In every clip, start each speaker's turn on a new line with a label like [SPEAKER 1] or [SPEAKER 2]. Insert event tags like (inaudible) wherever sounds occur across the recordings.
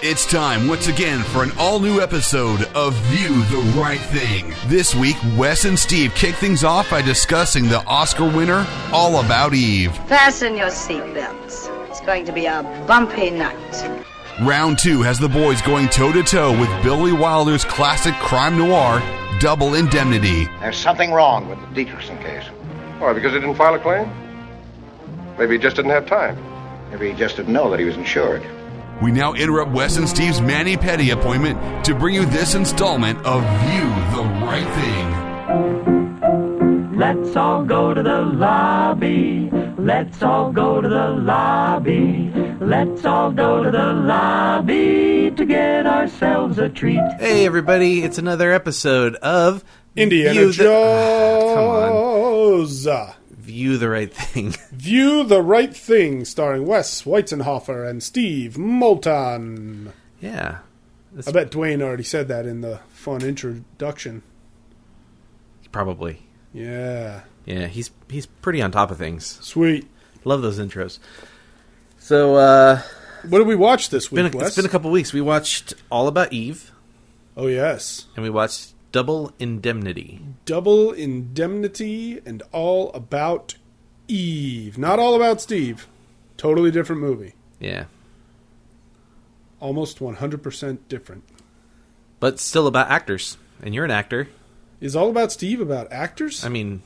[SPEAKER 1] It's time once again for an all new episode of View the Right Thing. This week, Wes and Steve kick things off by discussing the Oscar winner, All About Eve.
[SPEAKER 2] Fasten your seatbelts. It's going to be a bumpy night.
[SPEAKER 1] Round two has the boys going toe to toe with Billy Wilder's classic crime noir, Double Indemnity.
[SPEAKER 3] There's something wrong with the Dietrichson case.
[SPEAKER 4] Why, because he didn't file a claim? Maybe he just didn't have time.
[SPEAKER 3] Maybe he just didn't know that he was insured.
[SPEAKER 1] We now interrupt Wes and Steve's Manny Petty appointment to bring you this installment of View the Right Thing.
[SPEAKER 5] Let's all go to the lobby. Let's all go to the lobby. Let's all go to the lobby to get ourselves a treat.
[SPEAKER 6] Hey everybody, it's another episode of
[SPEAKER 7] Indiana
[SPEAKER 6] View the- Ah, come on.
[SPEAKER 7] Jones.
[SPEAKER 6] View the right thing. (laughs)
[SPEAKER 7] View the Right Thing, starring Wes Weizenhofer and Steve Moulton.
[SPEAKER 6] yeah.
[SPEAKER 7] I bet Dwayne already said that in the fun introduction.
[SPEAKER 6] Probably.
[SPEAKER 7] Yeah.
[SPEAKER 6] Yeah, he's he's pretty on top of things.
[SPEAKER 7] Sweet.
[SPEAKER 6] Love those intros. So uh
[SPEAKER 7] What did we watch this
[SPEAKER 6] been
[SPEAKER 7] week,
[SPEAKER 6] a,
[SPEAKER 7] Wes?
[SPEAKER 6] it's been a couple weeks. We watched All About Eve
[SPEAKER 7] oh, yes.
[SPEAKER 6] and we watched Double Indemnity.
[SPEAKER 7] Double Indemnity and All About Eve. Not All About Steve. Totally different movie.
[SPEAKER 6] Yeah.
[SPEAKER 7] Almost 100% different.
[SPEAKER 6] But still about actors. And you're an actor.
[SPEAKER 7] Is All About Steve about actors?
[SPEAKER 6] I mean,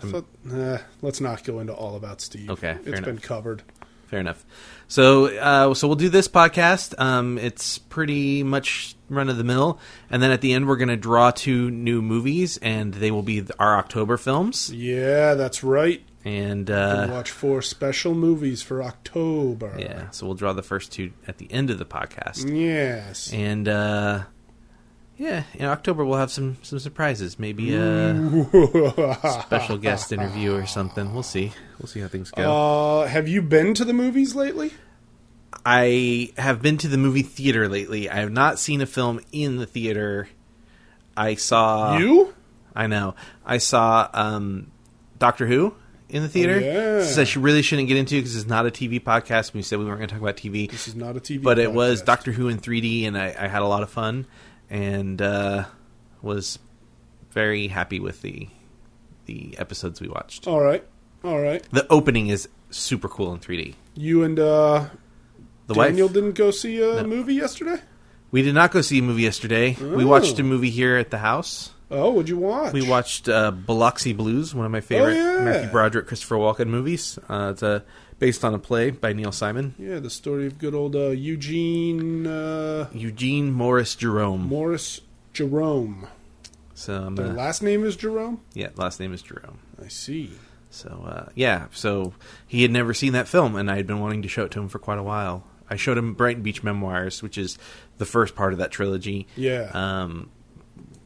[SPEAKER 7] Thought- eh, let's not go into all about Steve.
[SPEAKER 6] Okay,
[SPEAKER 7] it's
[SPEAKER 6] fair enough.
[SPEAKER 7] been covered.
[SPEAKER 6] Fair enough. So, uh, so we'll do this podcast. Um, it's pretty much run of the mill, and then at the end, we're going to draw two new movies, and they will be th- our October films.
[SPEAKER 7] Yeah, that's right.
[SPEAKER 6] And
[SPEAKER 7] You
[SPEAKER 6] uh,
[SPEAKER 7] can watch four special movies for October.
[SPEAKER 6] yeah, so we'll draw the first two at the end of the podcast,
[SPEAKER 7] Yes.
[SPEAKER 6] and uh, yeah, in October we'll have some some surprises, maybe a special guest interview or something. We'll see. We'll see how things go.
[SPEAKER 7] (laughs) uh, have you been to the movies lately?
[SPEAKER 6] I have been to the movie theater lately. I have not seen a film in the theater. I saw
[SPEAKER 7] you?
[SPEAKER 6] I know. I saw um, Doctor Who in the theater.
[SPEAKER 7] Oh, yeah.
[SPEAKER 6] This is- I sh- really shouldn't get into because it's not a TV podcast. We said we weren't going to talk about TV,
[SPEAKER 7] This is not a TV.
[SPEAKER 6] but it was
[SPEAKER 7] podcast.
[SPEAKER 6] Doctor Who in 3D, and I, I had a lot of fun and uh, was very happy with the the episodes we watched.
[SPEAKER 7] All right, all right.
[SPEAKER 6] The opening is super cool in 3D.
[SPEAKER 7] You and uh,
[SPEAKER 6] The
[SPEAKER 7] Daniel
[SPEAKER 6] wife.
[SPEAKER 7] didn't go see a movie yesterday.
[SPEAKER 6] we did not go see a movie yesterday. We watched a movie here at the house.
[SPEAKER 7] Oh, what'd you watch?
[SPEAKER 6] We watched uh, Biloxi Blues, one of my favorite
[SPEAKER 7] Oh, yeah.
[SPEAKER 6] Matthew Broderick, Christopher Walken movies. Uh, it's uh, based on a play by Neil Simon.
[SPEAKER 7] Yeah, the story of good old uh, Eugene uh,
[SPEAKER 6] Eugene Morris Jerome.
[SPEAKER 7] Morris Jerome.
[SPEAKER 6] so I'm
[SPEAKER 7] Their
[SPEAKER 6] gonna-
[SPEAKER 7] last name is Jerome.
[SPEAKER 6] yeah, last name is Jerome.
[SPEAKER 7] I see.
[SPEAKER 6] So uh, yeah, so he had never seen that film, and I had been wanting to show it to him for quite a while. I showed him Brighton Beach Memoirs, which is the first part of that trilogy.
[SPEAKER 7] Yeah.
[SPEAKER 6] Um,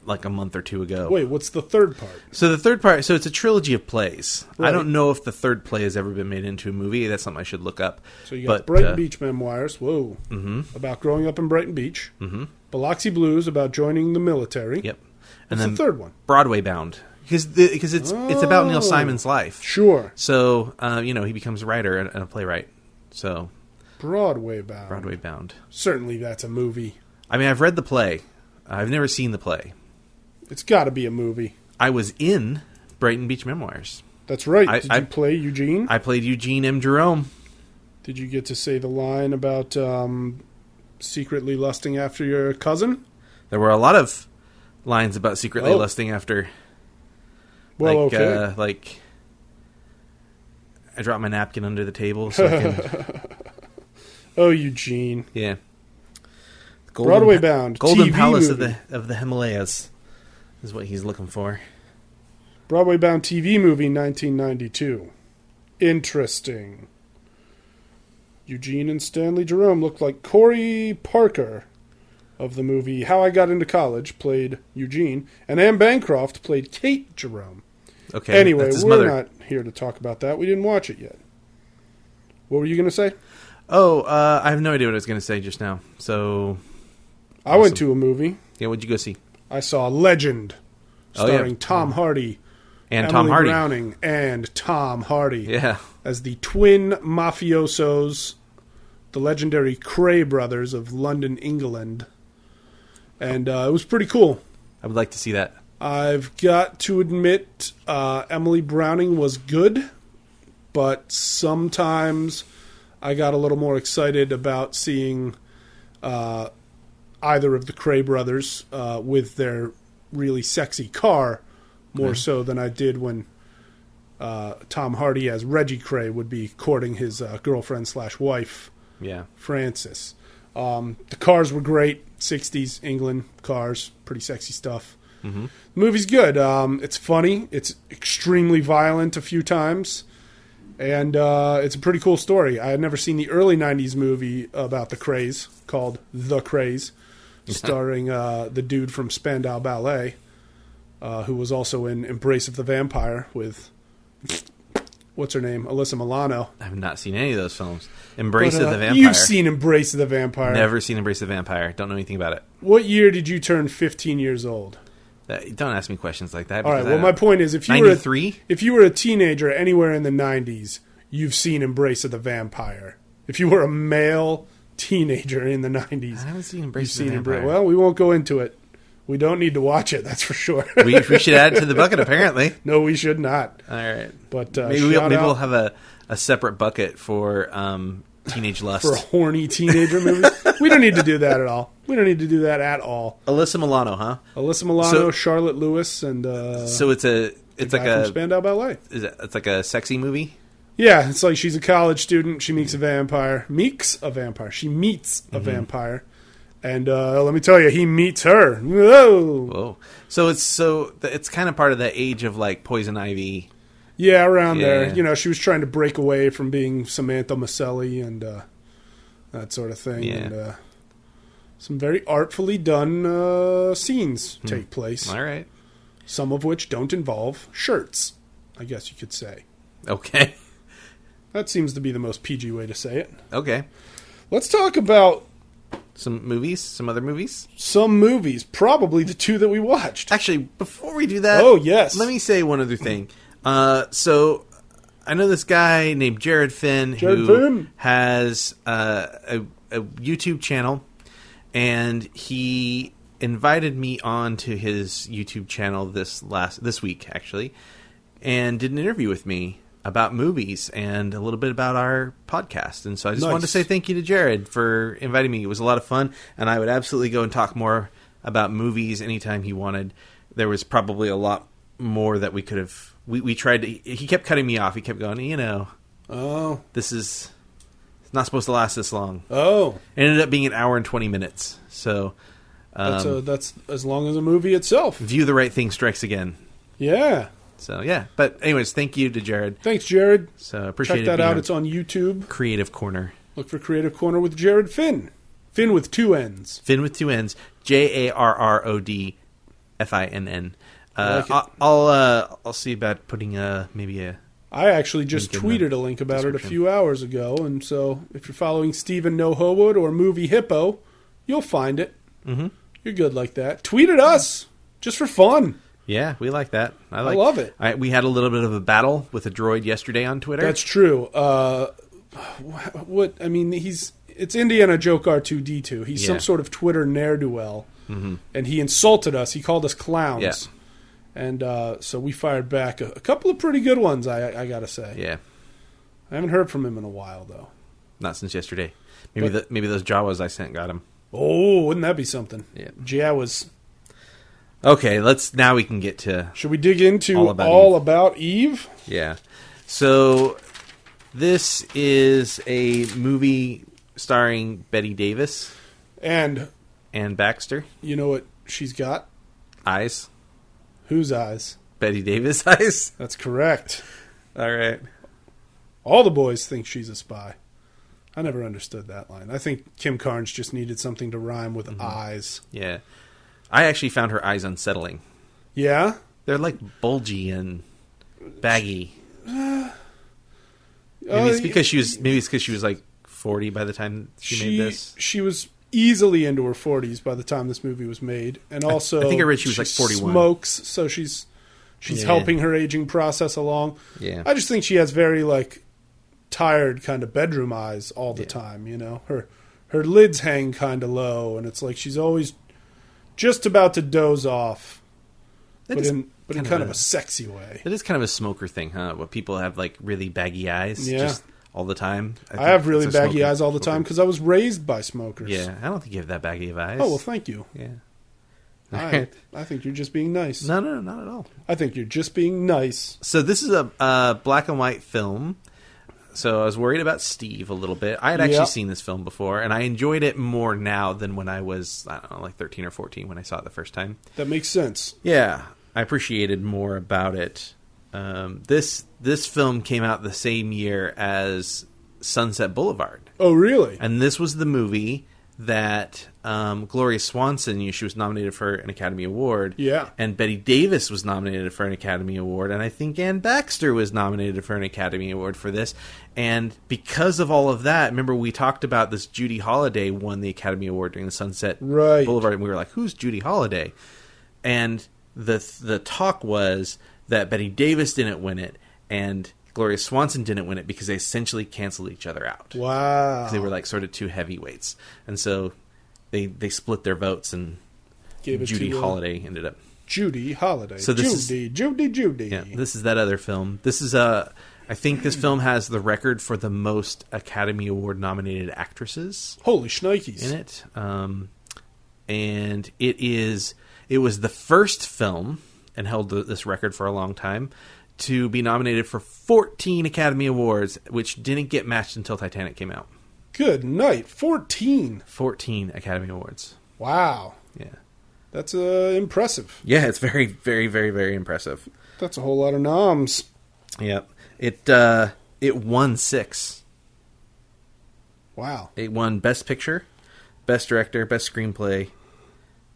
[SPEAKER 6] like a month or two ago.
[SPEAKER 7] Wait, what's the third part?
[SPEAKER 6] So the third part, so it's a trilogy of plays. I
[SPEAKER 7] Right.
[SPEAKER 6] don't know if the third play has ever been made into a movie. That's something I should look up.
[SPEAKER 7] So you got
[SPEAKER 6] But,
[SPEAKER 7] Brighton
[SPEAKER 6] uh,
[SPEAKER 7] Beach memoirs. Whoa, mm-hmm. about growing up in Brighton Beach. Mm-hmm. Biloxi Blues about joining the military.
[SPEAKER 6] Yep. And
[SPEAKER 7] What's
[SPEAKER 6] then
[SPEAKER 7] the third one?
[SPEAKER 6] Broadway Bound because because it's it's about Neil Simon's life.
[SPEAKER 7] Sure,
[SPEAKER 6] Oh. So uh, you know he becomes a writer and, and a playwright. So
[SPEAKER 7] Broadway bound.
[SPEAKER 6] Broadway Bound.
[SPEAKER 7] Certainly, that's a movie.
[SPEAKER 6] I mean, I've read the play. I've never seen the play.
[SPEAKER 7] It's got to be a movie.
[SPEAKER 6] I was in Brighton Beach Memoirs.
[SPEAKER 7] That's right.
[SPEAKER 6] I-
[SPEAKER 7] Did
[SPEAKER 6] I-
[SPEAKER 7] you play Eugene?
[SPEAKER 6] I played Eugene M. Jerome.
[SPEAKER 7] Did you get to say the line about um, secretly lusting after your cousin?
[SPEAKER 6] There were a lot of lines about secretly
[SPEAKER 7] Oh.
[SPEAKER 6] lusting after.
[SPEAKER 7] Well,
[SPEAKER 6] like,
[SPEAKER 7] okay.
[SPEAKER 6] Uh, like I dropped my napkin under the table. So I (laughs) can,
[SPEAKER 7] oh, Eugene.
[SPEAKER 6] yeah.
[SPEAKER 7] Broadway Bound,
[SPEAKER 6] Golden
[SPEAKER 7] TV
[SPEAKER 6] Palace
[SPEAKER 7] movie.
[SPEAKER 6] of the of the Himalayas is what he's looking for.
[SPEAKER 7] Broadway bound TV movie 1992. Interesting. Eugene and Stanley Jerome looked like Corey Parker of the movie How I Got Into College played Eugene, and Anne Bancroft played Kate Jerome.
[SPEAKER 6] Okay.
[SPEAKER 7] anyway,
[SPEAKER 6] that's his
[SPEAKER 7] we're
[SPEAKER 6] mother.
[SPEAKER 7] not here to talk about that. We didn't watch it yet. What were you going to say?
[SPEAKER 6] Oh, uh, I have no idea what I was going to say just now. So,
[SPEAKER 7] I
[SPEAKER 6] Awesome.
[SPEAKER 7] went to a movie.
[SPEAKER 6] yeah, what'd you go see?
[SPEAKER 7] I saw Legend,
[SPEAKER 6] Oh, yeah.
[SPEAKER 7] starring Tom Hardy,
[SPEAKER 6] And
[SPEAKER 7] Emily
[SPEAKER 6] Tom Hardy.
[SPEAKER 7] Browning, and Tom Hardy.
[SPEAKER 6] Yeah.
[SPEAKER 7] as the twin mafiosos the legendary Cray brothers of London, England. And uh, it was pretty cool.
[SPEAKER 6] I would like to see that.
[SPEAKER 7] I've got to admit, uh, Emily Browning was good, but sometimes I got a little more excited about seeing uh, either of the Cray brothers uh, with their really sexy car more so than I did when uh, Tom Hardy as Reggie Cray would be courting his uh, girlfriend slash wife.
[SPEAKER 6] Yeah.
[SPEAKER 7] Francis. Um, the cars were great. 60s England cars, pretty sexy stuff.
[SPEAKER 6] Mm-hmm.
[SPEAKER 7] The movie's good. Um, it's funny. It's extremely violent a few times. And uh, it's a pretty cool story. I had never seen the early 90s movie about the craze called The Craze, starring uh, the dude from Spandau Ballet, uh, who was also in Embrace of the Vampire with, what's her name? Alyssa Milano.
[SPEAKER 6] I've not seen any of those films. Embrace
[SPEAKER 7] But,
[SPEAKER 6] of
[SPEAKER 7] uh,
[SPEAKER 6] the Vampire.
[SPEAKER 7] You've seen Embrace of the Vampire.
[SPEAKER 6] Never seen Embrace of the Vampire. Don't know anything about it.
[SPEAKER 7] What year did you turn 15 years old?
[SPEAKER 6] That- don't ask me questions like that.
[SPEAKER 7] All right.
[SPEAKER 6] because I
[SPEAKER 7] Well, my
[SPEAKER 6] don't-
[SPEAKER 7] point is, if you were
[SPEAKER 6] 93?
[SPEAKER 7] a, if you were a teenager anywhere in the 90s, you've seen Embrace of the Vampire. If you were a male teenager in the 90s,
[SPEAKER 6] I haven't seen
[SPEAKER 7] you've
[SPEAKER 6] Embrace of
[SPEAKER 7] seen
[SPEAKER 6] the Vampire.
[SPEAKER 7] Embrace. Well, we won't go into it. We don't need to watch it. That's for sure.
[SPEAKER 6] we, we should add it to the bucket, apparently.
[SPEAKER 7] (laughs) no, we should not.
[SPEAKER 6] All right.
[SPEAKER 7] But uh,
[SPEAKER 6] maybe we'll,
[SPEAKER 7] shout
[SPEAKER 6] maybe
[SPEAKER 7] out
[SPEAKER 6] we'll have a, a separate bucket for um, teenage lust.
[SPEAKER 7] (laughs) for horny
[SPEAKER 6] (laughs)
[SPEAKER 7] teenager movies. we don't need to do that at all. We don't need to do that at all.
[SPEAKER 6] Alyssa Milano, huh?
[SPEAKER 7] Alyssa Milano,
[SPEAKER 6] So-
[SPEAKER 7] Charlotte Lewis, and uh,
[SPEAKER 6] So it's a it's
[SPEAKER 7] the
[SPEAKER 6] like
[SPEAKER 7] guy
[SPEAKER 6] a
[SPEAKER 7] from Spandau Ballet.
[SPEAKER 6] is it, it's like a sexy movie.
[SPEAKER 7] Yeah, it's like she's a college student. She meets a vampire. Meeks a vampire. She meets
[SPEAKER 6] Mm-hmm.
[SPEAKER 7] a vampire. And uh, let me tell you, he meets her. Whoa.
[SPEAKER 6] Whoa! So it's so th- it's kind of part of that age of like Poison Ivy.
[SPEAKER 7] Yeah, around
[SPEAKER 6] Yeah.
[SPEAKER 7] there. You know, she was trying to break away from being Samantha Maselli and uh, that sort of thing.
[SPEAKER 6] Yeah.
[SPEAKER 7] And uh, some very artfully done uh, scenes take place,
[SPEAKER 6] Hmm. All right.
[SPEAKER 7] some of which don't involve shirts, I guess you could say.
[SPEAKER 6] Okay. (laughs)
[SPEAKER 7] That seems to be the most PG way to say it.
[SPEAKER 6] Okay.
[SPEAKER 7] Let's talk about
[SPEAKER 6] Some movies. Some other movies.
[SPEAKER 7] some movies, probably the two that we watched.
[SPEAKER 6] Actually, before we do that,
[SPEAKER 7] Oh, yes.
[SPEAKER 6] Uh, Let me say one other thing. Uh, so I know this guy named Jared Finn
[SPEAKER 7] Jared
[SPEAKER 6] who
[SPEAKER 7] Finn.
[SPEAKER 6] has uh, a, a YouTube channel, and he invited me on to his YouTube channel this last this week actually, and did an interview with me about movies and a little bit about our podcast. And so I just wanted to
[SPEAKER 7] Nice.
[SPEAKER 6] say thank you to Jared for inviting me. It was a lot of fun, and I would absolutely go and talk more about movies anytime he wanted. There was probably a lot more that we could have. We, we tried to. He kept cutting me off. He kept going, you know,
[SPEAKER 7] Oh,
[SPEAKER 6] this is it's not supposed to last this long.
[SPEAKER 7] oh,
[SPEAKER 6] It ended up being an hour and 20 minutes. So,
[SPEAKER 7] that's
[SPEAKER 6] Um,
[SPEAKER 7] a, that's as long as a movie itself.
[SPEAKER 6] view the right thing strikes again.
[SPEAKER 7] Yeah,
[SPEAKER 6] So, yeah. But, anyways, thank you to Jared.
[SPEAKER 7] thanks, Jared.
[SPEAKER 6] So, I appreciate
[SPEAKER 7] Check
[SPEAKER 6] it
[SPEAKER 7] that
[SPEAKER 6] being
[SPEAKER 7] out.
[SPEAKER 6] on
[SPEAKER 7] It's on YouTube.
[SPEAKER 6] Creative Corner.
[SPEAKER 7] Look for Creative Corner with Jared Finn. Finn with two N's.
[SPEAKER 6] Finn with two N's. J A R R O D F I N N. Uh,
[SPEAKER 7] I like
[SPEAKER 6] I'll I'll, uh, I'll see about putting uh maybe a
[SPEAKER 7] I actually just
[SPEAKER 6] Link in the
[SPEAKER 7] tweeted a link about it a
[SPEAKER 6] description.
[SPEAKER 7] few hours ago, and so if you're following Stephen No Howood or Movie Hippo, you'll find it. Mm-hmm. You're good like that. Tweet at us just for fun.
[SPEAKER 6] yeah we like that I, like,
[SPEAKER 7] love it.
[SPEAKER 6] I, we had a little bit of a battle with a droid yesterday on Twitter.
[SPEAKER 7] That's true. Uh, wh- what I mean, he's it's Indiana Joke R two D two. He's
[SPEAKER 6] Yeah. Mm-hmm.
[SPEAKER 7] some sort of Twitter ne'er do well, and he insulted us. He called us clowns,
[SPEAKER 6] Yeah.
[SPEAKER 7] and uh, so we fired back a, a couple of pretty good ones. I, I gotta say,
[SPEAKER 6] yeah,
[SPEAKER 7] I haven't heard from him in a while though.
[SPEAKER 6] not since yesterday. Maybe
[SPEAKER 7] But-
[SPEAKER 6] the, maybe those Jawas I sent got him.
[SPEAKER 7] Oh, wouldn't that be something?
[SPEAKER 6] Yeah.
[SPEAKER 7] Jawas.
[SPEAKER 6] Okay, let's now we can get to
[SPEAKER 7] Should we dig into
[SPEAKER 6] All
[SPEAKER 7] all
[SPEAKER 6] About
[SPEAKER 7] about,
[SPEAKER 6] Eve.
[SPEAKER 7] Eve?
[SPEAKER 6] Yeah. So this is a movie starring Betty Davis
[SPEAKER 7] And
[SPEAKER 6] and Baxter.
[SPEAKER 7] you know what she's got?
[SPEAKER 6] Eyes.
[SPEAKER 7] Whose eyes?
[SPEAKER 6] Betty Davis (laughs) eyes.
[SPEAKER 7] That's correct.
[SPEAKER 6] All right.
[SPEAKER 7] All the boys think she's a spy. I never understood that line. I think Kim Carnes just needed something to rhyme with
[SPEAKER 6] Mm-hmm.
[SPEAKER 7] eyes.
[SPEAKER 6] Yeah. I actually found her eyes unsettling.
[SPEAKER 7] Yeah?
[SPEAKER 6] They're like bulgy and baggy. Maybe it's
[SPEAKER 7] Uh,
[SPEAKER 6] because she was maybe it's because she was like 40 by the time she,
[SPEAKER 7] she,
[SPEAKER 6] made this.
[SPEAKER 7] she was easily into her 40s by the time this movie was made. And also
[SPEAKER 6] I think I read she was like 41.
[SPEAKER 7] smokes, so she's she's
[SPEAKER 6] Yeah.
[SPEAKER 7] helping her aging process along.
[SPEAKER 6] Yeah.
[SPEAKER 7] I just think she has very like tired kind of bedroom eyes all the time. You know, her her lids hang kind of low, and it's like she's always just about to doze off,
[SPEAKER 6] That
[SPEAKER 7] but
[SPEAKER 6] is
[SPEAKER 7] in but in kind of a sexy way.
[SPEAKER 6] That is kind of a smoker thing, huh? What people have like really baggy eyes,
[SPEAKER 7] Yeah.
[SPEAKER 6] just all the time.
[SPEAKER 7] I have really baggy eyes all the time
[SPEAKER 6] time
[SPEAKER 7] because I was raised by smokers.
[SPEAKER 6] Yeah, I don't think you have that baggy of eyes.
[SPEAKER 7] Oh well,
[SPEAKER 6] (laughs)
[SPEAKER 7] thank you.
[SPEAKER 6] yeah.
[SPEAKER 7] I, I think you're just being nice.
[SPEAKER 6] No, no, no, not at all.
[SPEAKER 7] I think you're just being nice.
[SPEAKER 6] So this is a uh, black and white film. So I was worried about Steve a little bit. I had actually
[SPEAKER 7] Yeah.
[SPEAKER 6] seen this film before, and I enjoyed it more now than when I was I don't know, like thirteen or fourteen when I saw it the first time.
[SPEAKER 7] That makes sense.
[SPEAKER 6] Yeah, I appreciated more about it. Um, this this film came out the same year as Sunset Boulevard.
[SPEAKER 7] Oh, really?
[SPEAKER 6] And this was the movie that um, Gloria Swanson, you know, she was nominated for an Academy Award.
[SPEAKER 7] Yeah.
[SPEAKER 6] And Betty Davis was nominated for an Academy Award. And I think Ann Baxter was nominated for an Academy Award for this. And because of all of that, remember we talked about this Judy Holliday won the Academy Award during the Sunset
[SPEAKER 7] Right.
[SPEAKER 6] Boulevard. And we were like, who's Judy Holliday? And the, the talk was that Betty Davis didn't win it and Gloria Swanson didn't win it because they essentially canceled each other out.
[SPEAKER 7] Wow.
[SPEAKER 6] They were like sort of two heavyweights, and so they they split their votes, and
[SPEAKER 7] Gave it to uh,
[SPEAKER 6] Judy
[SPEAKER 7] you.
[SPEAKER 6] Holliday ended up.
[SPEAKER 7] Judy Holiday.
[SPEAKER 6] So this is-
[SPEAKER 7] Judy, Judy, Judy.
[SPEAKER 6] Yeah, this is that other film. This is a. I think this film has the record for the most Academy Award nominated actresses
[SPEAKER 7] Holy shnikes.
[SPEAKER 6] in it, um, and it is it was the first film and held th this record for a long time to be nominated for 14 Academy Awards, which didn't get matched until Titanic came out.
[SPEAKER 7] Good night. 14.
[SPEAKER 6] 14 Academy Awards.
[SPEAKER 7] Wow.
[SPEAKER 6] Yeah.
[SPEAKER 7] That's uh, impressive.
[SPEAKER 6] Yeah, it's very, very, very, very impressive.
[SPEAKER 7] That's a whole lot of noms.
[SPEAKER 6] Yep. It uh it won six.
[SPEAKER 7] Wow.
[SPEAKER 6] It won Best Picture, Best Director, Best Screenplay,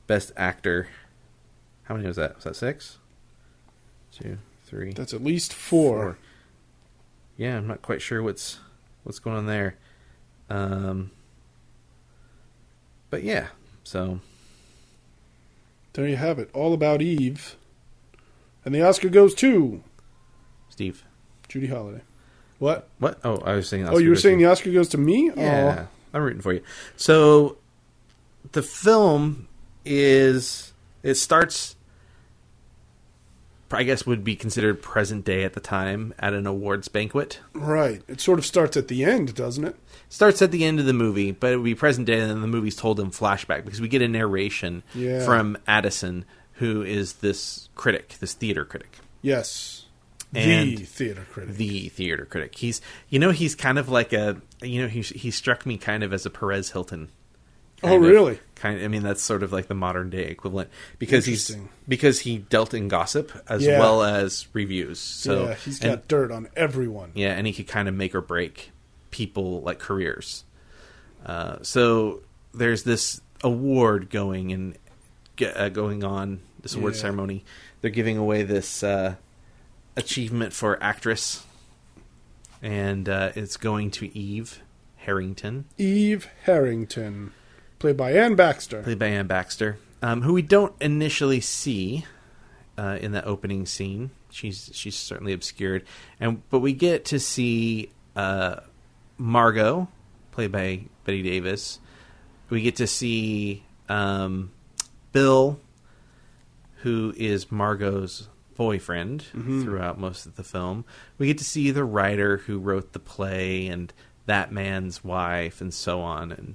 [SPEAKER 6] Best Actor. How many was that? Was that six? Two, three.
[SPEAKER 7] That's at least four.
[SPEAKER 6] Four. Yeah, I'm not quite sure what's what's going on there. Um But yeah. So
[SPEAKER 7] There you have it. All about Eve. And the Oscar goes to
[SPEAKER 6] Steve.
[SPEAKER 7] Judy Holiday. What?
[SPEAKER 6] What? Oh, I was saying
[SPEAKER 7] oh, you were saying the Oscar goes to me? Oh.
[SPEAKER 6] Yeah, I'm rooting for you. So the film is it starts. I guess would be considered present day at the time at an awards banquet.
[SPEAKER 7] Oh, right. It sort of starts at the end, doesn't it?
[SPEAKER 6] Starts at the end of the movie, but it would be present day, and then the movie's told in flashback because we get a narration
[SPEAKER 7] Yeah.
[SPEAKER 6] from Addison, who is this critic, this theater critic.
[SPEAKER 7] Yes.
[SPEAKER 6] And
[SPEAKER 7] the theater critic.
[SPEAKER 6] the theater critic. He's you know he's kind of like a you know he he struck me kind of as a Perez Hilton.
[SPEAKER 7] Oh,
[SPEAKER 6] Kind of-
[SPEAKER 7] really?
[SPEAKER 6] Kind I mean that's sort of like the modern day equivalent because he's
[SPEAKER 7] Interesting.
[SPEAKER 6] because he dealt in gossip as
[SPEAKER 7] Yeah.
[SPEAKER 6] well as reviews. So
[SPEAKER 7] yeah, he's got
[SPEAKER 6] and,
[SPEAKER 7] dirt on everyone.
[SPEAKER 6] yeah, and he could kind of make or break people like careers. Uh, so there's this award going and ge- uh, going on this award
[SPEAKER 7] Yeah.
[SPEAKER 6] ceremony. They're giving away this uh, achievement for actress, and uh, it's going to Eve Harrington,
[SPEAKER 7] Eve Harrington, played by Ann Baxter.
[SPEAKER 6] played by Ann Baxter, um, who we don't initially see uh, in that opening scene. She's she's certainly obscured, and but we get to see uh, Margot, played by Betty Davis. We get to see um, Bill, who is Margot's boyfriend throughout most of the film. We get to see the writer who wrote the play and that man's wife and so on, and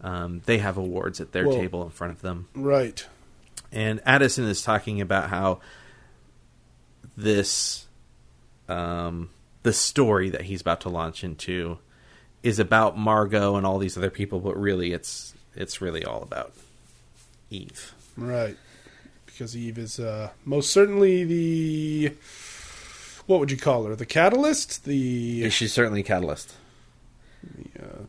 [SPEAKER 6] um, they have awards at their
[SPEAKER 7] Well-
[SPEAKER 6] table in front of them
[SPEAKER 7] Right.
[SPEAKER 6] and Addison is talking about how this um the story that he's about to launch into is about Margot and all these other people, but really it's it's really all about Eve.
[SPEAKER 7] Right. Because Eve is uh, most certainly the what would you call her? The catalyst, the
[SPEAKER 6] She's certainly a catalyst.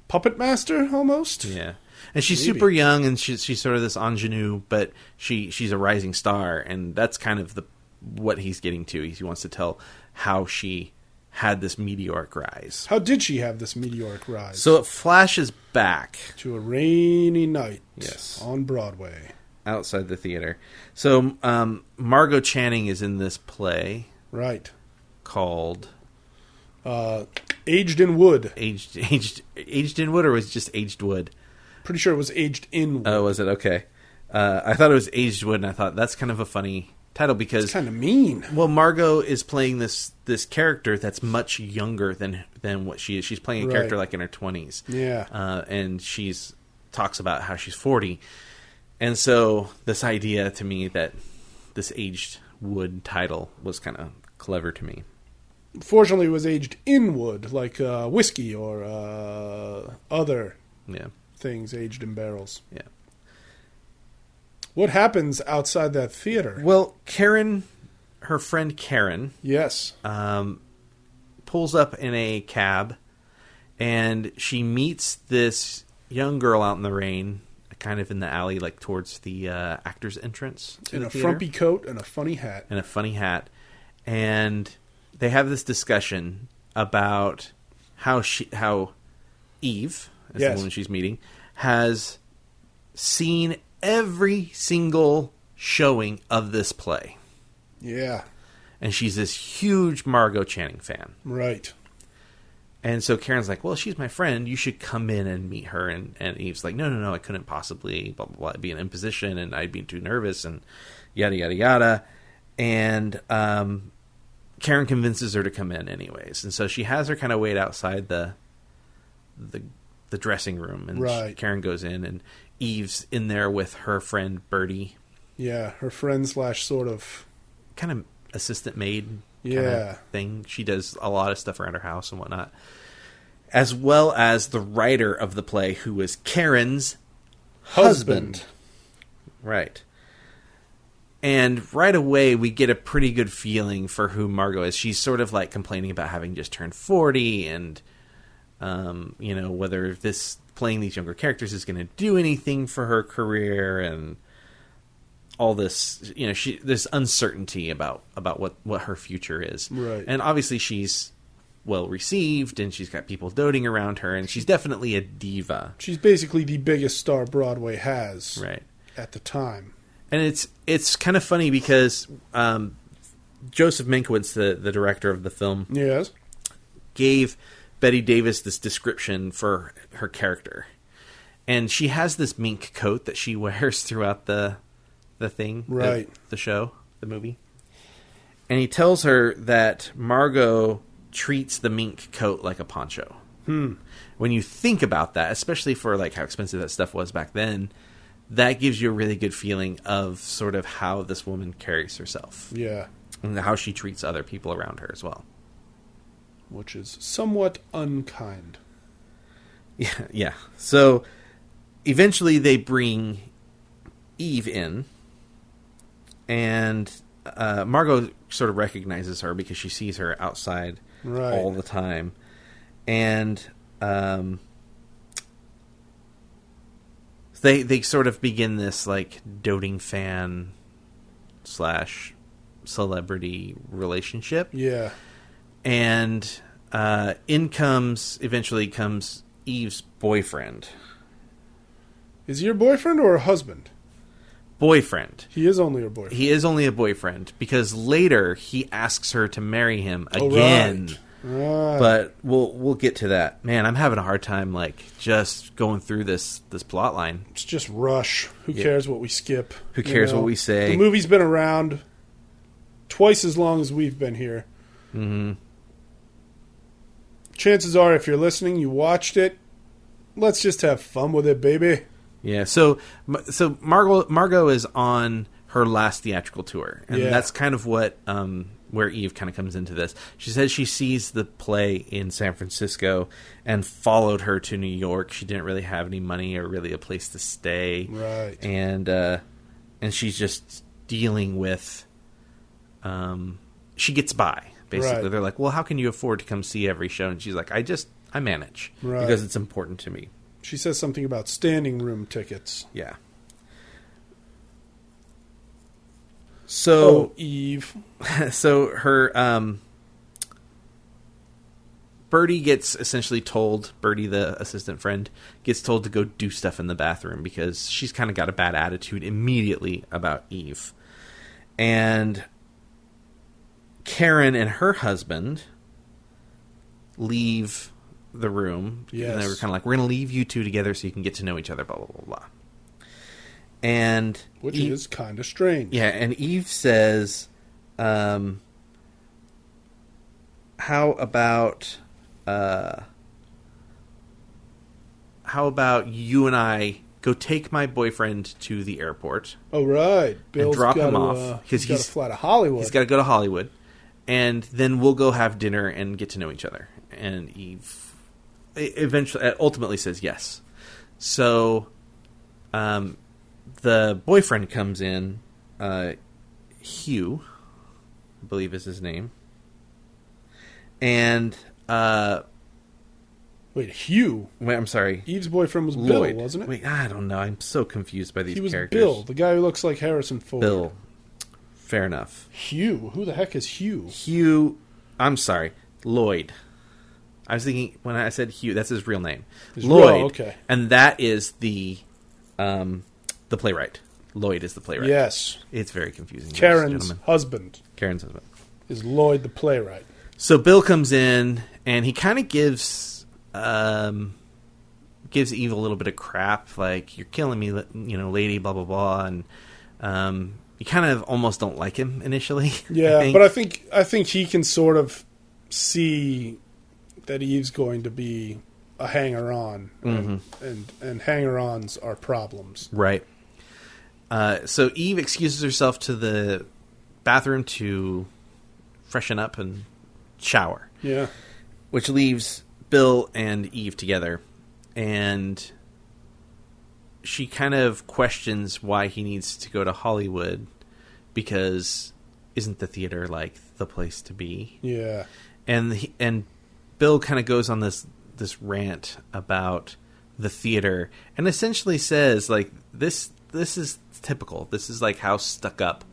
[SPEAKER 7] puppet master, almost.
[SPEAKER 6] Yeah. And she's
[SPEAKER 7] Maybe.
[SPEAKER 6] super young and she's she's sort of this ingenue, but she she's a rising star and that's kind of the what he's getting to. He wants to tell how she had this meteoric rise.
[SPEAKER 7] How did she have this meteoric rise?
[SPEAKER 6] So it flashes back
[SPEAKER 7] to a rainy night.
[SPEAKER 6] Yes.
[SPEAKER 7] On Broadway.
[SPEAKER 6] outside the theater. So um, Margot Channing is in this play
[SPEAKER 7] Right.
[SPEAKER 6] called
[SPEAKER 7] Uh, Aged in wood.
[SPEAKER 6] aged aged aged in wood or was it just aged wood?
[SPEAKER 7] Pretty sure it was aged in wood.
[SPEAKER 6] Oh, was it okay? Uh, I thought it was aged wood, and I thought that's kind of a funny title because
[SPEAKER 7] kind of mean.
[SPEAKER 6] well, Margot is playing this this character that's much younger than than what she is. She's playing a
[SPEAKER 7] Right.
[SPEAKER 6] character like in her twenties.
[SPEAKER 7] Yeah.
[SPEAKER 6] uh, and she's talks about how she's forty, and so this idea to me that this aged wood title was kind of clever to me.
[SPEAKER 7] Fortunately, it was aged in wood, like uh, whiskey or uh, other
[SPEAKER 6] Yeah,
[SPEAKER 7] things aged in barrels.
[SPEAKER 6] yeah.
[SPEAKER 7] What happens outside that theater?
[SPEAKER 6] Well, Karen, her friend Karen,
[SPEAKER 7] Yes.
[SPEAKER 6] pulls up in a cab and she meets this young girl out in the rain kind of in the alley like towards the uh, actor's entrance to
[SPEAKER 7] in
[SPEAKER 6] the
[SPEAKER 7] a
[SPEAKER 6] theater
[SPEAKER 7] frumpy coat and a funny hat.
[SPEAKER 6] and a funny hat and they have this discussion about how she how eve is
[SPEAKER 7] Yes.
[SPEAKER 6] the woman she's meeting has seen every single showing of this play
[SPEAKER 7] Yeah.
[SPEAKER 6] and she's this huge margot channing fan
[SPEAKER 7] Right.
[SPEAKER 6] And so Karen's like, "Well, she's my friend. You should come in and meet her." And and Eve's like, "No, no, no. I couldn't possibly. Blah blah. blah. It'd be an imposition, and I'd be too nervous, and yada yada yada." And um, Karen convinces her to come in anyways, and so she has her kind of wait outside the the the dressing room, and she-
[SPEAKER 7] Right.
[SPEAKER 6] Karen goes in, and Eve's in there with her friend Bertie,
[SPEAKER 7] Yeah. Her friend slash sort of.
[SPEAKER 6] kind of assistant maid kind
[SPEAKER 7] Yeah.
[SPEAKER 6] of thing. She does a lot of stuff around her house and whatnot, as well as the writer of the play, who was Karen's husband.
[SPEAKER 7] Husband.
[SPEAKER 6] Right. And right away, we get a pretty good feeling for who Margot is. She's sort of like complaining about having just turned 40 and, um, you know, whether this playing these younger characters is going to do anything for her career and all this, you know, she, this uncertainty about, about what, what her future is.
[SPEAKER 7] Right.
[SPEAKER 6] And obviously, she's well received and she's got people doting around her and she's definitely a diva.
[SPEAKER 7] She's basically the biggest star Broadway has
[SPEAKER 6] Right.
[SPEAKER 7] at the time.
[SPEAKER 6] and it's it's kind of funny because um, Joseph Mankiewicz, the the director of the film,
[SPEAKER 7] Yes.
[SPEAKER 6] gave Betty Davis this description for her character, and she has this mink coat that she (laughs) wears throughout the the thing, the-
[SPEAKER 7] Right.
[SPEAKER 6] the show, the movie, and he tells her that Margot treats the mink coat like a poncho. Hmm. When you think about that, especially for like how expensive that stuff was back then, that gives you a really good feeling of sort of how this woman carries herself
[SPEAKER 7] Yeah.
[SPEAKER 6] and how she treats other people around her as well.
[SPEAKER 7] Which is somewhat unkind.
[SPEAKER 6] Yeah, yeah. So eventually they bring Eve in, and uh, Margot sort of recognizes her because she sees her outside
[SPEAKER 7] Right.
[SPEAKER 6] all the time, and um, they they sort of begin this like doting fan slash celebrity relationship
[SPEAKER 7] Yeah.
[SPEAKER 6] and uh, in comes eventually comes Eve's boyfriend.
[SPEAKER 7] Is he your boyfriend or a husband?
[SPEAKER 6] Boyfriend.
[SPEAKER 7] He is only her boyfriend.
[SPEAKER 6] He is only a boyfriend because later he asks her to marry him again.
[SPEAKER 7] Right.
[SPEAKER 6] But we'll we'll get to that. Man, I'm having a hard time like just going through this this plot line.
[SPEAKER 7] It's just rush. Who cares what we skip?
[SPEAKER 6] Who cares what we say?
[SPEAKER 7] The movie's been around twice as long as we've been here. Mm-hmm. Chances are, if you're listening, you watched it. Let's just have fun with it, baby.
[SPEAKER 6] Yeah. So so Margot Margot is on her last theatrical tour, and
[SPEAKER 7] Yeah.
[SPEAKER 6] that's kind of what um, where Eve kind of comes into this. She says she sees the play in San Francisco and followed her to New York. She didn't really have any money or really a place to stay,
[SPEAKER 7] Right.
[SPEAKER 6] And uh, and she's just dealing with. Um, she gets by basically.
[SPEAKER 7] Right.
[SPEAKER 6] They're like, "Well, how can you afford to come see every show?" And she's like, "I just I manage
[SPEAKER 7] Right.
[SPEAKER 6] because it's important to me."
[SPEAKER 7] She says something about standing room tickets.
[SPEAKER 6] Yeah.
[SPEAKER 7] Oh,
[SPEAKER 6] So
[SPEAKER 7] Eve.
[SPEAKER 6] (laughs) so her um Birdie gets essentially told Birdie the assistant friend gets told to go do stuff in the bathroom because she's kind of got a bad attitude immediately about Eve. And Karen and her husband leave the room. And they
[SPEAKER 7] Yes.
[SPEAKER 6] were kind of like, we're going to leave you two together so you can get to know each other, blah, blah, blah, blah. And.
[SPEAKER 7] which
[SPEAKER 6] Eve-
[SPEAKER 7] is kind of strange.
[SPEAKER 6] Yeah, and Eve says, um, how about. Uh, how about you and I go take my boyfriend to the airport?
[SPEAKER 7] Oh right, Bill's
[SPEAKER 6] drop
[SPEAKER 7] gotta,
[SPEAKER 6] him off,
[SPEAKER 7] uh,
[SPEAKER 6] 'cause
[SPEAKER 7] he's got
[SPEAKER 6] he's-
[SPEAKER 7] to fly to Hollywood.
[SPEAKER 6] He's got to go to Hollywood, and then we'll go have dinner and get to know each other. And Eve e- eventually, uh, ultimately, says yes. So, um, the boyfriend comes in, uh, Hugh, I believe is his name, and uh,
[SPEAKER 7] Wait, Hugh,
[SPEAKER 6] wait, I'm sorry,
[SPEAKER 7] Eve's boyfriend was
[SPEAKER 6] Lloyd,
[SPEAKER 7] Bill, wasn't it?
[SPEAKER 6] Wait, I don't know. I'm so confused by these
[SPEAKER 7] he was
[SPEAKER 6] characters.
[SPEAKER 7] Bill, the guy who looks like Harrison Ford.
[SPEAKER 6] Bill. Fair enough.
[SPEAKER 7] Hugh, who the heck is Hugh?
[SPEAKER 6] Hugh. I'm sorry, Lloyd. I was thinking when I said Hugh, that's his real name,
[SPEAKER 7] His-
[SPEAKER 6] Lloyd.
[SPEAKER 7] oh, okay.
[SPEAKER 6] and that is the, um, the playwright. Lloyd is the playwright.
[SPEAKER 7] Yes,
[SPEAKER 6] it's very confusing. ladies and
[SPEAKER 7] Karen's
[SPEAKER 6] gentlemen.
[SPEAKER 7] husband
[SPEAKER 6] Karen's husband.
[SPEAKER 7] is Lloyd the playwright.
[SPEAKER 6] So Bill comes in and he kind of gives, um, gives Eve a little bit of crap, like you're killing me, li- you know, lady, blah blah blah, and um, you kind of almost don't like him initially. (laughs)
[SPEAKER 7] Yeah,
[SPEAKER 6] think.
[SPEAKER 7] but I think I think he can sort of see that Eve's going to be a hanger on,
[SPEAKER 6] Mm-hmm.
[SPEAKER 7] and and hanger ons
[SPEAKER 6] (laughs)
[SPEAKER 7] are problems.
[SPEAKER 6] Right. Uh, so Eve excuses herself to the bathroom to freshen up and shower,
[SPEAKER 7] Yeah,
[SPEAKER 6] which leaves Bill and Eve together. And she kind of questions why he needs to go to Hollywood because isn't the theater like the place to be?
[SPEAKER 7] yeah,
[SPEAKER 6] and he, and Bill kind of goes on this this rant about the theater and essentially says like this this is typical. This is like how stuck up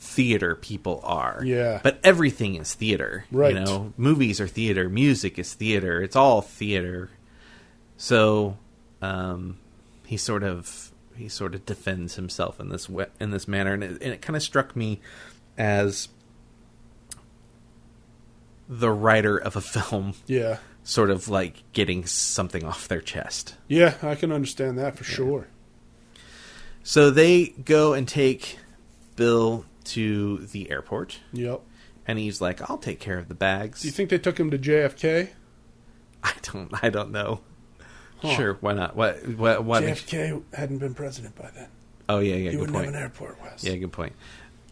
[SPEAKER 6] theater people are.
[SPEAKER 7] Yeah.
[SPEAKER 6] But everything is theater.
[SPEAKER 7] Right.
[SPEAKER 6] You know, movies are theater, music is theater, it's all theater. So um he sort of he sort of defends himself in this we- in this manner and it, and it kind of struck me as the writer of a (laughs) film
[SPEAKER 7] yeah,
[SPEAKER 6] sort of like getting something off their chest.
[SPEAKER 7] yeah. I can understand that for sure.
[SPEAKER 6] So they go and take Bill to the airport,
[SPEAKER 7] Yep.
[SPEAKER 6] and he's like, "I'll take care of the bags."
[SPEAKER 7] Do you think they took him to JFK?
[SPEAKER 6] (laughs) I don't. I don't know. Sure, why not? What? What? what
[SPEAKER 7] JFK hadn't been president by then.
[SPEAKER 6] oh yeah, yeah.
[SPEAKER 7] He
[SPEAKER 6] Good
[SPEAKER 7] wouldn't have
[SPEAKER 6] point.
[SPEAKER 7] an airport, Wes.
[SPEAKER 6] Yeah, good point.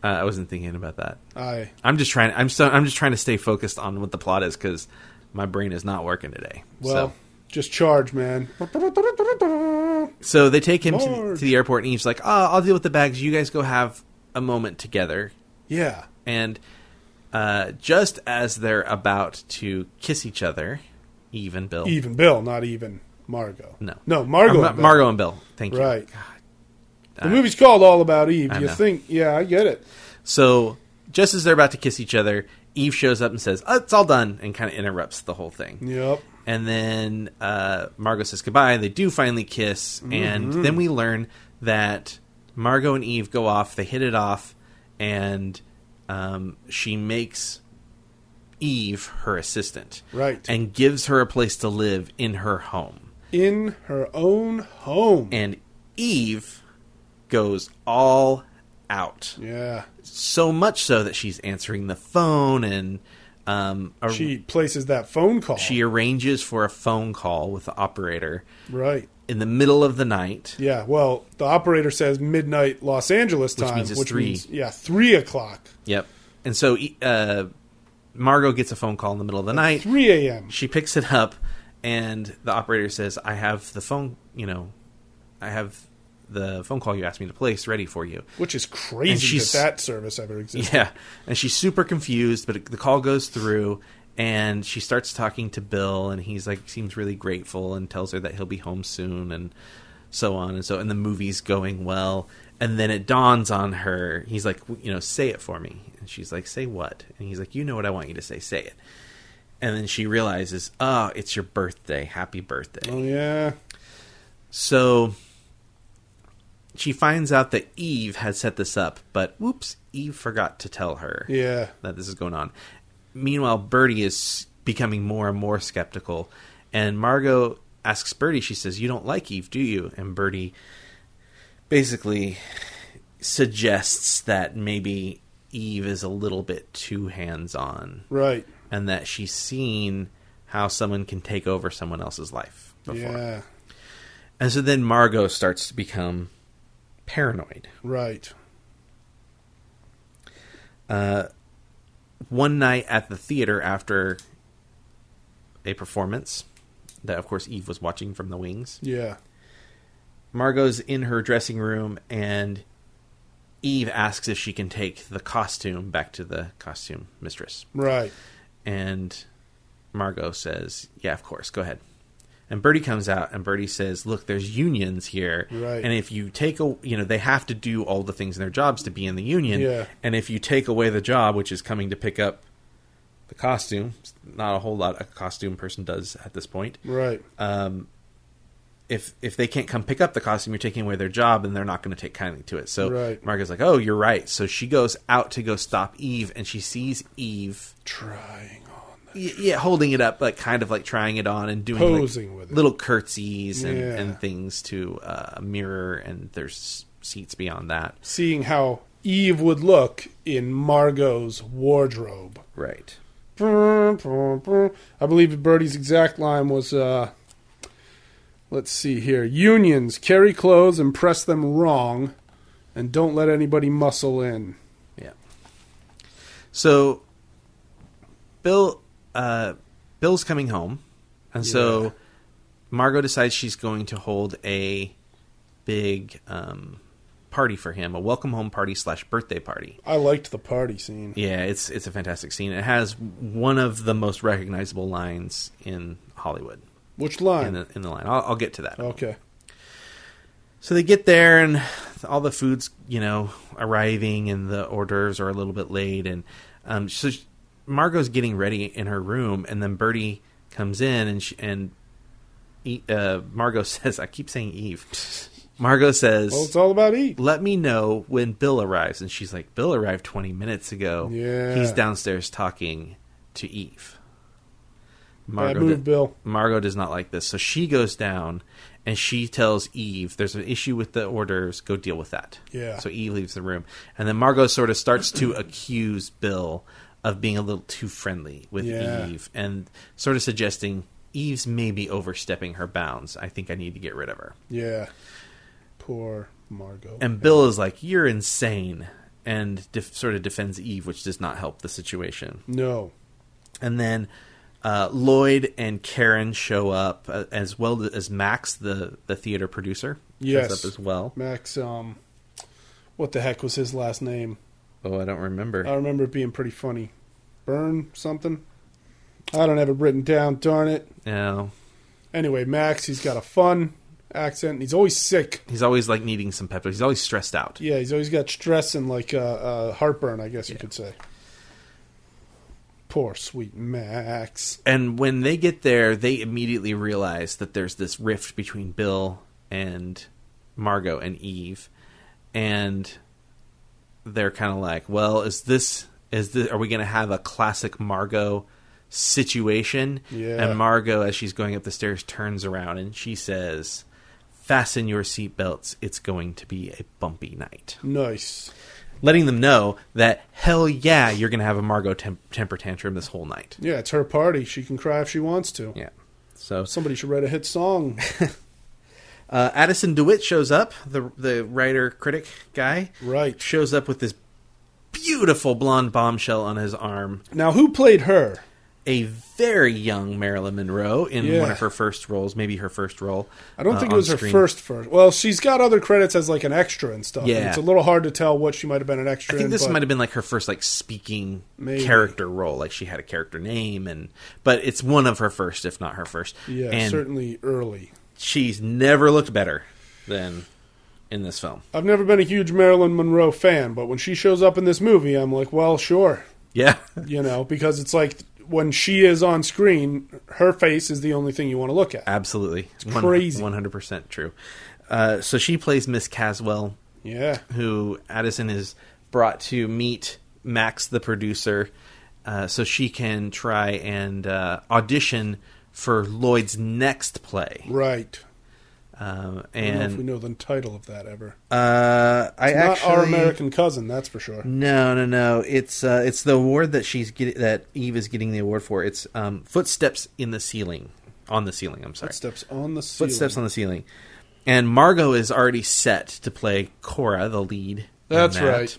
[SPEAKER 6] Uh, I wasn't thinking about that.
[SPEAKER 7] I
[SPEAKER 6] I'm just trying. I'm so. I'm just trying to stay focused on what the plot is because my brain is not working today.
[SPEAKER 7] well,
[SPEAKER 6] so.
[SPEAKER 7] just charge, man.
[SPEAKER 6] So they take him to,
[SPEAKER 7] Marge.
[SPEAKER 6] to the airport, and he's like, "Oh, I'll deal with the bags. You guys go have a moment together."
[SPEAKER 7] Yeah,
[SPEAKER 6] And uh, just as they're about to kiss each other, Eve and Bill.
[SPEAKER 7] even Bill, not even Margot.
[SPEAKER 6] No.
[SPEAKER 7] no, Margot.
[SPEAKER 6] Or Ma-
[SPEAKER 7] and Bill.
[SPEAKER 6] Margot and Bill. Thank you.
[SPEAKER 7] Right. The
[SPEAKER 6] I-
[SPEAKER 7] movie's called All About Eve.
[SPEAKER 6] I
[SPEAKER 7] you
[SPEAKER 6] know.
[SPEAKER 7] think? Yeah, I get it.
[SPEAKER 6] So just as they're about to kiss each other, Eve shows up and says, oh, It's all done, and kind of interrupts the whole thing.
[SPEAKER 7] Yep.
[SPEAKER 6] And then uh, Margot says goodbye. They do finally kiss. And then we learn that Margot and Eve go off. They hit it off. And um, she makes Eve her assistant.
[SPEAKER 7] Right.
[SPEAKER 6] And gives her a place to live in her home.
[SPEAKER 7] In her own home.
[SPEAKER 6] And Eve goes all out.
[SPEAKER 7] yeah.
[SPEAKER 6] So much so that she's answering the phone and. Um, ar-
[SPEAKER 7] She places that phone call.
[SPEAKER 6] she arranges for a phone call with the operator
[SPEAKER 7] right.
[SPEAKER 6] in the middle of the night.
[SPEAKER 7] Yeah. Well, the operator says midnight Los Angeles time, which
[SPEAKER 6] means
[SPEAKER 7] means,
[SPEAKER 6] it's three.
[SPEAKER 7] yeah, three o'clock,
[SPEAKER 6] Yep. And so e- uh, Margot gets a phone call in the middle of the night.
[SPEAKER 7] three a.m.
[SPEAKER 6] She picks it up, and the operator says, "I have the phone. You know, I have the phone call you asked me to place ready for you."
[SPEAKER 7] Which is
[SPEAKER 6] And
[SPEAKER 7] crazy
[SPEAKER 6] she's-
[SPEAKER 7] that that service ever
[SPEAKER 6] (laughs)
[SPEAKER 7] existed.
[SPEAKER 6] Yeah. And she's super confused, but it- the call goes through. And she starts talking to Bill, and he's like, seems really grateful and tells her that he'll be home soon, and so on and so. And the movie's going well. And then it dawns on her. He's like, "W- you know, say it for me. And she's like, say what? And he's like, you know what I want you to say, say it. And then she realizes, oh, it's your birthday. Happy birthday.
[SPEAKER 7] Oh yeah.
[SPEAKER 6] So she finds out that Eve had set this up, but whoops, Eve forgot to tell her
[SPEAKER 7] Yeah.
[SPEAKER 6] that this is going on. Meanwhile, Birdie is becoming more and more skeptical. And Margot asks Bertie, she says, You don't like Eve, do you? And Bertie basically suggests that maybe Eve is a little bit too hands on
[SPEAKER 7] Right.
[SPEAKER 6] and that she's seen how someone can take over someone else's life before.
[SPEAKER 7] Yeah.
[SPEAKER 6] And so then Margot starts to become paranoid.
[SPEAKER 7] Right.
[SPEAKER 6] one night at the theater after a performance that of course Eve was watching from the wings.
[SPEAKER 7] Yeah.
[SPEAKER 6] Margot's in her dressing room and Eve asks if she can take the costume back to the costume mistress.
[SPEAKER 7] Right.
[SPEAKER 6] And Margot says, "Yeah, of course. Go ahead." And Bertie comes out and Bertie says, "Look, there's unions here,
[SPEAKER 7] Right.
[SPEAKER 6] and if you take a, you know, they have to do all the things in their jobs to be in the union,
[SPEAKER 7] Yeah.
[SPEAKER 6] and if you take away the job, which is coming to pick up the costume, it's not a whole lot a costume person does at this point.
[SPEAKER 7] Right.
[SPEAKER 6] Uh, If if they can't come pick up the costume, you're taking away their job, and they're not going to take kindly to it. So
[SPEAKER 7] Right.
[SPEAKER 6] Margot's like, "Oh, you're right." So she goes out to go stop Eve, and she sees Eve
[SPEAKER 7] Trying on.
[SPEAKER 6] Y- yeah, holding it up, like kind of like trying it on and doing
[SPEAKER 7] Posing
[SPEAKER 6] like,
[SPEAKER 7] with it.
[SPEAKER 6] little curtsies and,
[SPEAKER 7] Yeah.
[SPEAKER 6] and things to uh, a mirror, and there's seats beyond that.
[SPEAKER 7] Seeing how Eve would look in Margot's wardrobe.
[SPEAKER 6] Right.
[SPEAKER 7] I believe Birdie's exact line was, uh, let's see here. Unions carry clothes and press them wrong, and don't let anybody muscle in.
[SPEAKER 6] Yeah. So, Bill, uh, Bill's coming home, and so Margot decides she's going to hold a big um, party for him, a welcome home party slash birthday party.
[SPEAKER 7] I liked the party scene.
[SPEAKER 6] Yeah, it's it's a fantastic scene. It has one of the most recognizable lines in Hollywood
[SPEAKER 7] Which
[SPEAKER 6] in
[SPEAKER 7] line?
[SPEAKER 6] the in the line. I'll, I'll get to that.
[SPEAKER 7] okay.
[SPEAKER 6] So they get there, and all the food's you know arriving, and the hors d'oeuvres are a little bit late, and um, so she- Margot's getting ready in her room, and then Bertie comes in, and she, and E- uh, Margot (laughs) says, "I keep saying Eve." Margot says,
[SPEAKER 7] Well, it's all about E. Eve.
[SPEAKER 6] let me know when Bill arrives. And she's like, Bill arrived 20 minutes ago.
[SPEAKER 7] Yeah.
[SPEAKER 6] He's downstairs talking to Eve.
[SPEAKER 7] Bad
[SPEAKER 6] Margot,
[SPEAKER 7] move,
[SPEAKER 6] did-
[SPEAKER 7] Bill.
[SPEAKER 6] Margot does not like this. So she goes down and she tells Eve, there's an issue with the orders. Go deal with that.
[SPEAKER 7] Yeah.
[SPEAKER 6] So Eve leaves the room. And then Margot sort of starts
[SPEAKER 7] (clears throat)
[SPEAKER 6] to accuse Bill of being a little too friendly with
[SPEAKER 7] Yeah.
[SPEAKER 6] Eve and sort of suggesting Eve's maybe overstepping her bounds. I think I need to get rid of her.
[SPEAKER 7] Yeah. Poor Margot.
[SPEAKER 6] And Bill is like, "You're insane," and def- sort of defends Eve, which does not help the situation.
[SPEAKER 7] no.
[SPEAKER 6] And then uh, Lloyd and Karen show up, uh, as well as Max, the the theater producer,
[SPEAKER 7] Yes.
[SPEAKER 6] shows up as well.
[SPEAKER 7] Max, um, what the heck was his last name?
[SPEAKER 6] Oh, I don't remember.
[SPEAKER 7] I remember it being pretty funny. Burn something? I don't have it written down, darn it.
[SPEAKER 6] no,
[SPEAKER 7] Anyway, Max, he's got a fun accent. and He's always sick.
[SPEAKER 6] he's always like needing some pep. He's always stressed out.
[SPEAKER 7] Yeah, he's always got stress and like uh, uh, heartburn, I guess you could say. Poor sweet Max.
[SPEAKER 6] And when they get there, they immediately realize that there's this rift between Bill and Margot and Eve, and they're kind of like, "Well, is this is this? Are we going to have a classic Margot situation?"
[SPEAKER 7] Yeah.
[SPEAKER 6] And Margot, as she's going up the stairs, turns around and she says, "Fasten your seatbelts. It's going to be a bumpy night."
[SPEAKER 7] Nice.
[SPEAKER 6] Letting them know that hell yeah, you're going to have a Margot temp- temper tantrum this whole night.
[SPEAKER 7] Yeah, it's her party. She can cry if she wants to.
[SPEAKER 6] Yeah. So
[SPEAKER 7] Somebody should write a hit song.
[SPEAKER 6] Uh, Addison DeWitt shows up, the the writer critic guy.
[SPEAKER 7] Right.
[SPEAKER 6] Shows up with this beautiful blonde bombshell on his arm.
[SPEAKER 7] now, who played her?
[SPEAKER 6] A very young Marilyn Monroe in
[SPEAKER 7] Yeah.
[SPEAKER 6] one of her first roles, maybe her first role.
[SPEAKER 7] I don't
[SPEAKER 6] uh,
[SPEAKER 7] think it
[SPEAKER 6] on
[SPEAKER 7] was her
[SPEAKER 6] screen.
[SPEAKER 7] first first. Well, she's got other credits as like an extra and stuff. and
[SPEAKER 6] Yeah.
[SPEAKER 7] it's a little hard to tell what she might have been an
[SPEAKER 6] I
[SPEAKER 7] extra.
[SPEAKER 6] think
[SPEAKER 7] in,
[SPEAKER 6] this
[SPEAKER 7] but-
[SPEAKER 6] might have been like her first like speaking
[SPEAKER 7] Maybe.
[SPEAKER 6] character role. Like she had a character name and but it's one of her first, if not her first.
[SPEAKER 7] yeah,
[SPEAKER 6] and
[SPEAKER 7] certainly early.
[SPEAKER 6] she's never looked better than in this film.
[SPEAKER 7] I've never been a huge Marilyn Monroe fan, but when she shows up in this movie, I'm like, well, sure,
[SPEAKER 6] Yeah.
[SPEAKER 7] you know, because it's like when she is on screen, her face is the only thing you want to look at.
[SPEAKER 6] Absolutely.
[SPEAKER 7] crazy.
[SPEAKER 6] One hundred percent true. Uh, so she plays Miss Caswell,
[SPEAKER 7] Yeah,
[SPEAKER 6] who Addison is brought to meet Max, the producer, uh, so she can try and uh, audition for Lloyd's next play.
[SPEAKER 7] Right.
[SPEAKER 6] Um,
[SPEAKER 7] I don't know if we
[SPEAKER 6] and
[SPEAKER 7] know the title of that ever.
[SPEAKER 6] uh, I
[SPEAKER 7] Not
[SPEAKER 6] actually
[SPEAKER 7] our American cousin, that's for sure.
[SPEAKER 6] no no no it's uh, it's the award that she's get, that Eve is getting the award for. It's um, footsteps in the ceiling on the ceiling. I'm sorry,
[SPEAKER 7] Footsteps on the ceiling.
[SPEAKER 6] footsteps on the ceiling. And Margot is already set to play Cora, the lead. in
[SPEAKER 7] That's
[SPEAKER 6] that.
[SPEAKER 7] right.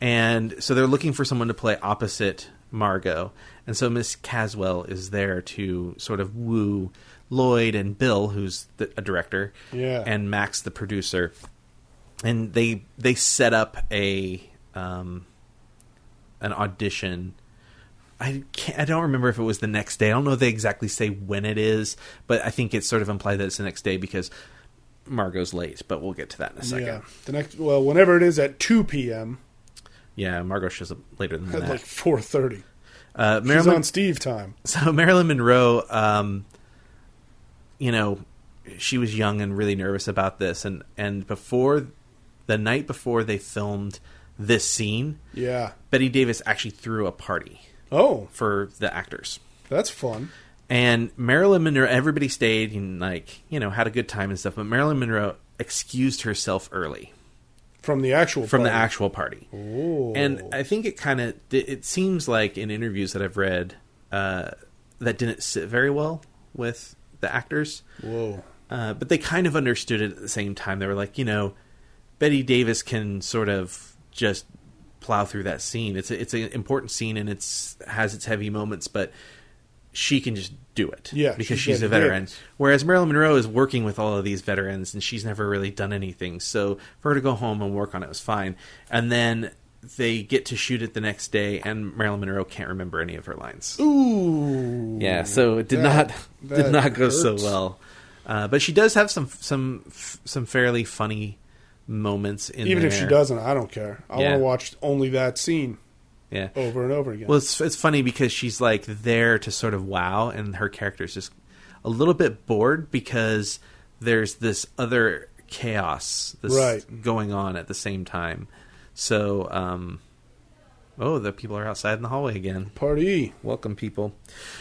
[SPEAKER 6] And so they're looking for someone to play opposite Margot. And so Miss Caswell is there to sort of woo Lloyd and Bill, who's the, a director,
[SPEAKER 7] Yeah.
[SPEAKER 6] and Max, the producer. And they they set up a um, an audition. I can't, I don't remember if it was the next day. I don't know if they exactly say when it is, but I think it's sort of implied that it's the next day because Margot's late. But we'll get to that in a second.
[SPEAKER 7] Yeah.
[SPEAKER 6] Yeah,
[SPEAKER 7] The next well, whenever it is at two PM
[SPEAKER 6] Margot shows up later than
[SPEAKER 7] at
[SPEAKER 6] that.
[SPEAKER 7] like four thirty.
[SPEAKER 6] uh,
[SPEAKER 7] She's
[SPEAKER 6] Marilyn
[SPEAKER 7] on Steve time.
[SPEAKER 6] so Marilyn Monroe, um, you know, she was young and really nervous about this, and and before the night before they filmed this scene,
[SPEAKER 7] Yeah.
[SPEAKER 6] Betty Davis actually threw a party
[SPEAKER 7] Oh,
[SPEAKER 6] for the actors,
[SPEAKER 7] that's fun.
[SPEAKER 6] and Marilyn Monroe. Everybody stayed and like you know had a good time and stuff, but Marilyn Monroe excused herself early
[SPEAKER 7] From the actual
[SPEAKER 6] from the
[SPEAKER 7] party.
[SPEAKER 6] actual party. And I think it kind of it seems like in interviews that I've read uh, that didn't sit very well with the actors,
[SPEAKER 7] Whoa.
[SPEAKER 6] uh, but they kind of understood it at the same time. They were like, you know, Betty Davis can sort of just plow through that scene. It's a, it's an important scene and it's has its heavy moments, but she can just do it
[SPEAKER 7] Yeah,
[SPEAKER 6] because
[SPEAKER 7] she's
[SPEAKER 6] she's a
[SPEAKER 7] Betty
[SPEAKER 6] veteran.
[SPEAKER 7] Davis.
[SPEAKER 6] Whereas Marilyn Monroe is working with all of these veterans, and she's never really done anything. So for her to go home and work on it was fine. And then they get to shoot it the next day, and Marilyn Monroe can't remember any of her lines.
[SPEAKER 7] Ooh.
[SPEAKER 6] Yeah, so it did
[SPEAKER 7] That-
[SPEAKER 6] not (laughs)
[SPEAKER 7] that
[SPEAKER 6] did not go so
[SPEAKER 7] hurts.
[SPEAKER 6] well. Uh, but she does have some some f- some fairly funny moments in
[SPEAKER 7] Even if she
[SPEAKER 6] there.
[SPEAKER 7] doesn't, I don't care. I
[SPEAKER 6] Yeah.
[SPEAKER 7] want to watch only that scene
[SPEAKER 6] Yeah.
[SPEAKER 7] over and over again.
[SPEAKER 6] Well, it's it's funny because she's like there to sort of wow, and her character is just a little bit bored because there's this other chaos that's
[SPEAKER 7] Right.
[SPEAKER 6] going on at the same time. So, um, oh, the people are outside in the hallway again.
[SPEAKER 7] Party.
[SPEAKER 6] Welcome, people.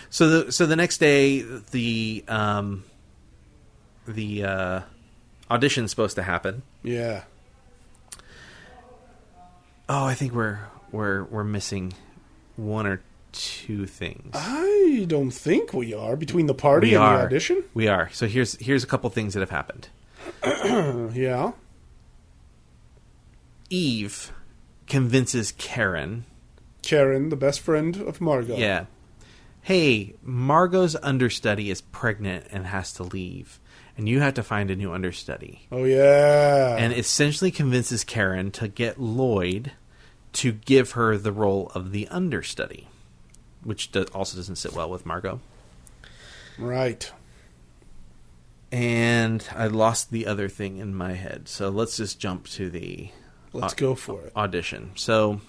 [SPEAKER 6] So the so the next day, the um, the uh, audition's supposed to happen.
[SPEAKER 7] Yeah.
[SPEAKER 6] Oh, I think we're we're we're missing one or two things.
[SPEAKER 7] Uh, I don't think we are between the party
[SPEAKER 6] we
[SPEAKER 7] and
[SPEAKER 6] are
[SPEAKER 7] the audition.
[SPEAKER 6] We are. So here's here's a couple things that have happened.
[SPEAKER 7] Yeah.
[SPEAKER 6] Eve convinces Karen.
[SPEAKER 7] Karen, the best friend of Margot.
[SPEAKER 6] Yeah. Hey, Margot's understudy is pregnant and has to leave, and you have to find a new understudy.
[SPEAKER 7] Oh yeah.
[SPEAKER 6] and essentially convinces Karen to get Lloyd to give her the role of the understudy, which do- also doesn't sit well with Margot.
[SPEAKER 7] right.
[SPEAKER 6] And I lost the other thing in my head, so let's just jump to the
[SPEAKER 7] Let's
[SPEAKER 6] au-
[SPEAKER 7] go for it.
[SPEAKER 6] audition. So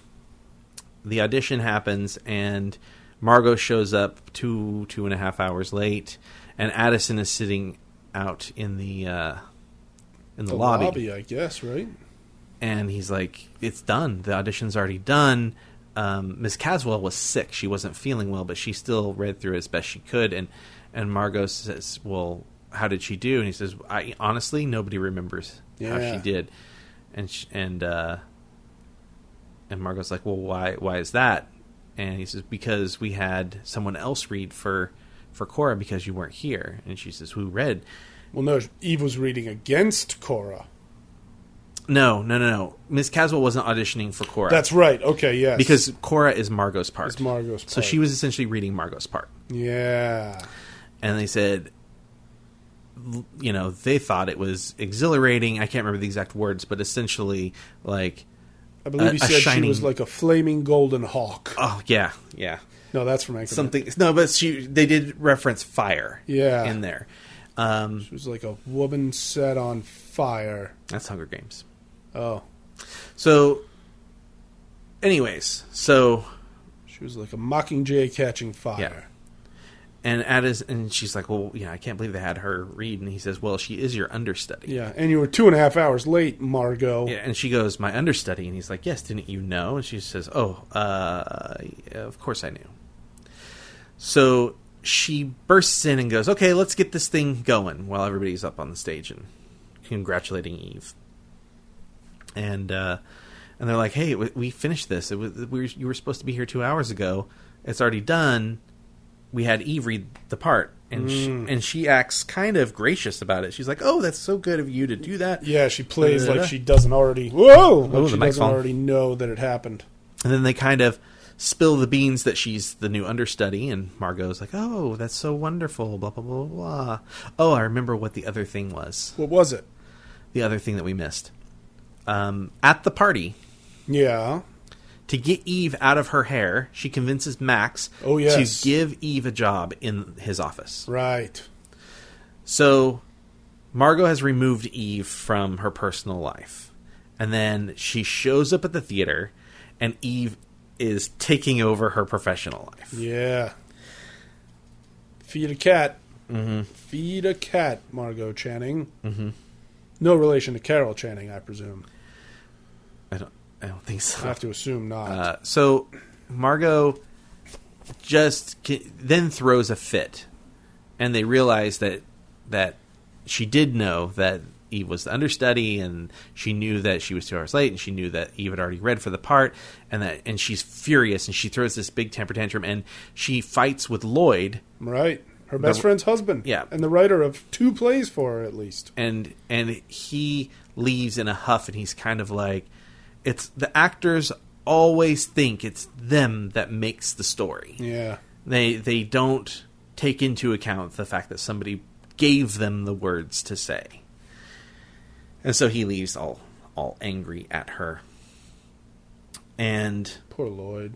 [SPEAKER 6] the audition happens, and Margot shows up two two and a half hours late, and Addison is sitting out in the uh, in the,
[SPEAKER 7] The
[SPEAKER 6] lobby.
[SPEAKER 7] lobby. I guess, right?
[SPEAKER 6] and he's like, "It's done. The audition's already done." Um, Miss Caswell was sick; she wasn't feeling well, but she still read through it as best she could. And and Margot says, "Well, how did she do?" And he says, "I honestly, nobody remembers how
[SPEAKER 7] Yeah.
[SPEAKER 6] she did." And sh and uh, and Margot's like, "Well, why why is that?" And he says, "Because we had someone else read for for Cora because you weren't here." And she says, "Who read?"
[SPEAKER 7] Well no, Eve was reading against Cora.
[SPEAKER 6] No, no, no, no. Miss Caswell wasn't auditioning for Cora.
[SPEAKER 7] That's right. Okay, yes.
[SPEAKER 6] because Cora is Margot's part.
[SPEAKER 7] It's Margot's
[SPEAKER 6] So
[SPEAKER 7] part.
[SPEAKER 6] she was essentially reading Margot's part,
[SPEAKER 7] Yeah.
[SPEAKER 6] and they said, l- you know, they thought it was exhilarating. I can't remember the exact words, but essentially, like,
[SPEAKER 7] I believe
[SPEAKER 6] A-
[SPEAKER 7] he
[SPEAKER 6] a
[SPEAKER 7] said she was
[SPEAKER 6] shining-
[SPEAKER 7] like a flaming golden hawk.
[SPEAKER 6] oh yeah, yeah,
[SPEAKER 7] no, that's from Anchorman.
[SPEAKER 6] something. No, but she they did reference fire,
[SPEAKER 7] Yeah.
[SPEAKER 6] in there. Um,
[SPEAKER 7] She was like a woman set on fire.
[SPEAKER 6] that's Hunger Games.
[SPEAKER 7] Oh.
[SPEAKER 6] So, anyways, so
[SPEAKER 7] She was like a mockingjay catching fire.
[SPEAKER 6] And at his, and she's like, "Well, yeah, I can't believe they had her read." And he says, "Well, she is your understudy."
[SPEAKER 7] Yeah, and you were two and a half hours late, Margot.
[SPEAKER 6] Yeah, and she goes, "My understudy," and he's like, "Yes, didn't you know?" And she says, "Oh, uh, of course I knew." So she bursts in and goes, "Okay, let's get this thing going." While everybody's up on the stage and congratulating Eve, and uh, and they're like, "Hey, we- we finished this. It was, we were, you were supposed to be here two hours ago. It's already done. We had Eve read the part." And she, and she acts kind of gracious about it. She's like, "Oh, that's so good of you to do that."
[SPEAKER 7] Yeah, she plays
[SPEAKER 6] Da-da-da-da.
[SPEAKER 7] like she doesn't already. Whoa! Like
[SPEAKER 6] Oh, Uh-huh. the
[SPEAKER 7] she
[SPEAKER 6] mic's
[SPEAKER 7] doesn't
[SPEAKER 6] on.
[SPEAKER 7] already know that it happened.
[SPEAKER 6] And then they kind of spill the beans that she's the new understudy, and Margot's like, "Oh, that's so wonderful." Blah blah blah blah. Oh, I remember what the other thing was.
[SPEAKER 7] What was it?
[SPEAKER 6] The other thing that we missed um, at the party
[SPEAKER 7] Yeah.
[SPEAKER 6] to get Eve out of her hair. She convinces Max
[SPEAKER 7] Oh, yes.
[SPEAKER 6] to give Eve a job in his office.
[SPEAKER 7] Right.
[SPEAKER 6] So Margot has removed Eve from her personal life. And then she shows up at the theater and Eve is taking over her professional life.
[SPEAKER 7] Yeah. Feed a cat. Mm-hmm. Feed a cat, Margot Channing. Mm-hmm. No relation to Carol Channing, I presume.
[SPEAKER 6] I don't. I don't think
[SPEAKER 7] I
[SPEAKER 6] so.
[SPEAKER 7] have to assume not.
[SPEAKER 6] Uh, so Margot just ki- then throws a fit, and they realize that that she did know that Eve was the understudy, and she knew that she was two hours late, and she knew that Eve had already read for the part, and that and she's furious, and she throws this big temper tantrum, and she fights with Lloyd,
[SPEAKER 7] right. Her best
[SPEAKER 6] the-
[SPEAKER 7] friend's husband.
[SPEAKER 6] Yeah.
[SPEAKER 7] And the writer of two plays for her, at least.
[SPEAKER 6] and and he leaves in a huff and he's kind of like it's the actors always think it's them that makes the story
[SPEAKER 7] Yeah.
[SPEAKER 6] they they don't take into account the fact that somebody gave them the words to say and so he leaves all all angry at her and
[SPEAKER 7] Poor Lloyd.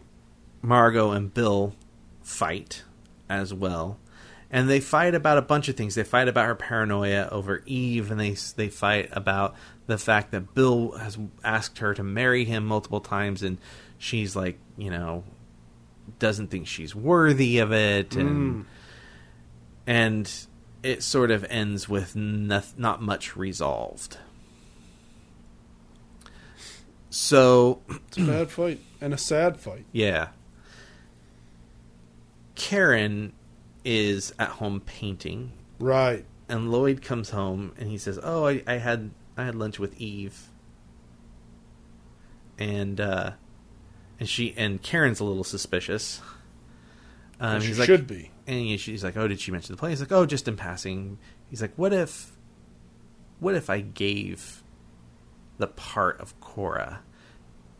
[SPEAKER 6] Margot and Bill fight as well. And they fight about a bunch of things. They fight about her paranoia over Eve, and they they fight about the fact that Bill has asked her to marry him multiple times, and she's like, you know, doesn't think she's worthy of it, and and it sort of ends with noth- not much resolved. So (clears throat)
[SPEAKER 7] It's a bad fight. And a sad fight.
[SPEAKER 6] yeah. Karen is at home painting,
[SPEAKER 7] Right.
[SPEAKER 6] and Lloyd comes home and he says, "Oh, I, I had I had lunch with Eve." And uh, and she and Karen's a little suspicious. Um,
[SPEAKER 7] she
[SPEAKER 6] he's like,
[SPEAKER 7] should be.
[SPEAKER 6] and she's like, "Oh, did she mention the play?" He's like, "Oh, just in passing." He's like, "What if, what if I gave the part of Cora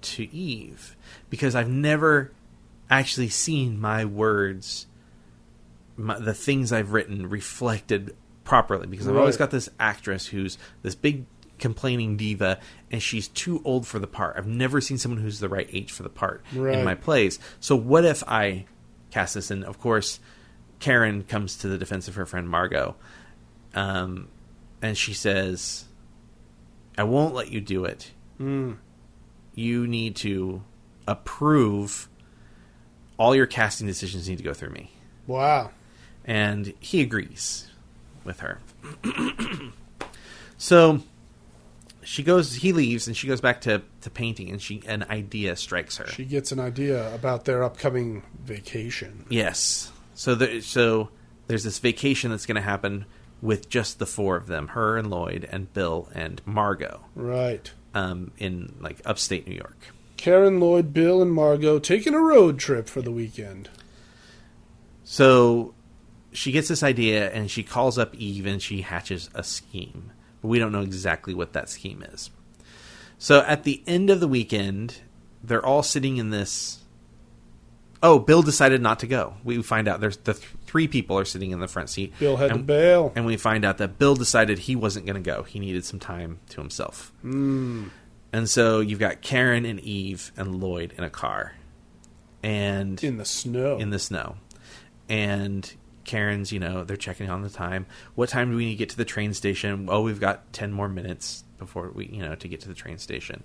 [SPEAKER 6] to Eve because I've never actually seen my words, my, the things I've written reflected properly because I've always
[SPEAKER 7] Right.
[SPEAKER 6] got this actress who's this big complaining diva and she's too old for the part. I've never seen someone who's the right age for the part in
[SPEAKER 7] Right.
[SPEAKER 6] my plays. So what if I cast this? And of course, Karen comes to the defense of her friend Margot, um, and she says, "I won't let you do it. You need to approve. All your casting decisions need to go through me."
[SPEAKER 7] Wow.
[SPEAKER 6] and he agrees with her. (clears throat) so she goes he leaves and she goes back to, to painting and she an idea strikes her.
[SPEAKER 7] She gets an idea about their upcoming vacation.
[SPEAKER 6] yes. So there, so there's this vacation that's going to happen with just the four of them, her and Lloyd and Bill and Margot
[SPEAKER 7] Right.
[SPEAKER 6] um, in like upstate New York.
[SPEAKER 7] Karen, Lloyd, Bill, and Margot taking a road trip for the weekend.
[SPEAKER 6] So she gets this idea and she calls up Eve and she hatches a scheme. But we don't know exactly what that scheme is. So at the end of the weekend, they're all sitting in this. Oh, Bill decided not to go. We find out there's the th- three people are sitting in the front seat.
[SPEAKER 7] Bill had to
[SPEAKER 6] and,
[SPEAKER 7] bail.
[SPEAKER 6] and we find out that Bill decided he wasn't going to go. He needed some time to himself. And so you've got Karen and Eve and Lloyd in a car, and
[SPEAKER 7] in the snow.
[SPEAKER 6] in the snow. And Karen's, you know, they're checking on the time. What time do we need to get to the train station? Oh, we've got 10 more minutes before we, you know, to get to the train station.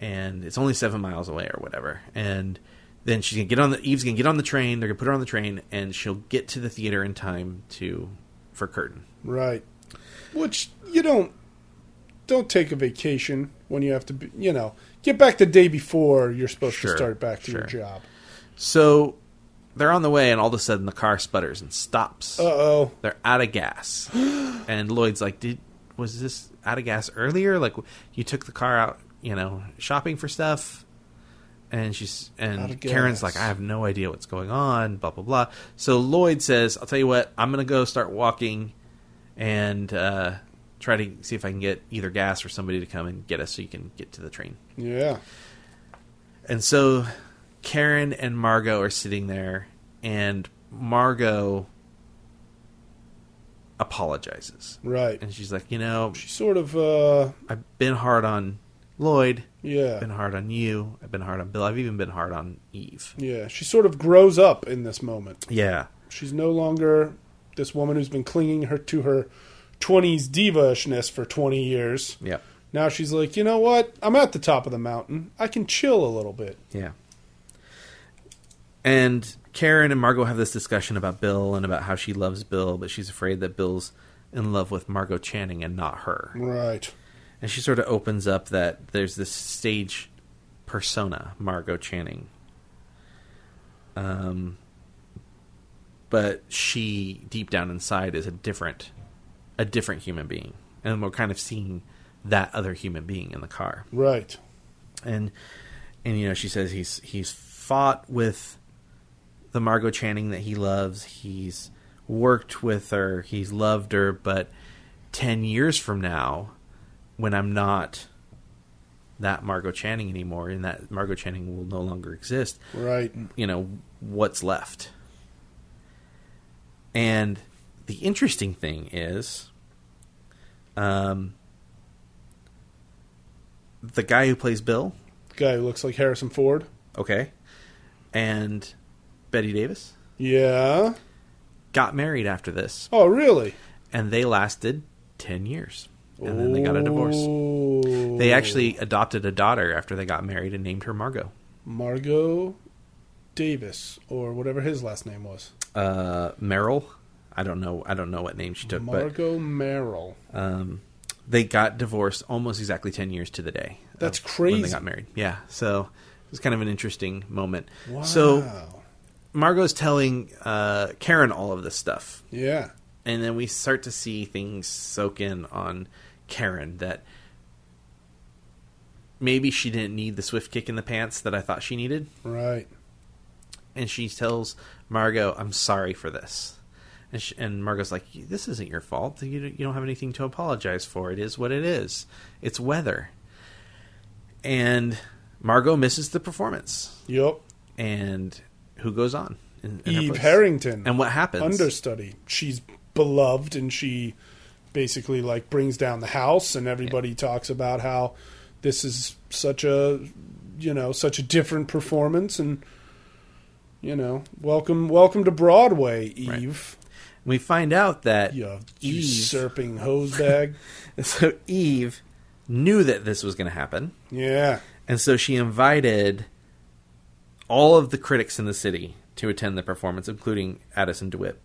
[SPEAKER 6] And it's only seven miles away or whatever. And Then she's gonna get on the Eve's gonna get on the train. They're gonna put her on the train, and she'll get to the theater in time to for curtain.
[SPEAKER 7] Right. Which you don't don't take a vacation when you have to be, you know, get back the day before you're supposed
[SPEAKER 6] Sure,
[SPEAKER 7] to start back to your
[SPEAKER 6] sure.
[SPEAKER 7] job.
[SPEAKER 6] So they're on the way, and all of a sudden the car sputters and stops.
[SPEAKER 7] Uh-oh.
[SPEAKER 6] They're out of gas, (gasps) and Lloyd's like, "Did was this out of gas earlier? Like you took the car out, you know, shopping for stuff." And she's
[SPEAKER 7] Out
[SPEAKER 6] and
[SPEAKER 7] of
[SPEAKER 6] Karen's
[SPEAKER 7] gas.
[SPEAKER 6] like, "I have no idea what's going on." Blah blah blah. So Lloyd says, "I'll tell you what, I'm gonna go start walking, and uh, try to see if I can get either gas or somebody to come and get us so you can get to the train."
[SPEAKER 7] Yeah.
[SPEAKER 6] And so Karen and Margot are sitting there, and Margot apologizes.
[SPEAKER 7] Right.
[SPEAKER 6] And she's like, You know,
[SPEAKER 7] She sort of uh
[SPEAKER 6] I've been hard on Lloyd. I've been
[SPEAKER 7] yeah.
[SPEAKER 6] hard on you. I've been hard on Bill. I've even been hard on Eve.
[SPEAKER 7] Yeah, she sort of grows up in this moment.
[SPEAKER 6] Yeah.
[SPEAKER 7] She's no longer this woman who's been clinging her to her 20s diva-ishness for 20 years.
[SPEAKER 6] Yeah.
[SPEAKER 7] Now she's like, "You know what? I'm at the top of the mountain. I can chill a little bit."
[SPEAKER 6] Yeah. And Karen and Margot have this discussion about Bill and about how she loves Bill, but she's afraid that Bill's in love with Margot Channing and not her.
[SPEAKER 7] Right.
[SPEAKER 6] and she sort of opens up that there's this stage persona, Margot Channing. Um, but she deep down inside is a different, a different human being, and we're kind of seeing that other human being in the car,
[SPEAKER 7] Right.
[SPEAKER 6] and and you know she says he's he's fought with the Margot Channing that he loves, he's worked with her, he's loved her, but ten years from now when I'm not that Margot Channing anymore, and that Margot Channing will no longer exist,
[SPEAKER 7] Right.
[SPEAKER 6] you know, what's left? And the interesting thing is, um, the guy who plays Bill,
[SPEAKER 7] Guy who looks like Harrison Ford.
[SPEAKER 6] okay, and Betty Davis
[SPEAKER 7] Yeah.
[SPEAKER 6] got married after this,
[SPEAKER 7] Oh, really?
[SPEAKER 6] and they lasted 10 years. And then they got a divorce.
[SPEAKER 7] Oh.
[SPEAKER 6] They actually adopted a daughter after they got married and named her Margot.
[SPEAKER 7] Margot Davis or whatever his last name was.
[SPEAKER 6] uh, Merrill. I don't know. I don't know what name she took,
[SPEAKER 7] Margot Merrill.
[SPEAKER 6] but um, they got divorced almost exactly ten years to the day. of
[SPEAKER 7] That's
[SPEAKER 6] When they
[SPEAKER 7] crazy.
[SPEAKER 6] got married, yeah. So it was kind of an interesting moment. So Margot's telling uh, Karen all of this stuff,
[SPEAKER 7] yeah.
[SPEAKER 6] and then we start to see things soak in on Karen that maybe she didn't need the swift kick in the pants that I thought she needed.
[SPEAKER 7] Right.
[SPEAKER 6] and she tells Margot, "I'm sorry for this." And, she, and Margot's like, "This isn't your fault. You don't, you don't have anything to apologize for. It is what it is. It's weather." And Margot misses the performance,
[SPEAKER 7] Yep.
[SPEAKER 6] and who goes on? In, in her
[SPEAKER 7] Eve
[SPEAKER 6] place?
[SPEAKER 7] Harrington.
[SPEAKER 6] And what happens?
[SPEAKER 7] understudy. She's beloved and she basically like brings down the house and everybody talks about how this is such a you know, such a different performance and you know, welcome welcome to Broadway,
[SPEAKER 6] Right.
[SPEAKER 7] Eve.
[SPEAKER 6] we find out that
[SPEAKER 7] You
[SPEAKER 6] Eve, (laughs)
[SPEAKER 7] usurping hosebag.
[SPEAKER 6] so Eve knew that this was going to happen,
[SPEAKER 7] yeah.
[SPEAKER 6] and so she invited all of the critics in the city to attend the performance, including Addison DeWitt.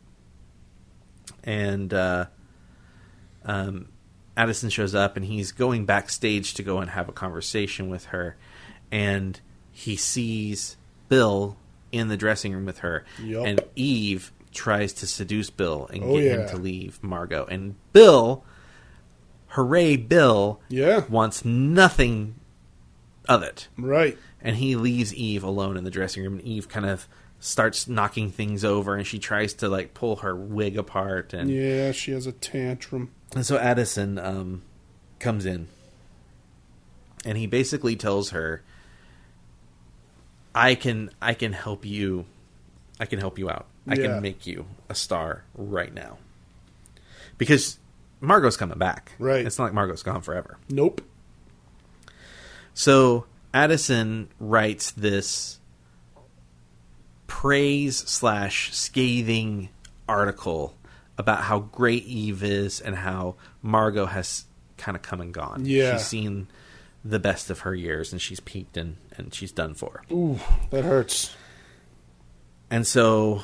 [SPEAKER 6] And uh, um, Addison shows up, and he's going backstage to go and have a conversation with her, and he sees Bill in the dressing room with her,
[SPEAKER 7] Yup.
[SPEAKER 6] and Eve tries to seduce Bill and
[SPEAKER 7] Oh,
[SPEAKER 6] get
[SPEAKER 7] yeah.
[SPEAKER 6] him to leave Margot, and Bill, hooray, Bill,
[SPEAKER 7] Yeah.
[SPEAKER 6] wants nothing of it
[SPEAKER 7] Right.
[SPEAKER 6] and he leaves Eve alone in the dressing room. And Eve kind of starts knocking things over, and she tries to like pull her wig apart, and
[SPEAKER 7] Yeah, she has a tantrum.
[SPEAKER 6] and so Addison um, comes in, and he basically tells her, "I can, I can help you, I can help you out. I
[SPEAKER 7] Yeah.
[SPEAKER 6] can make you a star right now," because Margot's coming back.
[SPEAKER 7] Right.
[SPEAKER 6] It's not like Margot's gone forever.
[SPEAKER 7] Nope.
[SPEAKER 6] So Addison writes this praise slash scathing article about how great Eve is and how Margot has kind of come and gone.
[SPEAKER 7] Yeah.
[SPEAKER 6] She's seen the best of her years and she's peaked and, and she's done for.
[SPEAKER 7] Ooh, that hurts.
[SPEAKER 6] And so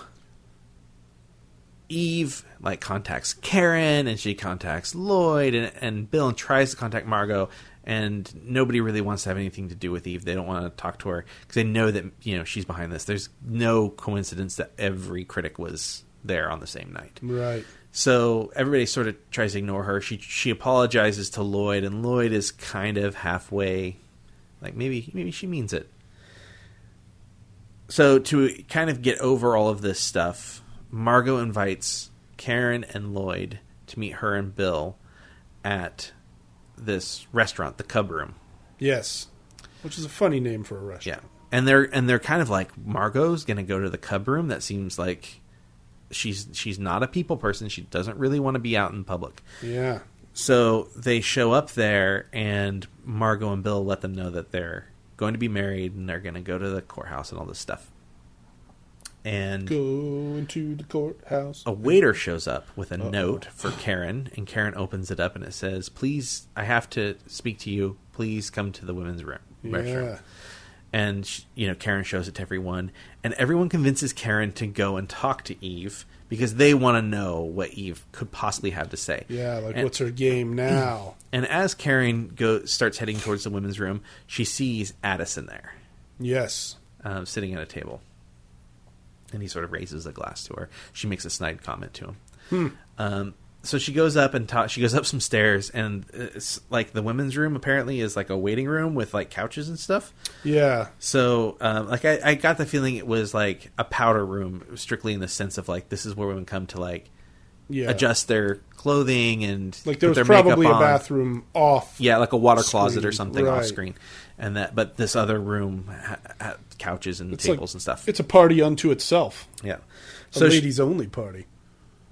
[SPEAKER 6] Eve like contacts Karen and she contacts Lloyd and, and Bill and tries to contact Margot and nobody really wants to have anything to do with Eve. They don't want to talk to her because they know that you know she's behind this. There's no coincidence that every critic was there on the same night.
[SPEAKER 7] Right.
[SPEAKER 6] So everybody sort of tries to ignore her. She she apologizes to Lloyd, and Lloyd is kind of halfway, like maybe maybe she means it. So to kind of get over all of this stuff, Margot invites Karen and Lloyd to meet her and Bill at this restaurant, the Cub Room.
[SPEAKER 7] Yes. Which is a funny name for a restaurant.
[SPEAKER 6] Yeah, and they're and they're kind of like Margot's going to go to the Cub Room. That seems like she's she's not a people person. She doesn't really want to be out in public.
[SPEAKER 7] Yeah.
[SPEAKER 6] So they show up there, and Margot and Bill let them know that they're going to be married and they're going to go to the courthouse and all this stuff. And
[SPEAKER 7] Go into the courthouse.
[SPEAKER 6] a waiter shows up with a note for Karen, and Karen opens it up and it says, "Please, I have to speak to you. Please come to the women's room." restroom."
[SPEAKER 7] yeah.
[SPEAKER 6] And sh- you know, Karen shows it to everyone, and everyone convinces Karen to go and talk to Eve because they want to know what Eve could possibly have to say.
[SPEAKER 7] Yeah, like
[SPEAKER 6] And-
[SPEAKER 7] what's
[SPEAKER 6] (clears throat)
[SPEAKER 7] her game now?
[SPEAKER 6] And as Karen go, starts heading towards the women's room, she sees Addison there,
[SPEAKER 7] yes.
[SPEAKER 6] um, sitting at a table. And he sort of raises a glass to her. She makes a snide comment to him.
[SPEAKER 7] Hmm.
[SPEAKER 6] Um, so she goes up and ta- she goes up some stairs, and it's like the women's room apparently is like a waiting room with like couches and stuff.
[SPEAKER 7] Yeah.
[SPEAKER 6] So, um, like, I, I got the feeling it was like a powder room, strictly in the sense of like this is where women come to like
[SPEAKER 7] Yeah.
[SPEAKER 6] adjust their clothing and
[SPEAKER 7] Like there
[SPEAKER 6] put
[SPEAKER 7] was
[SPEAKER 6] their makeup
[SPEAKER 7] probably a
[SPEAKER 6] on.
[SPEAKER 7] bathroom off.
[SPEAKER 6] Yeah, like a water
[SPEAKER 7] Screen,
[SPEAKER 6] closet or something off
[SPEAKER 7] right.
[SPEAKER 6] screen, and that. But this other room ha- ha- couches and
[SPEAKER 7] It's like-
[SPEAKER 6] tables and stuff.
[SPEAKER 7] It's a party unto itself.
[SPEAKER 6] yeah.
[SPEAKER 7] A
[SPEAKER 6] So she,
[SPEAKER 7] ladies only party.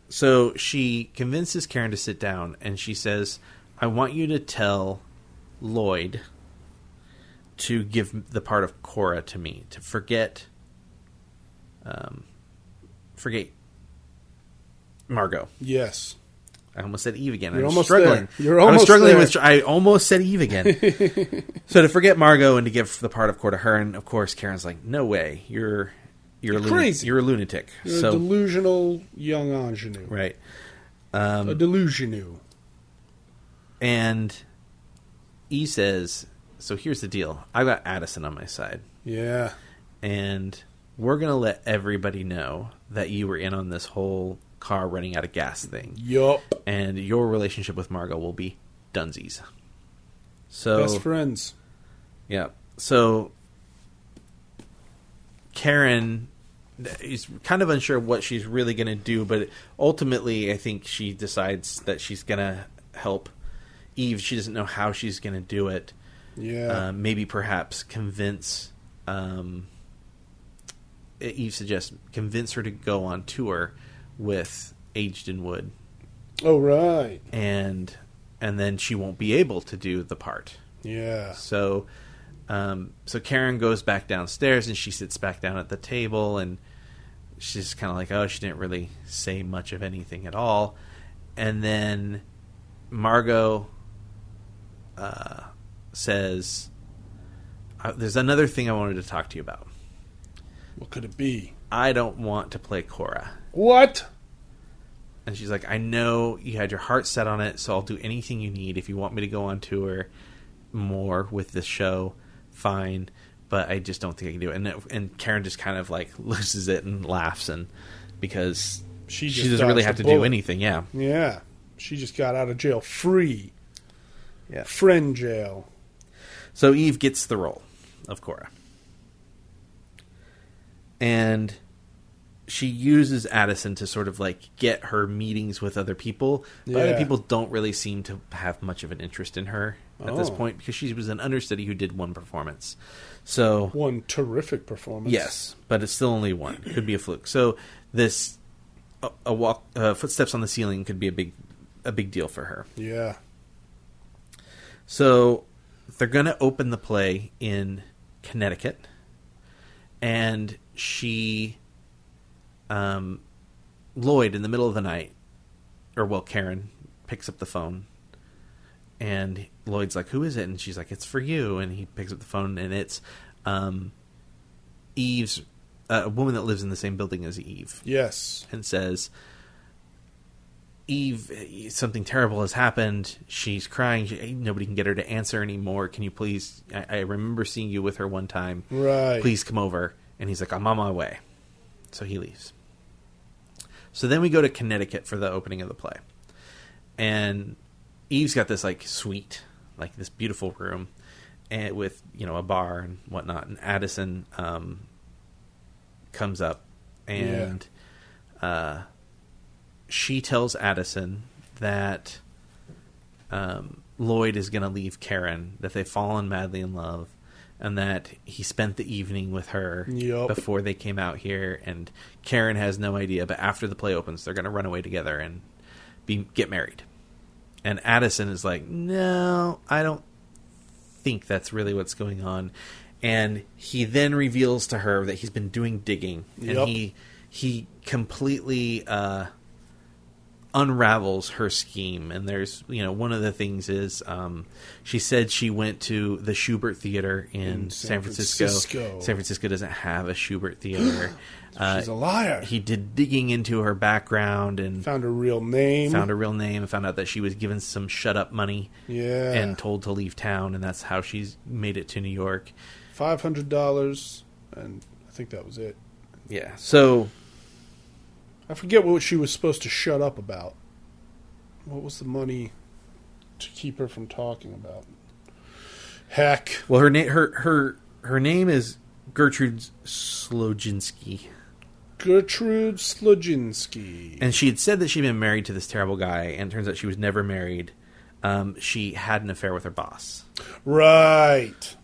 [SPEAKER 6] so she convinces Karen to sit down, and she says, "I want you to tell Lloyd to give the part of Cora to me to forget, um, forget Margot."
[SPEAKER 7] Yes.
[SPEAKER 6] I almost said Eve again.
[SPEAKER 7] You're
[SPEAKER 6] I was
[SPEAKER 7] almost
[SPEAKER 6] struggling.
[SPEAKER 7] there. You're
[SPEAKER 6] I was
[SPEAKER 7] almost
[SPEAKER 6] struggling
[SPEAKER 7] there.
[SPEAKER 6] with. Tr- I almost said Eve again.
[SPEAKER 7] (laughs)
[SPEAKER 6] so to forget Margot and to give the part of Core to her, and of course Karen's like, "No way, you're you're, a Lunatic.
[SPEAKER 7] crazy.
[SPEAKER 6] You're a lunatic."
[SPEAKER 7] You're
[SPEAKER 6] so
[SPEAKER 7] a delusional young ingenue.
[SPEAKER 6] right,
[SPEAKER 7] a delusionu.
[SPEAKER 6] and E says, "So here's the deal. I've got Addison on my side,
[SPEAKER 7] Yeah.
[SPEAKER 6] and we're gonna let everybody know that you were in on this whole car running out of gas thing,
[SPEAKER 7] Yup.
[SPEAKER 6] and your relationship with Margot will be dunsies." So
[SPEAKER 7] Best friends.
[SPEAKER 6] Yeah. So Karen is kind of unsure what she's really going to do, but ultimately, I think she decides that she's going to help Eve. She doesn't know how she's going to do it.
[SPEAKER 7] Yeah.
[SPEAKER 6] Uh, maybe perhaps convince. Um, Eve suggests convince her to go on tour with Aged in Wood,
[SPEAKER 7] oh right.
[SPEAKER 6] and and then she won't be able to do the part.
[SPEAKER 7] Yeah.
[SPEAKER 6] So, um, so Karen goes back downstairs and she sits back down at the table and she's kind of like, oh, she didn't really say much of anything at all. And then Margot uh, says, uh, "There's another thing I wanted to talk to you about.
[SPEAKER 7] What could it be?
[SPEAKER 6] I don't want to play Cora."
[SPEAKER 7] What?
[SPEAKER 6] And she's like, I know you had your heart set on it, so I'll do anything you need. If you want me to go on tour more with this show, fine. But I just don't think I can do it. And it- and Karen just kind of like (laughs) loses it and laughs, and because
[SPEAKER 7] She
[SPEAKER 6] she,
[SPEAKER 7] just
[SPEAKER 6] doesn't really
[SPEAKER 7] dodged
[SPEAKER 6] have
[SPEAKER 7] the
[SPEAKER 6] to do
[SPEAKER 7] bullet.
[SPEAKER 6] anything. Yeah,
[SPEAKER 7] Yeah. She just got out of jail free.
[SPEAKER 6] yeah.
[SPEAKER 7] Friend jail.
[SPEAKER 6] So Eve gets the role of Cora. And she uses Addison to sort of like get her meetings with other people. But other
[SPEAKER 7] Yeah.
[SPEAKER 6] people don't really seem to have much of an interest in her at this
[SPEAKER 7] Oh.
[SPEAKER 6] point because she was an understudy who did one performance. So,
[SPEAKER 7] One terrific performance.
[SPEAKER 6] yes, but it's still only one. It could be a fluke. So, this a, a walk uh, footsteps on the ceiling could be a big a big deal for her.
[SPEAKER 7] Yeah.
[SPEAKER 6] So they're going to open the play in Connecticut, and she, um, Lloyd, in the middle of the night, or well, Karen picks up the phone, and Lloyd's like, "Who is it?" And she's like, "It's for you." And he picks up the phone, and it's um, Eve's uh, a woman that lives in the same building as Eve
[SPEAKER 7] Yes.
[SPEAKER 6] and says, Eve, something terrible has happened. She's crying. She, nobody can get her to answer anymore. Can you please? I, I remember seeing you with her one time.
[SPEAKER 7] Right.
[SPEAKER 6] Please come over. And he's like, I'm on my way. So he leaves. So then we go to Connecticut for the opening of the play. And Eve's got this like suite, like this beautiful room and with, you know, a bar and whatnot. And Addison um, comes up and uh, she tells Addison that um, Lloyd is going to leave Karen, that they've fallen madly in love, and that he spent the evening with her
[SPEAKER 7] Yup.
[SPEAKER 6] before they came out here. And Karen has no idea, but after the play opens, they're going to run away together and be get married. And Addison is like, "No, I don't think that's really what's going on." And he then reveals to her that he's been doing digging,
[SPEAKER 7] Yup.
[SPEAKER 6] and he he completely. Uh, unravels her scheme and there's you know one of the things is um, she said she went to the Schubert Theater in,
[SPEAKER 7] San
[SPEAKER 6] San, Francisco.
[SPEAKER 7] Francisco.
[SPEAKER 6] San Francisco doesn't have a Schubert Theater.
[SPEAKER 7] (gasps)
[SPEAKER 6] uh,
[SPEAKER 7] She's a liar.
[SPEAKER 6] he did digging into her background and
[SPEAKER 7] found her real name.
[SPEAKER 6] found her real name and found out that she was given some shut up money
[SPEAKER 7] Yeah.
[SPEAKER 6] and told to leave town and that's how she's made it to New York.
[SPEAKER 7] five hundred dollars, and I think that was it.
[SPEAKER 6] Yeah. So
[SPEAKER 7] I forget what she was supposed to shut up about. What was the money to keep her from talking about? Heck,
[SPEAKER 6] well her name her her her name is Gertrude Slojinski.
[SPEAKER 7] Gertrude Sludzinski.
[SPEAKER 6] and she had said that she'd been married to this terrible guy, and it turns out she was never married. Um, she had an affair with her boss.
[SPEAKER 7] Right.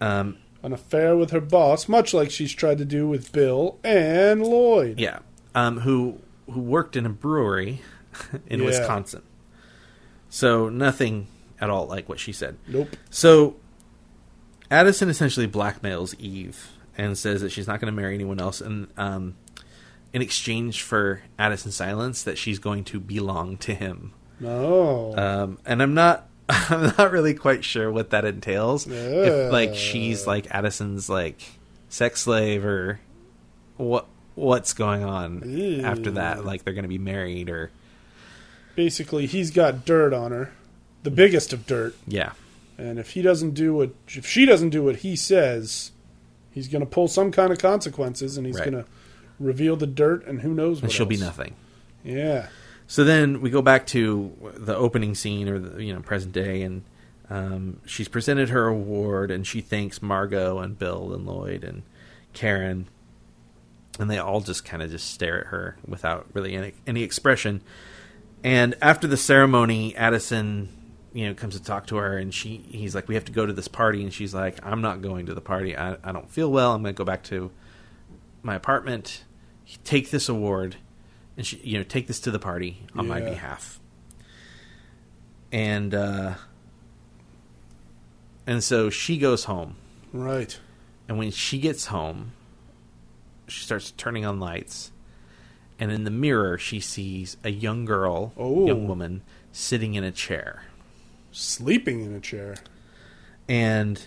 [SPEAKER 6] Um,
[SPEAKER 7] An affair with her boss, much like she's tried to do with Bill and Lloyd.
[SPEAKER 6] yeah, um, who who worked in a brewery (laughs) in
[SPEAKER 7] Yeah.
[SPEAKER 6] Wisconsin. So nothing at all like what she said.
[SPEAKER 7] Nope.
[SPEAKER 6] So Addison essentially blackmails Eve and says that she's not going to marry anyone else, and um, in exchange for Addison's silence, that she's going to belong to him.
[SPEAKER 7] No.
[SPEAKER 6] um, and I'm not (laughs) I'm not really quite sure what that entails. If like
[SPEAKER 7] Yeah.
[SPEAKER 6] she's like Addison's like sex slave or what what's going on after that? Like they're going to be married or
[SPEAKER 7] Basically, he's got dirt on her, the biggest of dirt.
[SPEAKER 6] yeah.
[SPEAKER 7] And if he doesn't do what, if she doesn't do what he says, he's going to pull some kind of consequences, and he's
[SPEAKER 6] Right.
[SPEAKER 7] going to reveal the dirt, and who knows what
[SPEAKER 6] And she'll be
[SPEAKER 7] else.
[SPEAKER 6] nothing.
[SPEAKER 7] Yeah,
[SPEAKER 6] So then we go back to the opening scene or the you know present day and um, she's presented her award and she thanks Margot and Bill and Lloyd and Karen and they all just kind of just stare at her without really any, any expression. And after the ceremony, Addison, you know, comes to talk to her, and she he's like, "We have to go to this party," and she's like, "I'm not going to the party. I, I don't feel well. I'm going to go back to my apartment. Take this award, and she, you know, take this to the party on my
[SPEAKER 7] Yeah.
[SPEAKER 6] behalf." And uh, and so she goes home.
[SPEAKER 7] right.
[SPEAKER 6] And when she gets home, she starts turning on lights. And in the mirror, she sees a young girl,
[SPEAKER 7] Oh.
[SPEAKER 6] young woman, sitting in a chair.
[SPEAKER 7] Sleeping in a chair.
[SPEAKER 6] And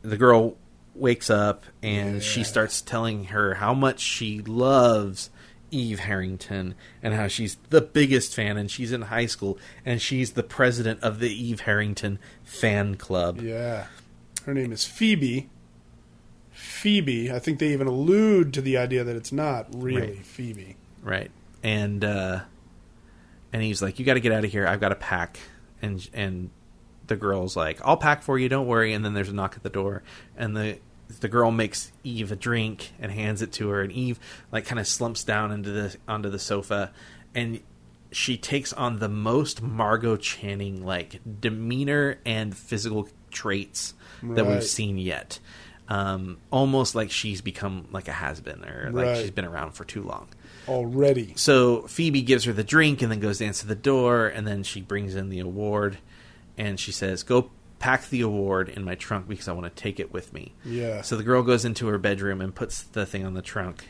[SPEAKER 6] the girl wakes up and she starts telling her how much she loves Eve Harrington and how she's the biggest fan and she's in high school and she's the president of the Eve Harrington fan club.
[SPEAKER 7] Yeah, her name is Phoebe. Phoebe. I think they even allude to the idea that it's not really
[SPEAKER 6] Right.
[SPEAKER 7] Phoebe.
[SPEAKER 6] right and uh and he's like you got to get out of here i've got to pack and and the girl's like i'll pack for you don't worry and then there's a knock at the door and the the girl makes eve a drink and hands it to her and eve like kind of slumps down into the onto the sofa and she takes on the most margot channing like demeanor and physical traits that
[SPEAKER 7] Right.
[SPEAKER 6] we've seen yet um almost like she's become like a has-been or like
[SPEAKER 7] Right.
[SPEAKER 6] she's been around for too long
[SPEAKER 7] Already.
[SPEAKER 6] so Phoebe gives her the drink and then goes to answer the door, and then she brings in the award, and she says, "Go pack the award in my trunk because I want to take it with me."
[SPEAKER 7] Yeah.
[SPEAKER 6] So the girl goes into her bedroom and puts the thing on the trunk,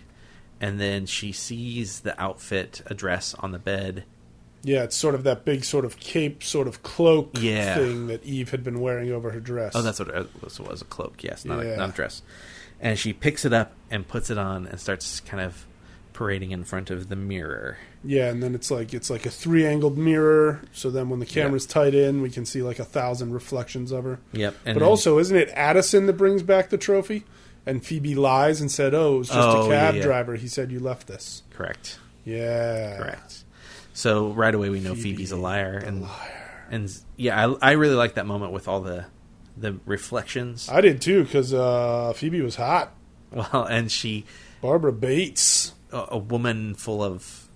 [SPEAKER 6] and then she sees the outfit, a dress on the bed,
[SPEAKER 7] Yeah, it's sort of that big sort of cape, sort of cloak
[SPEAKER 6] Yeah.
[SPEAKER 7] thing that Eve had been wearing over her dress.
[SPEAKER 6] Oh, that's what it was, was a cloak. Yes, not,
[SPEAKER 7] Yeah.
[SPEAKER 6] a, not a dress. And she picks it up and puts it on and starts kind of parading in front of the mirror.
[SPEAKER 7] yeah. And then it's like it's like a three-angled mirror. So then when the camera's tied in, we can see like a thousand reflections of her.
[SPEAKER 6] Yep. And
[SPEAKER 7] but
[SPEAKER 6] then-
[SPEAKER 7] also, isn't it Addison that brings back the trophy? And Phoebe lies and said, "Oh, it was just
[SPEAKER 6] Oh,
[SPEAKER 7] a cab
[SPEAKER 6] yeah, yeah.
[SPEAKER 7] driver. He said you left this."
[SPEAKER 6] correct,
[SPEAKER 7] Yeah,
[SPEAKER 6] correct. So right away we know
[SPEAKER 7] Phoebe,
[SPEAKER 6] Phoebe's a liar, and
[SPEAKER 7] Liar.
[SPEAKER 6] and yeah, I, I really like that moment with all the the reflections.
[SPEAKER 7] I did too because uh, Phoebe was hot.
[SPEAKER 6] well, and she
[SPEAKER 7] Barbara Bates.
[SPEAKER 6] a, a woman full of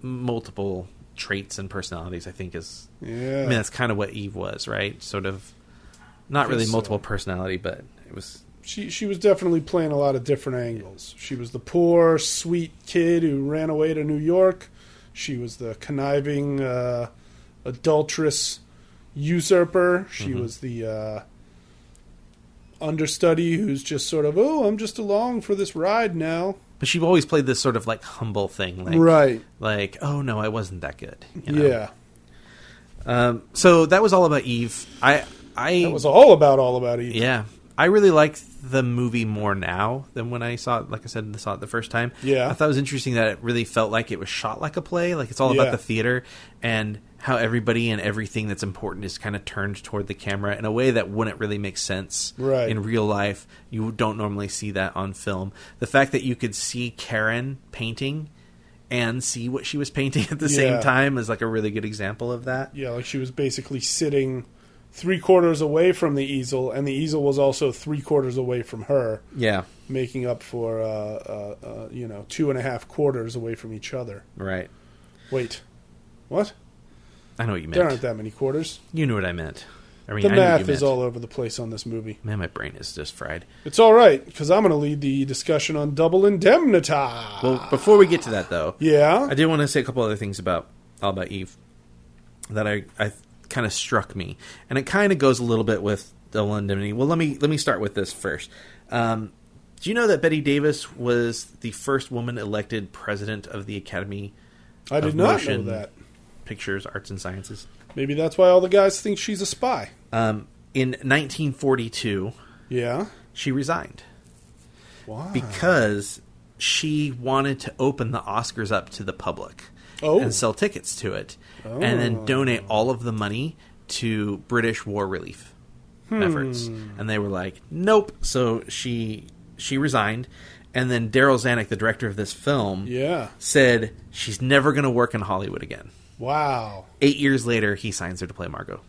[SPEAKER 6] multiple traits and personalities. I think is
[SPEAKER 7] Yeah,
[SPEAKER 6] I mean, that's kind of what Eve was, right? Sort of, not really
[SPEAKER 7] guess so.
[SPEAKER 6] multiple personality, but it was.
[SPEAKER 7] she she was definitely playing a lot of different angles. She was the poor, sweet kid who ran away to New York. She was the conniving, uh, adulterous usurper. She
[SPEAKER 6] Mm-hmm.
[SPEAKER 7] was the uh, understudy who's just sort of, oh, I'm just along for this ride now.
[SPEAKER 6] But she always played this sort of like humble thing, like
[SPEAKER 7] right.
[SPEAKER 6] like oh no, I wasn't that good. you know?
[SPEAKER 7] Yeah.
[SPEAKER 6] Um, so that was all about Eve. I I
[SPEAKER 7] That was all about all about Eve.
[SPEAKER 6] yeah. I really like the movie more now than when I saw it. Like I said, I saw it the first time.
[SPEAKER 7] Yeah.
[SPEAKER 6] I thought it was interesting that it really felt like it was shot like a play. Like it's all
[SPEAKER 7] Yeah.
[SPEAKER 6] about the theater and how everybody and everything that's important is kind of turned toward the camera in a way that wouldn't really make sense
[SPEAKER 7] Right.
[SPEAKER 6] in real life. You don't normally see that on film. The fact that you could see Karen painting and see what she was painting (laughs) at the
[SPEAKER 7] Yeah.
[SPEAKER 6] same time is like a really good example of that.
[SPEAKER 7] Yeah, like she was basically sitting three quarters away from the easel, and the easel was also three quarters away from her.
[SPEAKER 6] Yeah.
[SPEAKER 7] making up for uh, uh, uh, you know two and a half quarters away from each other.
[SPEAKER 6] Right.
[SPEAKER 7] Wait, what?
[SPEAKER 6] I know what you meant.
[SPEAKER 7] There aren't that many quarters.
[SPEAKER 6] You knew what I meant. I mean,
[SPEAKER 7] The
[SPEAKER 6] I knew what you
[SPEAKER 7] math
[SPEAKER 6] meant.
[SPEAKER 7] is all over the place on this movie.
[SPEAKER 6] Man, my brain is just fried.
[SPEAKER 7] It's all right because I'm going to lead the discussion on Double Indemnity.
[SPEAKER 6] Well, before we get to that though,
[SPEAKER 7] yeah,
[SPEAKER 6] I did want to say a couple other things about All About Eve that I, I kind of struck me, and it kind of goes a little bit with Double Indemnity. Well, let me let me start with this first. Um, do you know that Betty Davis was the first woman elected president of the Academy
[SPEAKER 7] I, did
[SPEAKER 6] of
[SPEAKER 7] not
[SPEAKER 6] motion.
[SPEAKER 7] know that.
[SPEAKER 6] Pictures, Arts and Sciences?
[SPEAKER 7] Maybe that's why all the guys think she's a spy.
[SPEAKER 6] Um, in 1942,
[SPEAKER 7] Yeah,
[SPEAKER 6] she resigned.
[SPEAKER 7] why?
[SPEAKER 6] because she wanted to open the Oscars up to the public
[SPEAKER 7] Oh.
[SPEAKER 6] and sell tickets to it and then donate all of the money to British war relief
[SPEAKER 7] Hmm.
[SPEAKER 6] efforts. And they were like, "Nope." So she she resigned and then Daryl Zanuck, the director of this film,
[SPEAKER 7] yeah,
[SPEAKER 6] said she's never going to work in Hollywood again.
[SPEAKER 7] wow.
[SPEAKER 6] 8 years later, he signs her to play Margot.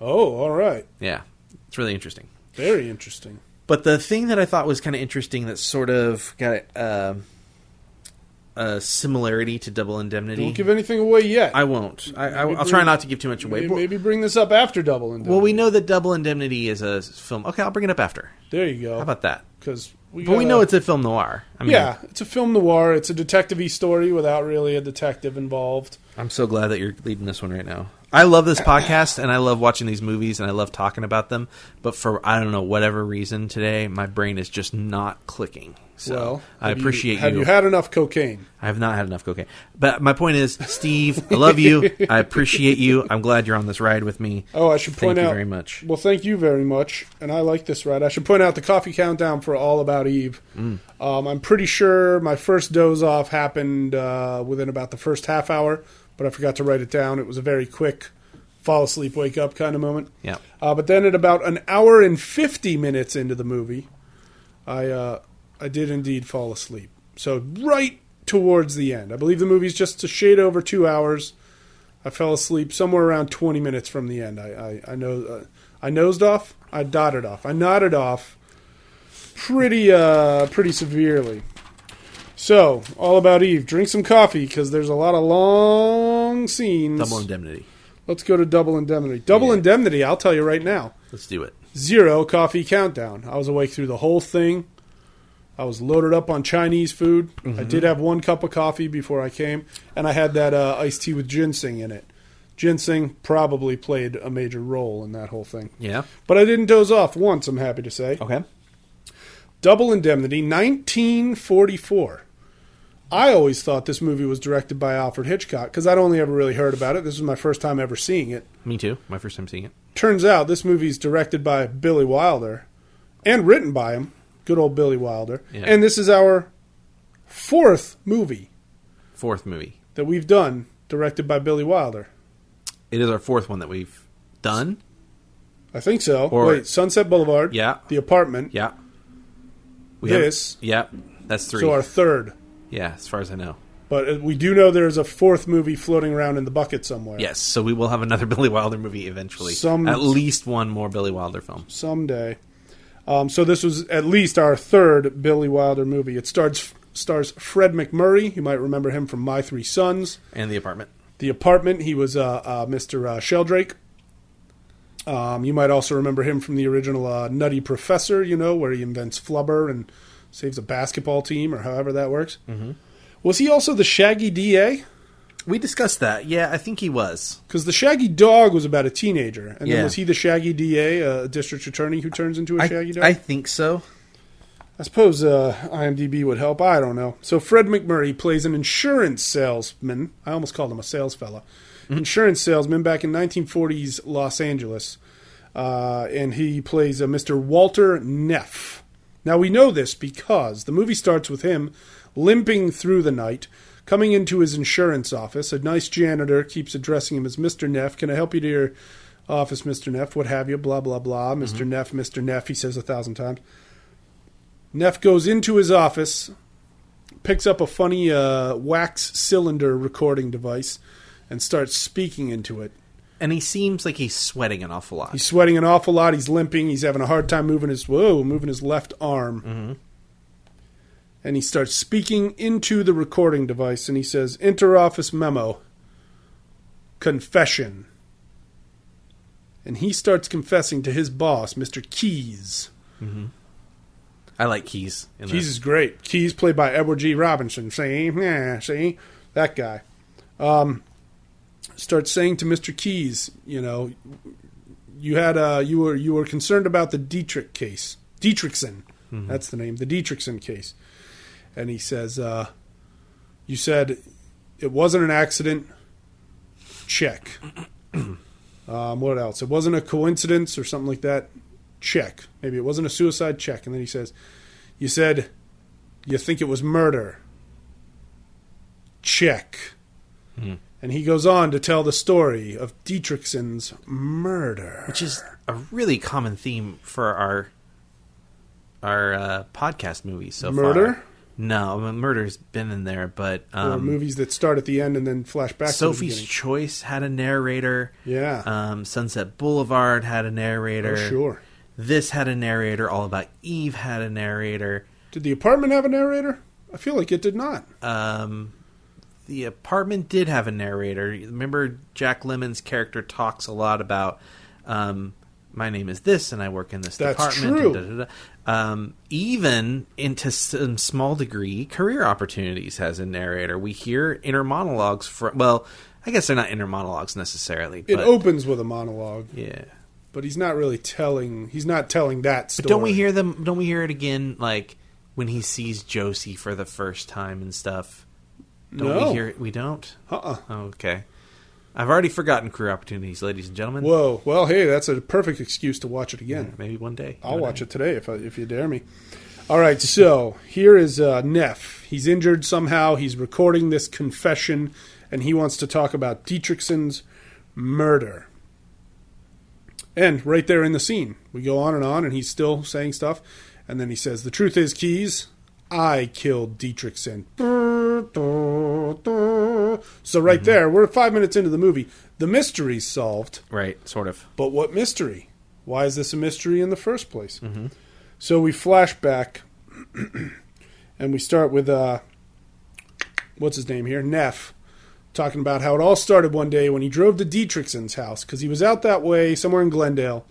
[SPEAKER 7] Oh, all right.
[SPEAKER 6] Yeah. It's really interesting.
[SPEAKER 7] Very interesting.
[SPEAKER 6] But the thing that I thought was kind of interesting that sort of got um a similarity to Double Indemnity.
[SPEAKER 7] Don't give anything away yet.
[SPEAKER 6] I won't. I, I,
[SPEAKER 7] Maybe
[SPEAKER 6] I'll try
[SPEAKER 7] bring-
[SPEAKER 6] not to give too much away.
[SPEAKER 7] maybe, maybe bring this up after Double Indemnity.
[SPEAKER 6] well, we know that Double Indemnity is a film. Okay, I'll bring it up after.
[SPEAKER 7] There you go.
[SPEAKER 6] How about that?
[SPEAKER 7] Because we,
[SPEAKER 6] But we
[SPEAKER 7] gotta-
[SPEAKER 6] know it's a film noir. I mean,
[SPEAKER 7] yeah, it's a film noir. It's a detective-y story without really a detective involved.
[SPEAKER 6] I'm so glad that you're leading this one right now. I love this podcast and I love watching these movies and I love talking about them. But for I don't know whatever reason today, my brain is just not clicking. So
[SPEAKER 7] well,
[SPEAKER 6] I
[SPEAKER 7] have you-
[SPEAKER 6] appreciate
[SPEAKER 7] Have you had enough cocaine?
[SPEAKER 6] I have not had enough cocaine. But my point is, Steve, I love you. I appreciate you. I'm glad you're on this ride with me.
[SPEAKER 7] Oh, I should
[SPEAKER 6] Thank
[SPEAKER 7] point
[SPEAKER 6] you
[SPEAKER 7] out.
[SPEAKER 6] very much.
[SPEAKER 7] Well, thank you very much, and I like this ride. I should point out the coffee countdown for All About Eve.
[SPEAKER 6] Mm.
[SPEAKER 7] Um, I'm pretty sure my first doze off happened uh, within about the first half hour, but I forgot to write it down. It was a very quick fall asleep, wake up kind of moment.
[SPEAKER 6] Yeah.
[SPEAKER 7] Uh, but then at about an hour and 50 minutes into the movie, I, uh, I did indeed fall asleep. So, right towards the end, I believe the movie's just a shade over two hours. I fell asleep somewhere around 20 minutes from the end. I, I, I, know, uh, I nosed off, I dotted off, I nodded off pretty, uh, pretty severely. So, all about Eve. Drink some coffee because there's a lot of long scenes.
[SPEAKER 6] Double indemnity.
[SPEAKER 7] Let's go to double indemnity. Double indemnity, I'll tell you right now.
[SPEAKER 6] Let's do it.
[SPEAKER 7] Zero coffee countdown. I was awake through the whole thing. I was loaded up on Chinese food. I did have one cup of coffee before I came, and I had that uh, iced tea with ginseng in it. Ginseng probably played a major role in that whole thing.
[SPEAKER 6] Yeah.
[SPEAKER 7] But I didn't doze off once, I'm happy to say.
[SPEAKER 6] Okay.
[SPEAKER 7] Double Indemnity, 1944. I always thought this movie was directed by Alfred Hitchcock because I'd only ever really heard about it. This was my first time ever seeing it.
[SPEAKER 6] Me too. My first time seeing it.
[SPEAKER 7] Turns out this movie's directed by Billy Wilder and written by him, good old Billy Wilder.
[SPEAKER 6] Yeah.
[SPEAKER 7] And this is our fourth movie
[SPEAKER 6] Fourth movie.
[SPEAKER 7] that we've done directed by Billy Wilder.
[SPEAKER 6] It is our fourth one that we've done.
[SPEAKER 7] I think so.
[SPEAKER 6] Or-
[SPEAKER 7] Wait, Sunset Boulevard.
[SPEAKER 6] Yeah.
[SPEAKER 7] The Apartment.
[SPEAKER 6] Yeah. We
[SPEAKER 7] This.
[SPEAKER 6] Have, yeah. That's three.
[SPEAKER 7] So our third.
[SPEAKER 6] yeah, as far as I know.
[SPEAKER 7] But uh, we do know there's a fourth movie floating around in the bucket somewhere.
[SPEAKER 6] Yes, so we will have another (laughs) Billy Wilder movie eventually.
[SPEAKER 7] Some-
[SPEAKER 6] At least one more Billy Wilder film.
[SPEAKER 7] Someday. Um, so this was at least our third Billy Wilder movie. It stars stars Fred McMurray. You might remember him from My Three Sons,
[SPEAKER 6] And The Apartment.
[SPEAKER 7] The Apartment. He was uh, uh, Mr. Uh, Sheldrake. Um, you might also remember him from the original uh, Nutty Professor. You know where he invents flubber and saves a basketball team, or however that works. Mm-hmm. Was he also the Shaggy DA?
[SPEAKER 6] We discussed that. Yeah, I think he was.
[SPEAKER 7] Because the Shaggy Dog was about a teenager, and
[SPEAKER 6] Yeah.
[SPEAKER 7] then was he the Shaggy DA, a district attorney who turns into a Shaggy
[SPEAKER 6] I,
[SPEAKER 7] Dog?
[SPEAKER 6] I think so.
[SPEAKER 7] I suppose uh, IMDb would help. I don't know. So Fred McMurray plays an insurance salesman. I almost called him a sales fella. Insurance salesman back in 1940s Los Angeles, uh, and he plays a Mr. Walter Neff. Now we know this because the movie starts with him limping through the night, coming into his insurance office. A nice janitor keeps addressing him as Mr. Neff. Can I help you to your office, Mr. Neff? What have you? Blah blah blah. mister Neff, Mr. Neff. He says a thousand times. Neff goes into his office, picks up a funny uh, wax cylinder recording device, and starts speaking into it.
[SPEAKER 6] And he seems like he's sweating an awful lot.
[SPEAKER 7] He's sweating an awful lot. He's limping. He's having a hard time moving his whoa, moving his left arm. And he starts speaking into the recording device, and he says, "Interoffice memo, confession." And he starts confessing to his boss, Mister Keys.
[SPEAKER 6] I like Keys. In
[SPEAKER 7] Keys
[SPEAKER 6] this.
[SPEAKER 7] is great. Keys played by Edward G. Robinson. See, yeah, see that guy. Um, starts saying to Mister Keys, you know, you had uh, you were you were concerned about the Dietrich case, Dietrichson. That's the name, the Dietrichson case. And he says, uh, "You said it wasn't an accident. Check. (clears throat) um, what else? It wasn't a coincidence or something like that. Check. Maybe it wasn't a suicide. Check." And then he says. You said you think it was murder. Check.
[SPEAKER 6] Hmm.
[SPEAKER 7] And he goes on to tell the story of Dietrichson's murder.
[SPEAKER 6] which is a really common theme for our our uh, podcast movies so
[SPEAKER 7] Murder?
[SPEAKER 6] far. No, I mean, murder's been in there, but
[SPEAKER 7] Or
[SPEAKER 6] um,
[SPEAKER 7] movies that start at the end and then flash back
[SPEAKER 6] Sophie's
[SPEAKER 7] to
[SPEAKER 6] Choice had a narrator.
[SPEAKER 7] the beginning. Yeah.
[SPEAKER 6] Um, Sunset Boulevard had a narrator.
[SPEAKER 7] Oh, sure.
[SPEAKER 6] This had a narrator. All About Eve had a narrator.
[SPEAKER 7] Did the apartment have a narrator? I feel like it did not.
[SPEAKER 6] Um, the apartment did have a narrator. Remember, Jack Lemon's character talks a lot about, um, "My name is this, and I work in this
[SPEAKER 7] That's
[SPEAKER 6] department." and
[SPEAKER 7] true.
[SPEAKER 6] da, da, da. Um, even into some small degree, career opportunities has a narrator. We hear inner monologues from. Well, I guess they're not inner monologues necessarily.
[SPEAKER 7] It
[SPEAKER 6] but,
[SPEAKER 7] opens with a monologue,
[SPEAKER 6] yeah.
[SPEAKER 7] but he's not really telling. He's not telling that
[SPEAKER 6] But
[SPEAKER 7] story.
[SPEAKER 6] don't we hear them? Don't we hear it again? Like when he sees Josie for the first time and stuff. Don't
[SPEAKER 7] No.
[SPEAKER 6] we hear? We don't.
[SPEAKER 7] Uh-uh.
[SPEAKER 6] Okay. I've already forgotten career opportunities, ladies and gentlemen.
[SPEAKER 7] Whoa. Well, hey, that's a perfect excuse to watch it again.
[SPEAKER 6] Maybe one day.
[SPEAKER 7] I'll watch it today if I, if you dare me. All right, so here is uh, Neff. He's injured somehow. He's recording this confession, and he wants to talk about Dietrichson's murder. And right there in the scene, we go on and on, and he's still saying stuff. And then he says, "The truth is, Keys, I killed Dietrichson." So right there, we're five minutes into the movie. The mystery's solved.
[SPEAKER 6] Right, sort of.
[SPEAKER 7] But what mystery? Why is this a mystery in the first place? So we flash back, (clears throat) and we start with uh, what's his name here, Neff, talking about how it all started one day when he drove to Dietrichson's house because he was out that way somewhere in Glendale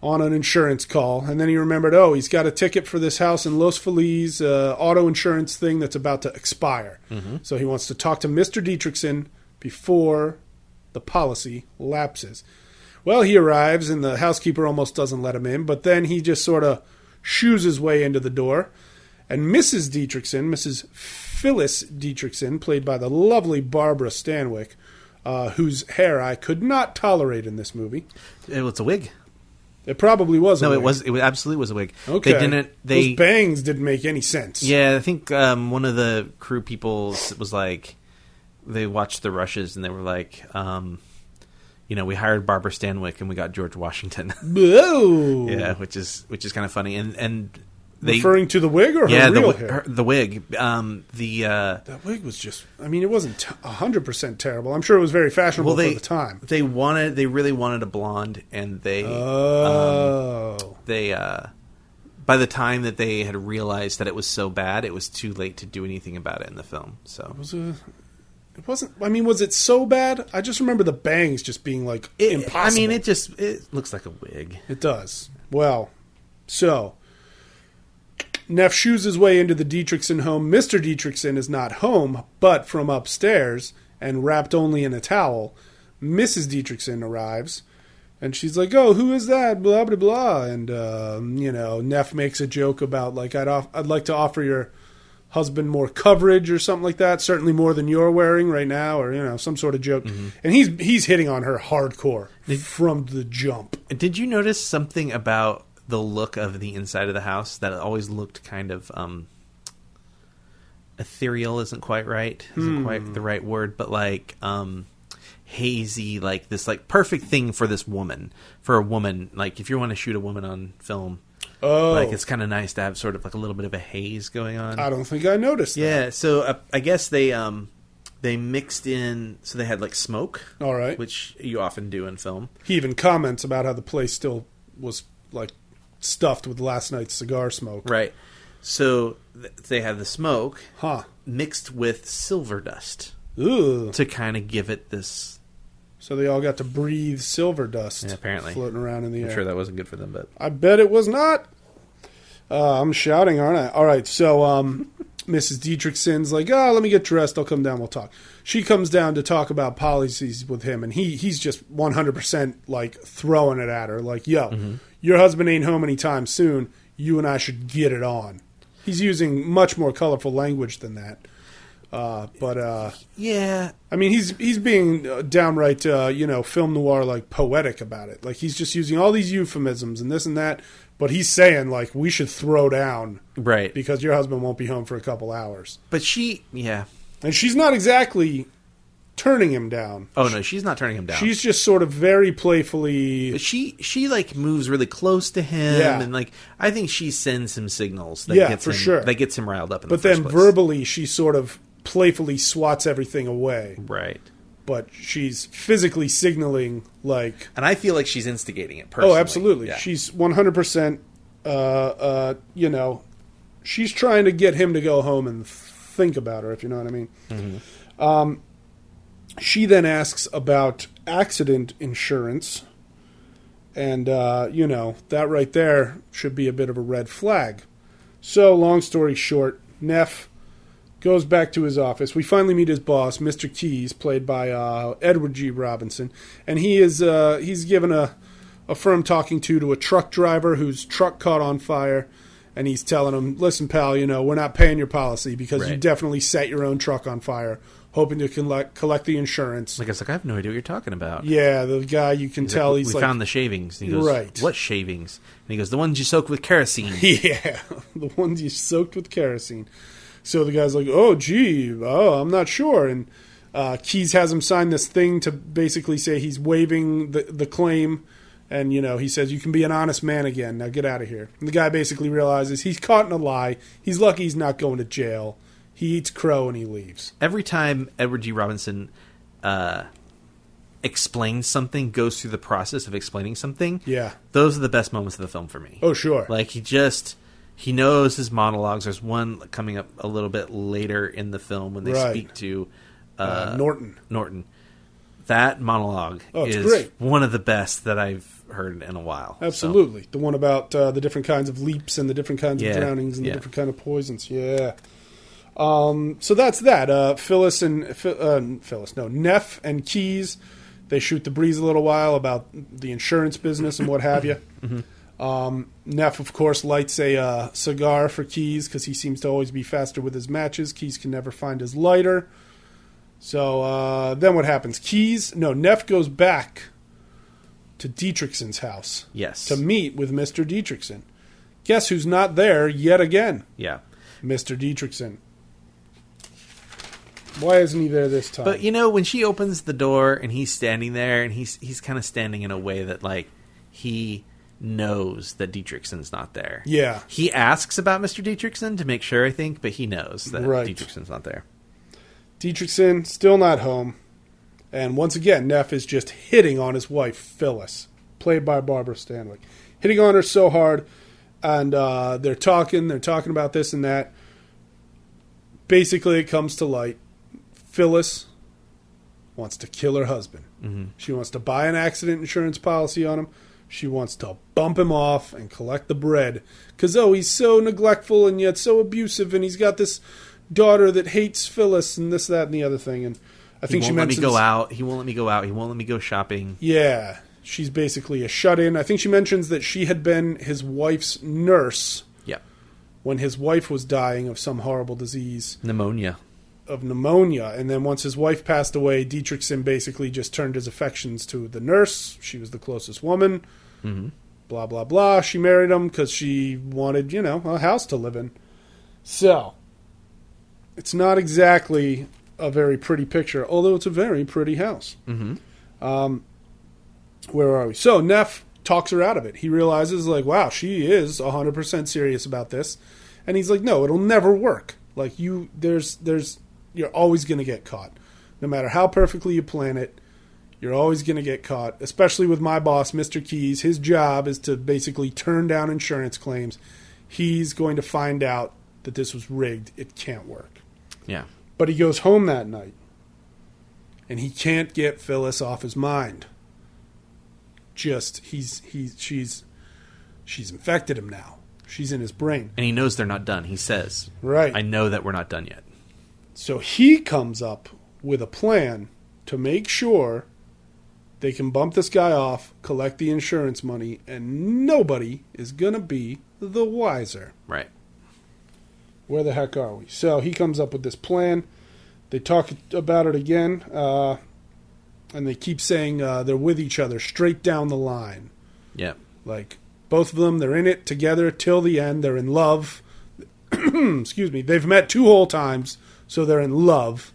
[SPEAKER 7] on an insurance call, and then he remembered, oh, he's got a ticket for this house in Los Feliz uh, auto insurance thing that's about to expire.
[SPEAKER 6] Mm-hmm.
[SPEAKER 7] So he wants to talk to Mister Dietrichson before the policy lapses. Well, he arrives, and the housekeeper almost doesn't let him in, but then he just sort of shoos his way into the door. And Mrs. Dietrichson, Mrs. Phyllis Dietrichson, played by the lovely Barbara Stanwyck, uh, whose hair I could not tolerate in this movie.
[SPEAKER 6] It was a wig.
[SPEAKER 7] It probably was. a
[SPEAKER 6] No, it
[SPEAKER 7] wig.
[SPEAKER 6] was. It absolutely was a wig.
[SPEAKER 7] Okay.
[SPEAKER 6] They didn't. They
[SPEAKER 7] Those bangs didn't make any sense.
[SPEAKER 6] Yeah, I think um, one of the crew people s- was like, they watched the rushes and they were like, um, you know, we hired Barbara Stanwyck and we got George Washington. (laughs)
[SPEAKER 7] Whoa.
[SPEAKER 6] yeah, which is which is kind of funny. And and they
[SPEAKER 7] Referring to the wig or
[SPEAKER 6] yeah
[SPEAKER 7] her
[SPEAKER 6] the
[SPEAKER 7] real
[SPEAKER 6] wi-
[SPEAKER 7] hair?
[SPEAKER 6] her- the wig um, the uh,
[SPEAKER 7] that wig was just. I mean, it wasn't t- hundred percent terrible. I'm sure it was very fashionable
[SPEAKER 6] well they
[SPEAKER 7] for the time.
[SPEAKER 6] they wanted they really wanted a blonde and they um,
[SPEAKER 7] Oh.
[SPEAKER 6] they uh, by the time that they had realized that it was so bad, it was too late to do anything about it in the film. So
[SPEAKER 7] was a- it wasn't. I mean, was it so bad? I just remember the bangs just being like
[SPEAKER 6] It-
[SPEAKER 7] impossible.
[SPEAKER 6] I mean, it just it looks like a wig.
[SPEAKER 7] It does. Well, so Neff shoes his way into the Dietrichson home. Mr. Dietrichson is not home, but from upstairs and wrapped only in a towel, Mrs. Dietrichson arrives. And she's like, "Oh, who is that?" Blah blah blah. And um, you know, Neff makes a joke about like, "I'd off- I'd like to offer your husband more coverage or something like that. Certainly more than you're wearing right now, or you know, some sort of joke." And he's he's hitting on her hardcore from the jump.
[SPEAKER 6] Did you notice something about the look of the inside of the house that it always looked kind of um, ethereal? Isn't quite right.
[SPEAKER 7] Hmm.
[SPEAKER 6] Isn't quite the right word, but like um, hazy, like this, like perfect thing for this woman, for a woman. Like if you want to shoot a woman on film,
[SPEAKER 7] Oh,
[SPEAKER 6] like it's kind of nice to have sort of like a little bit of a haze going on.
[SPEAKER 7] I don't think I noticed. that.
[SPEAKER 6] Yeah, so uh, I guess they um they mixed in so they had like smoke,
[SPEAKER 7] All right.
[SPEAKER 6] which you often do in film.
[SPEAKER 7] He even comments about how the place still was like stuffed with last night's cigar smoke.
[SPEAKER 6] Right. So th- they had the smoke
[SPEAKER 7] Huh.
[SPEAKER 6] mixed with silver dust
[SPEAKER 7] Ooh.
[SPEAKER 6] to kind of give it this
[SPEAKER 7] So they all got to breathe silver dust.
[SPEAKER 6] Yeah, apparently.
[SPEAKER 7] floating around in the
[SPEAKER 6] I'm
[SPEAKER 7] air.
[SPEAKER 6] sure that wasn't good for them, but
[SPEAKER 7] I bet it was not. Uh, I'm shouting, aren't I? All right, so um, (laughs) Mrs. Dietrichson's like, oh, let me get dressed. I'll come down. We'll talk. She comes down to talk about policies with him, and he he's just 100% like throwing it at her, like, yo, your husband ain't home anytime soon. You and I should get it on. He's using much more colorful language than that. Uh, but uh,
[SPEAKER 6] yeah,
[SPEAKER 7] I mean, he's he's being uh, downright, uh, you know, film noir like poetic about it. Like he's just using all these euphemisms and this and that, but he's saying like we should throw down
[SPEAKER 6] right.
[SPEAKER 7] because your husband won't be home for a couple hours,
[SPEAKER 6] but she, yeah.
[SPEAKER 7] and she's not exactly turning him down.
[SPEAKER 6] Oh no, she's not turning him down.
[SPEAKER 7] She's just sort of very playfully.
[SPEAKER 6] she she like moves really close to him
[SPEAKER 7] Yeah.
[SPEAKER 6] and like I think she sends him signals that
[SPEAKER 7] Yeah,
[SPEAKER 6] gets
[SPEAKER 7] for
[SPEAKER 6] him,
[SPEAKER 7] sure.
[SPEAKER 6] that gets him riled up. In the
[SPEAKER 7] But
[SPEAKER 6] first
[SPEAKER 7] then
[SPEAKER 6] place.
[SPEAKER 7] verbally, she sort of playfully swats everything away,
[SPEAKER 6] right?
[SPEAKER 7] but she's physically signaling like
[SPEAKER 6] And I feel like she's instigating it personally.
[SPEAKER 7] Oh, absolutely.
[SPEAKER 6] Yeah.
[SPEAKER 7] She's 100%, uh, uh, you know, she's trying to get him to go home and think about her, if you know what I mean. Um, she then asks about accident insurance. And, uh, you know, that right there should be a bit of a red flag. So, long story short, Neff goes back to his office. We finally meet his boss, Mr. Keys, played by uh, Edward G. Robinson, and he is uh, he's given a a firm talking to to a truck driver whose truck caught on fire, and he's telling him, "Listen, pal, you know we're not paying your policy because you
[SPEAKER 6] Right.
[SPEAKER 7] definitely set your own truck on fire, hoping to collect collect the insurance."
[SPEAKER 6] Like I was like, I have no idea what you're talking about.
[SPEAKER 7] yeah, the guy you can
[SPEAKER 6] He's like,
[SPEAKER 7] tell
[SPEAKER 6] we
[SPEAKER 7] he's like,
[SPEAKER 6] found the shavings. And he goes,
[SPEAKER 7] Right.
[SPEAKER 6] What shavings? And he goes, the ones you soak with kerosene.
[SPEAKER 7] (laughs) Yeah, the ones you soaked with kerosene. So the guy's like, "Oh, gee, oh, I'm not sure." And uh, Keys has him sign this thing to basically say he's waiving the the claim, and you know he says you can be an honest man again. Now get out of here. And the guy basically realizes he's caught in a lie. He's lucky he's not going to jail. He eats crow and he leaves.
[SPEAKER 6] Every time Edward G. Robinson uh, explains something, goes through the process of explaining something.
[SPEAKER 7] Yeah.
[SPEAKER 6] those are the best moments of the film for me.
[SPEAKER 7] Oh, sure.
[SPEAKER 6] Like he just he knows his monologues. There's one coming up a little bit later in the film when they
[SPEAKER 7] Right.
[SPEAKER 6] speak to uh,
[SPEAKER 7] Uh, Norton.
[SPEAKER 6] Norton. That monologue
[SPEAKER 7] Oh, it's
[SPEAKER 6] is
[SPEAKER 7] great.
[SPEAKER 6] one of the best that I've heard in a while. So,
[SPEAKER 7] Absolutely. The one about uh, the different kinds of leaps and the different kinds of
[SPEAKER 6] Yeah,
[SPEAKER 7] drownings and
[SPEAKER 6] yeah.
[SPEAKER 7] the different kind of poisons. Yeah. Um, so that's that. Uh, Phyllis and Phy- uh, Phyllis, no, Neff
[SPEAKER 6] (laughs)
[SPEAKER 7] and Keys. They shoot the breeze a little while about the insurance business and what have you.
[SPEAKER 6] Mm-hmm.
[SPEAKER 7] Um, Neff, of course, lights a uh, cigar for Keys because he seems to always be faster with his matches. Keys can never find his lighter. So uh, then what happens? Keys, no, Neff goes back to Dietrichson's house
[SPEAKER 6] Yes.
[SPEAKER 7] to meet with Mr. Dietrichson. Guess who's not there yet again?
[SPEAKER 6] yeah.
[SPEAKER 7] Mr. Dietrichson. Why isn't he there this time?
[SPEAKER 6] But you know, when she opens the door and he's standing there, and he's he's kind of standing in a way that like he knows that Dietrichson's not there.
[SPEAKER 7] Yeah.
[SPEAKER 6] He asks about Mr. Dietrichson to make sure, I think, but he knows that
[SPEAKER 7] Right.
[SPEAKER 6] Dietrichson's not there.
[SPEAKER 7] Dietrichson still not home. And once again, Neff is just hitting on his wife, Phyllis, played by Barbara Stanwyck. Hitting on her so hard. And uh, they're talking, they're talking about this and that. Basically, it comes to light. Phyllis wants to kill her husband.
[SPEAKER 6] Mm-hmm.
[SPEAKER 7] She wants to buy an accident insurance policy on him. She wants to bump him off and collect the bread. Because, oh, he's so neglectful and yet so abusive, and he's got this daughter that hates Phyllis and this, that, and the other thing. And I
[SPEAKER 6] He
[SPEAKER 7] think she
[SPEAKER 6] won't let me
[SPEAKER 7] mentions.
[SPEAKER 6] go out. He won't let me go out. He won't let me go shopping.
[SPEAKER 7] Yeah. She's basically a shut in. I think she mentions that she had been his wife's nurse
[SPEAKER 6] Yeah.
[SPEAKER 7] when his wife was dying of some horrible disease
[SPEAKER 6] Pneumonia.
[SPEAKER 7] of pneumonia. And then once his wife passed away, Dietrichson basically just turned his affections to the nurse. She was the closest woman. Blah, blah, blah. She married him because she wanted, you know, a house to live in. So, it's not exactly a very pretty picture, although it's a very pretty house. Mm-hmm. Um, where are we? So, Neff talks her out of it. He realizes, like, wow, she is 100% serious about this. And he's like, no, it'll never work. Like, you, there's, there's, you're always going to get caught. No matter how perfectly you plan it, you're always going to get caught, especially with my boss, Mr. Keys. His job is to basically turn down insurance claims. He's going to find out that this was rigged. It can't work.
[SPEAKER 6] Yeah.
[SPEAKER 7] But he goes home that night and he can't get Phyllis off his mind. Just he's he's she's she's infected him now. She's in his brain.
[SPEAKER 6] And he knows they're not done. He says,
[SPEAKER 7] Right.
[SPEAKER 6] I know that we're not done yet.
[SPEAKER 7] So he comes up with a plan to make sure they can bump this guy off, collect the insurance money, and nobody is going to be the wiser.
[SPEAKER 6] Right.
[SPEAKER 7] Where the heck are we? So he comes up with this plan. They talk about it again, uh, and they keep saying uh, they're with each other straight down the line.
[SPEAKER 6] Yeah.
[SPEAKER 7] Like both of them, they're in it together till the end. They're in love. (clears throat) Excuse me. They've met two whole times, so they're in love.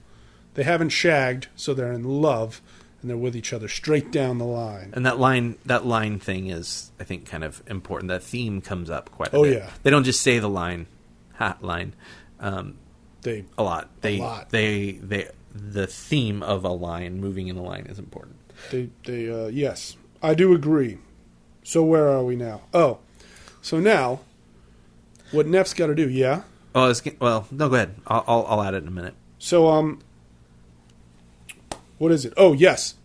[SPEAKER 7] They haven't shagged, so they're in love, and they're with each other straight down the line.
[SPEAKER 6] And that line, that line thing is, I think, kind of important. That theme comes up quite. a
[SPEAKER 7] Oh,
[SPEAKER 6] bit.
[SPEAKER 7] yeah.
[SPEAKER 6] They don't just say the line, ha line, um,
[SPEAKER 7] They
[SPEAKER 6] a lot. They
[SPEAKER 7] lot.
[SPEAKER 6] they they the theme of a line moving in a line is important.
[SPEAKER 7] They, they, uh, yes, I do agree. So where are we now? Oh, so now, what Neff's got to do? Yeah.
[SPEAKER 6] Oh, it's, well, no, go ahead. I'll, I'll I'll add it in a minute.
[SPEAKER 7] So um, what is it? Oh yes,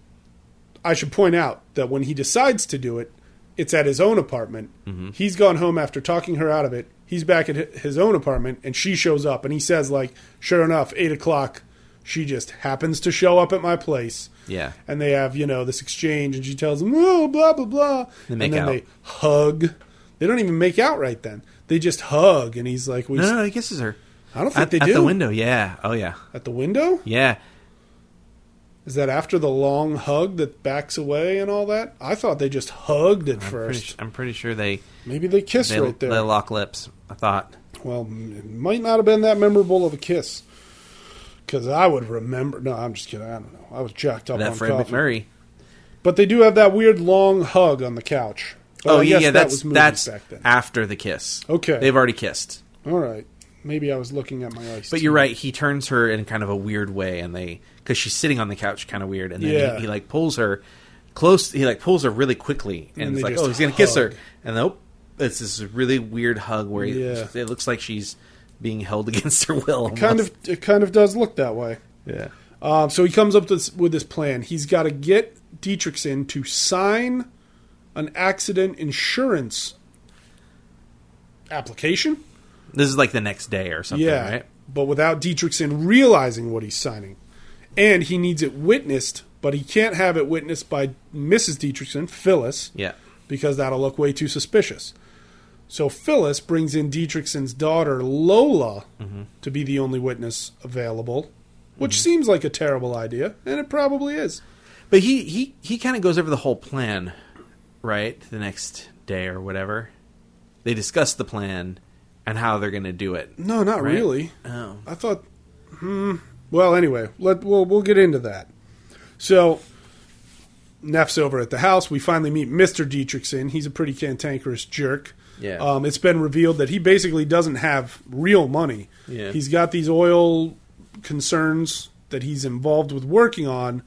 [SPEAKER 7] I should point out that when he decides to do it, it's at his own apartment. He's gone home after talking her out of it. He's back at hi- his own apartment, and she shows up, and he says like, "Sure enough, eight o'clock." She just happens to show up at my place.
[SPEAKER 6] Yeah.
[SPEAKER 7] and they have you know this exchange, and she tells him, "Oh, blah blah blah,"
[SPEAKER 6] make
[SPEAKER 7] and then
[SPEAKER 6] out.
[SPEAKER 7] they hug. They don't even make out right then. They just hug, and he's like, "We."
[SPEAKER 6] No, no, no he kisses her
[SPEAKER 7] I don't think
[SPEAKER 6] at,
[SPEAKER 7] they
[SPEAKER 6] at
[SPEAKER 7] do
[SPEAKER 6] the window. Yeah. Oh yeah.
[SPEAKER 7] At the window.
[SPEAKER 6] Yeah.
[SPEAKER 7] Is that after the long hug that backs away and all that? I thought they just hugged at
[SPEAKER 6] I'm pretty,
[SPEAKER 7] first.
[SPEAKER 6] su- I'm pretty sure they
[SPEAKER 7] Maybe they kissed
[SPEAKER 6] they,
[SPEAKER 7] right there.
[SPEAKER 6] they lock lips. I thought.
[SPEAKER 7] Well, m- it might not have been that memorable of a kiss. Because I would remember. No, I'm just kidding. I don't know. I was jacked up
[SPEAKER 6] That
[SPEAKER 7] on
[SPEAKER 6] Fred
[SPEAKER 7] coffee.
[SPEAKER 6] McMurray.
[SPEAKER 7] But they do have that weird long hug on the couch. But
[SPEAKER 6] oh
[SPEAKER 7] I
[SPEAKER 6] yeah,
[SPEAKER 7] guess
[SPEAKER 6] yeah.
[SPEAKER 7] that
[SPEAKER 6] That's
[SPEAKER 7] was movies
[SPEAKER 6] that's
[SPEAKER 7] back then.
[SPEAKER 6] after the kiss.
[SPEAKER 7] Okay.
[SPEAKER 6] They've already kissed.
[SPEAKER 7] all right. Maybe I was looking at my ice.
[SPEAKER 6] But you're right. He turns her in kind of a weird way, and they because she's sitting on the couch, kind of weird, and then
[SPEAKER 7] Yeah.
[SPEAKER 6] he, he like pulls her close. He like pulls her really quickly, and,
[SPEAKER 7] And
[SPEAKER 6] it's
[SPEAKER 7] they
[SPEAKER 6] like,
[SPEAKER 7] just
[SPEAKER 6] oh, he's gonna kiss her,
[SPEAKER 7] hug.
[SPEAKER 6] and nope, it's this really weird hug where he-
[SPEAKER 7] Yeah.
[SPEAKER 6] it looks like she's being held (laughs) against her will.
[SPEAKER 7] Kind of.
[SPEAKER 6] almost.
[SPEAKER 7] It kind of does look that way.
[SPEAKER 6] yeah.
[SPEAKER 7] Um, so he comes up with this, with this plan. He's got to get Dietrichson to sign an accident insurance application.
[SPEAKER 6] This is like the next day or something,
[SPEAKER 7] yeah,
[SPEAKER 6] right?
[SPEAKER 7] but without Dietrichson realizing what he's signing, and he needs it witnessed, but he can't have it witnessed by Mrs. Dietrichson, Phyllis,
[SPEAKER 6] Yeah,
[SPEAKER 7] because that'll look way too suspicious. So Phyllis brings in Dietrichson's daughter, Lola, to be the only witness available, which
[SPEAKER 6] Mm-hmm.
[SPEAKER 7] seems like a terrible idea, and it probably is.
[SPEAKER 6] But he he he kind of goes over the whole plan, right? The next day or whatever, they discuss the plan and how they're going to do it.
[SPEAKER 7] No, not
[SPEAKER 6] Right?
[SPEAKER 7] really.
[SPEAKER 6] Oh,
[SPEAKER 7] I thought, hmm. Well, anyway, let we'll we'll get into that. So, Neff's over at the house. We finally meet Mister Dietrichson. He's a pretty cantankerous jerk.
[SPEAKER 6] Yeah.
[SPEAKER 7] Um, it's been revealed that he basically doesn't have real money.
[SPEAKER 6] Yeah.
[SPEAKER 7] He's got these oil concerns that he's involved with working on,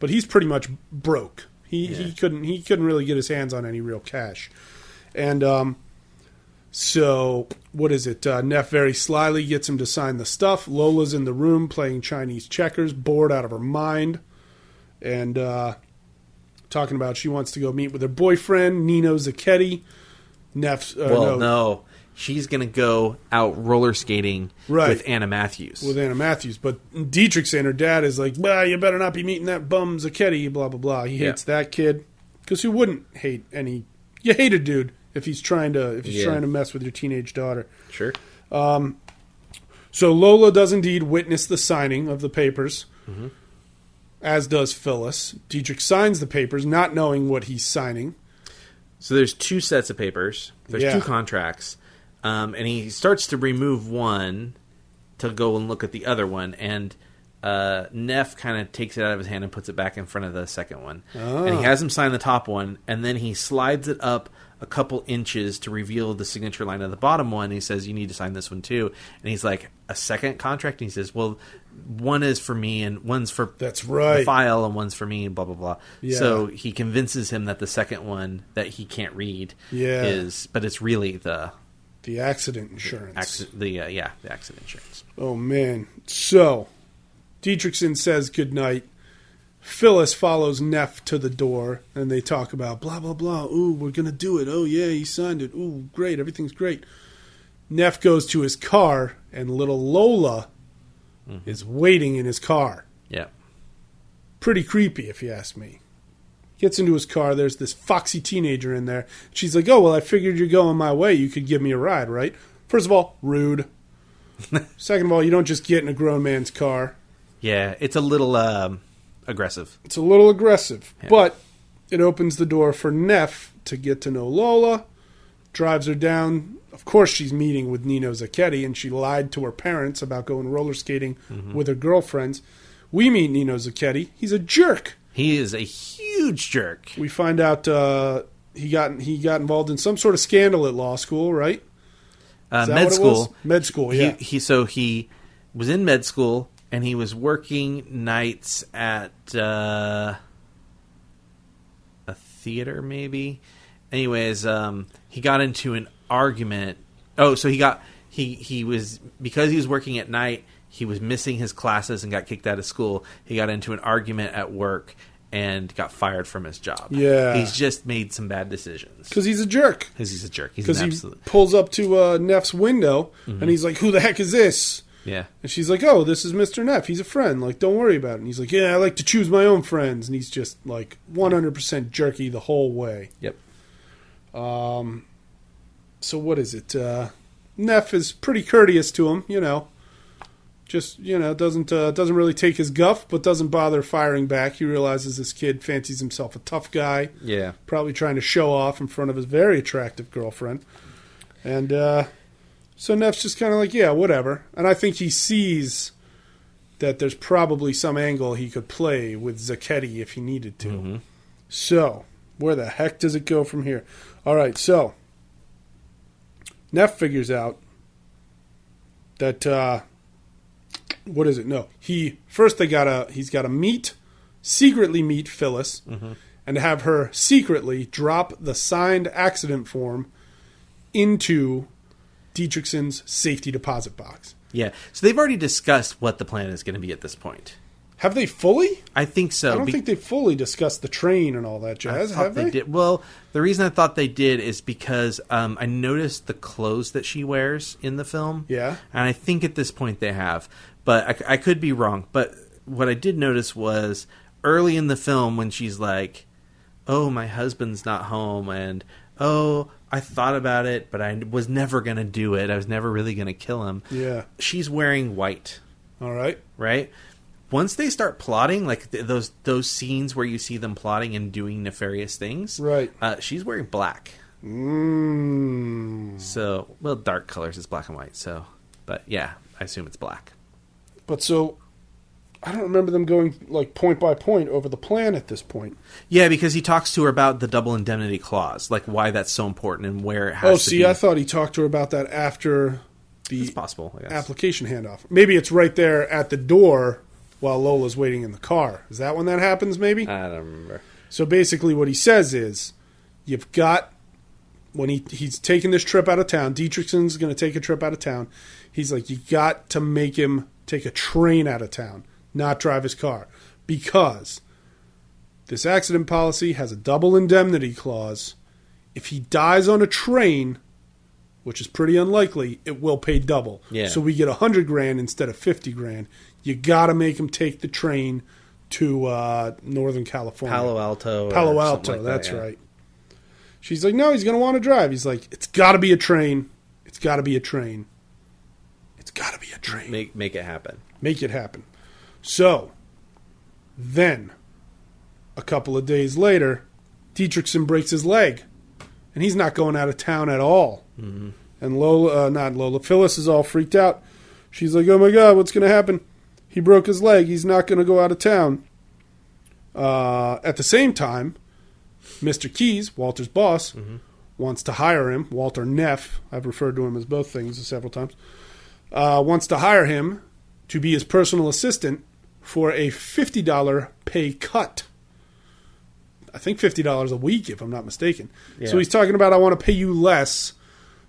[SPEAKER 7] but he's pretty much broke. He he couldn't he couldn't really get his hands on any real cash, and um, so, what is it? Uh, Neff very slyly gets him to sign the stuff. Lola's in the room playing Chinese checkers, bored out of her mind, and uh, talking about she wants to go meet with her boyfriend, Nino Zacchetti. Neff, uh,
[SPEAKER 6] well,
[SPEAKER 7] no,
[SPEAKER 6] no. she's going to go out roller skating
[SPEAKER 7] Right.
[SPEAKER 6] with Anna Matthews.
[SPEAKER 7] with Anna Matthews. But Dietrichson, her dad, is like, well, you better not be meeting that bum Zacchetti, blah, blah, blah. He
[SPEAKER 6] Yeah.
[SPEAKER 7] hates that kid. Because who wouldn't hate any. You hate a dude if he's trying to if he's
[SPEAKER 6] Yeah.
[SPEAKER 7] trying to mess with your teenage daughter.
[SPEAKER 6] sure.
[SPEAKER 7] So Lola does indeed witness the signing of the papers,
[SPEAKER 6] Mm-hmm.
[SPEAKER 7] as does Phyllis. Dietrich signs the papers, not knowing what he's signing.
[SPEAKER 6] So there's two sets of papers. There's
[SPEAKER 7] Yeah.
[SPEAKER 6] two contracts, um, and he starts to remove one to go and look at the other one, and uh, Neff kind of takes it out of his hand and puts it back in front of the second one,
[SPEAKER 7] Oh.
[SPEAKER 6] and he has him sign the top one, and then he slides it up a couple inches to reveal the signature line of the bottom one. He says, "You need to sign this one too," and he's like, "A second contract?" And he says, "Well." One is for me, and one's for
[SPEAKER 7] That's
[SPEAKER 6] the
[SPEAKER 7] right.
[SPEAKER 6] file, and one's for me, and blah blah blah.
[SPEAKER 7] Yeah.
[SPEAKER 6] So he convinces him that the second one that he can't read
[SPEAKER 7] Yeah.
[SPEAKER 6] is, but it's really the
[SPEAKER 7] The accident insurance.
[SPEAKER 6] accident. The uh, yeah, the accident insurance.
[SPEAKER 7] Oh man. So Dietrichson says goodnight. Phyllis follows Neff to the door and they talk about blah blah blah. Ooh, we're gonna do it. Oh yeah, he signed it. Ooh, great, everything's great. Neff goes to his car and little Lola is waiting in his car.
[SPEAKER 6] Yeah,
[SPEAKER 7] pretty creepy if you ask me. Gets into his car. There's this foxy teenager in there. She's like, "Oh well, I figured you're going my way. You could give me a ride, right?" First of all, rude. Second of all, you don't just get in a grown man's car.
[SPEAKER 6] yeah, it's a little um, aggressive.
[SPEAKER 7] It's a little aggressive, but it opens the door for Neff to get to know Lola. Drives her down. Of course, she's meeting with Nino Zacchetti, and she lied to her parents about going roller skating with her girlfriends. We meet Nino Zacchetti. He's a jerk.
[SPEAKER 6] He is a huge jerk.
[SPEAKER 7] we find out uh, he got he got involved in some sort of scandal at law school, right?
[SPEAKER 6] Uh,
[SPEAKER 7] Is that
[SPEAKER 6] med
[SPEAKER 7] what it was?
[SPEAKER 6] school.
[SPEAKER 7] Med school,
[SPEAKER 6] He-
[SPEAKER 7] yeah.
[SPEAKER 6] He, so he was in med school and he was working nights at uh, a theater, maybe. Anyways, um, he got into an argument. Oh, so he got he he was because he was working at night. He was missing his classes and got kicked out of school. He got into an argument at work and got fired from his job.
[SPEAKER 7] Yeah.
[SPEAKER 6] he's just made some bad decisions
[SPEAKER 7] Because he's a jerk.
[SPEAKER 6] because he's a jerk. He's
[SPEAKER 7] Because
[SPEAKER 6] an
[SPEAKER 7] he
[SPEAKER 6] absolute
[SPEAKER 7] pulls up to uh, Neff's window
[SPEAKER 6] Mm-hmm.
[SPEAKER 7] and he's like, "Who the heck is this?"
[SPEAKER 6] yeah.
[SPEAKER 7] And she's like, "Oh, this is Mister Neff. He's a friend. Like, don't worry about it." And he's like, "Yeah, I like to choose my own friends." And he's just like 100% jerky the whole way.
[SPEAKER 6] Yep.
[SPEAKER 7] So what is it? Uh, Neff is pretty courteous to him, you know. Just you know, doesn't uh, doesn't really take his guff, but doesn't bother firing back. He realizes this kid fancies himself a tough guy.
[SPEAKER 6] Yeah.
[SPEAKER 7] probably trying to show off in front of his very attractive girlfriend. And uh, so Neff's just kind of like, yeah, whatever. And I think he sees that there's probably some angle he could play with Zacchetti if he needed to. So, where the heck does it go from here? All right, so Neff figures out that uh, what is it? No, he first they gotta he's gotta meet secretly meet Phyllis
[SPEAKER 6] Mm-hmm.
[SPEAKER 7] and have her secretly drop the signed accident form into Dietrichson's safety deposit box.
[SPEAKER 6] Yeah. So they've already discussed what the plan is going to be at this point.
[SPEAKER 7] Have they fully?
[SPEAKER 6] I think so.
[SPEAKER 7] I don't
[SPEAKER 6] be-
[SPEAKER 7] think they fully discussed the train and all that
[SPEAKER 6] I
[SPEAKER 7] jazz.
[SPEAKER 6] thought
[SPEAKER 7] have they?
[SPEAKER 6] did. Well, the reason I thought they did is because um, I noticed the clothes that she wears in the film.
[SPEAKER 7] Yeah.
[SPEAKER 6] And I think at this point they have, but I, I could be wrong. But what I did notice was early in the film when she's like, oh, my husband's not home, and oh, I thought about it, but I was never going to do it. I was never really going to kill him.
[SPEAKER 7] Yeah.
[SPEAKER 6] She's wearing white,
[SPEAKER 7] All right.
[SPEAKER 6] right? Once they start plotting, like th- those those scenes where you see them plotting and doing nefarious things,
[SPEAKER 7] Right.
[SPEAKER 6] Uh, she's wearing black,
[SPEAKER 7] Mm.
[SPEAKER 6] so well, dark colors is black and white. So, but yeah, I assume it's black.
[SPEAKER 7] But so, I don't remember them going like point by point over the plan at this point.
[SPEAKER 6] Yeah, because he talks to her about the double indemnity clause, like why that's so important and where it has
[SPEAKER 7] Oh,
[SPEAKER 6] to
[SPEAKER 7] see,
[SPEAKER 6] be.
[SPEAKER 7] I thought he talked to her about that after
[SPEAKER 6] it's
[SPEAKER 7] the
[SPEAKER 6] possible. I guess.
[SPEAKER 7] application handoff. Maybe it's right there at the door while Lola's waiting in the car. Is that when that happens? Maybe.
[SPEAKER 6] I don't remember.
[SPEAKER 7] So basically, what he says is, you've got when he he's taking this trip out of town. Dietrichson's going to take a trip out of town. He's like, you got to make him take a train out of town, not drive his car, because this accident policy has a double indemnity clause. If he dies on a train, which is pretty unlikely, it will pay double.
[SPEAKER 6] Yeah.
[SPEAKER 7] So we get a hundred grand instead of fifty grand. You got to make him take the train to uh, Northern California.
[SPEAKER 6] Palo Alto. or
[SPEAKER 7] Palo
[SPEAKER 6] something
[SPEAKER 7] Alto.
[SPEAKER 6] like that,
[SPEAKER 7] that's
[SPEAKER 6] yeah.
[SPEAKER 7] right. She's like, no, he's going to want to drive. He's like, it's got to be a train. It's got to be a train. It's got to be a train. Make-,
[SPEAKER 6] Make make it happen.
[SPEAKER 7] it happen. So, then, a couple of days later, Dietrichson breaks his leg, and he's not going out of town at all. Mm-hmm. And Lola, uh, not Lola, Phyllis is all freaked out. She's like, oh my God, what's going to happen? He broke his leg. He's not going to go out of town. Uh, at the same time, Mr. Keys, Walter's boss,
[SPEAKER 6] Mm-hmm.
[SPEAKER 7] wants to hire him. Walter Neff, I've referred to him as both things several times, uh, wants to hire him to be his personal assistant for a $50 pay cut. I think $50 a week, if I'm not mistaken. So
[SPEAKER 6] Yeah.
[SPEAKER 7] he's talking about, I want to pay you less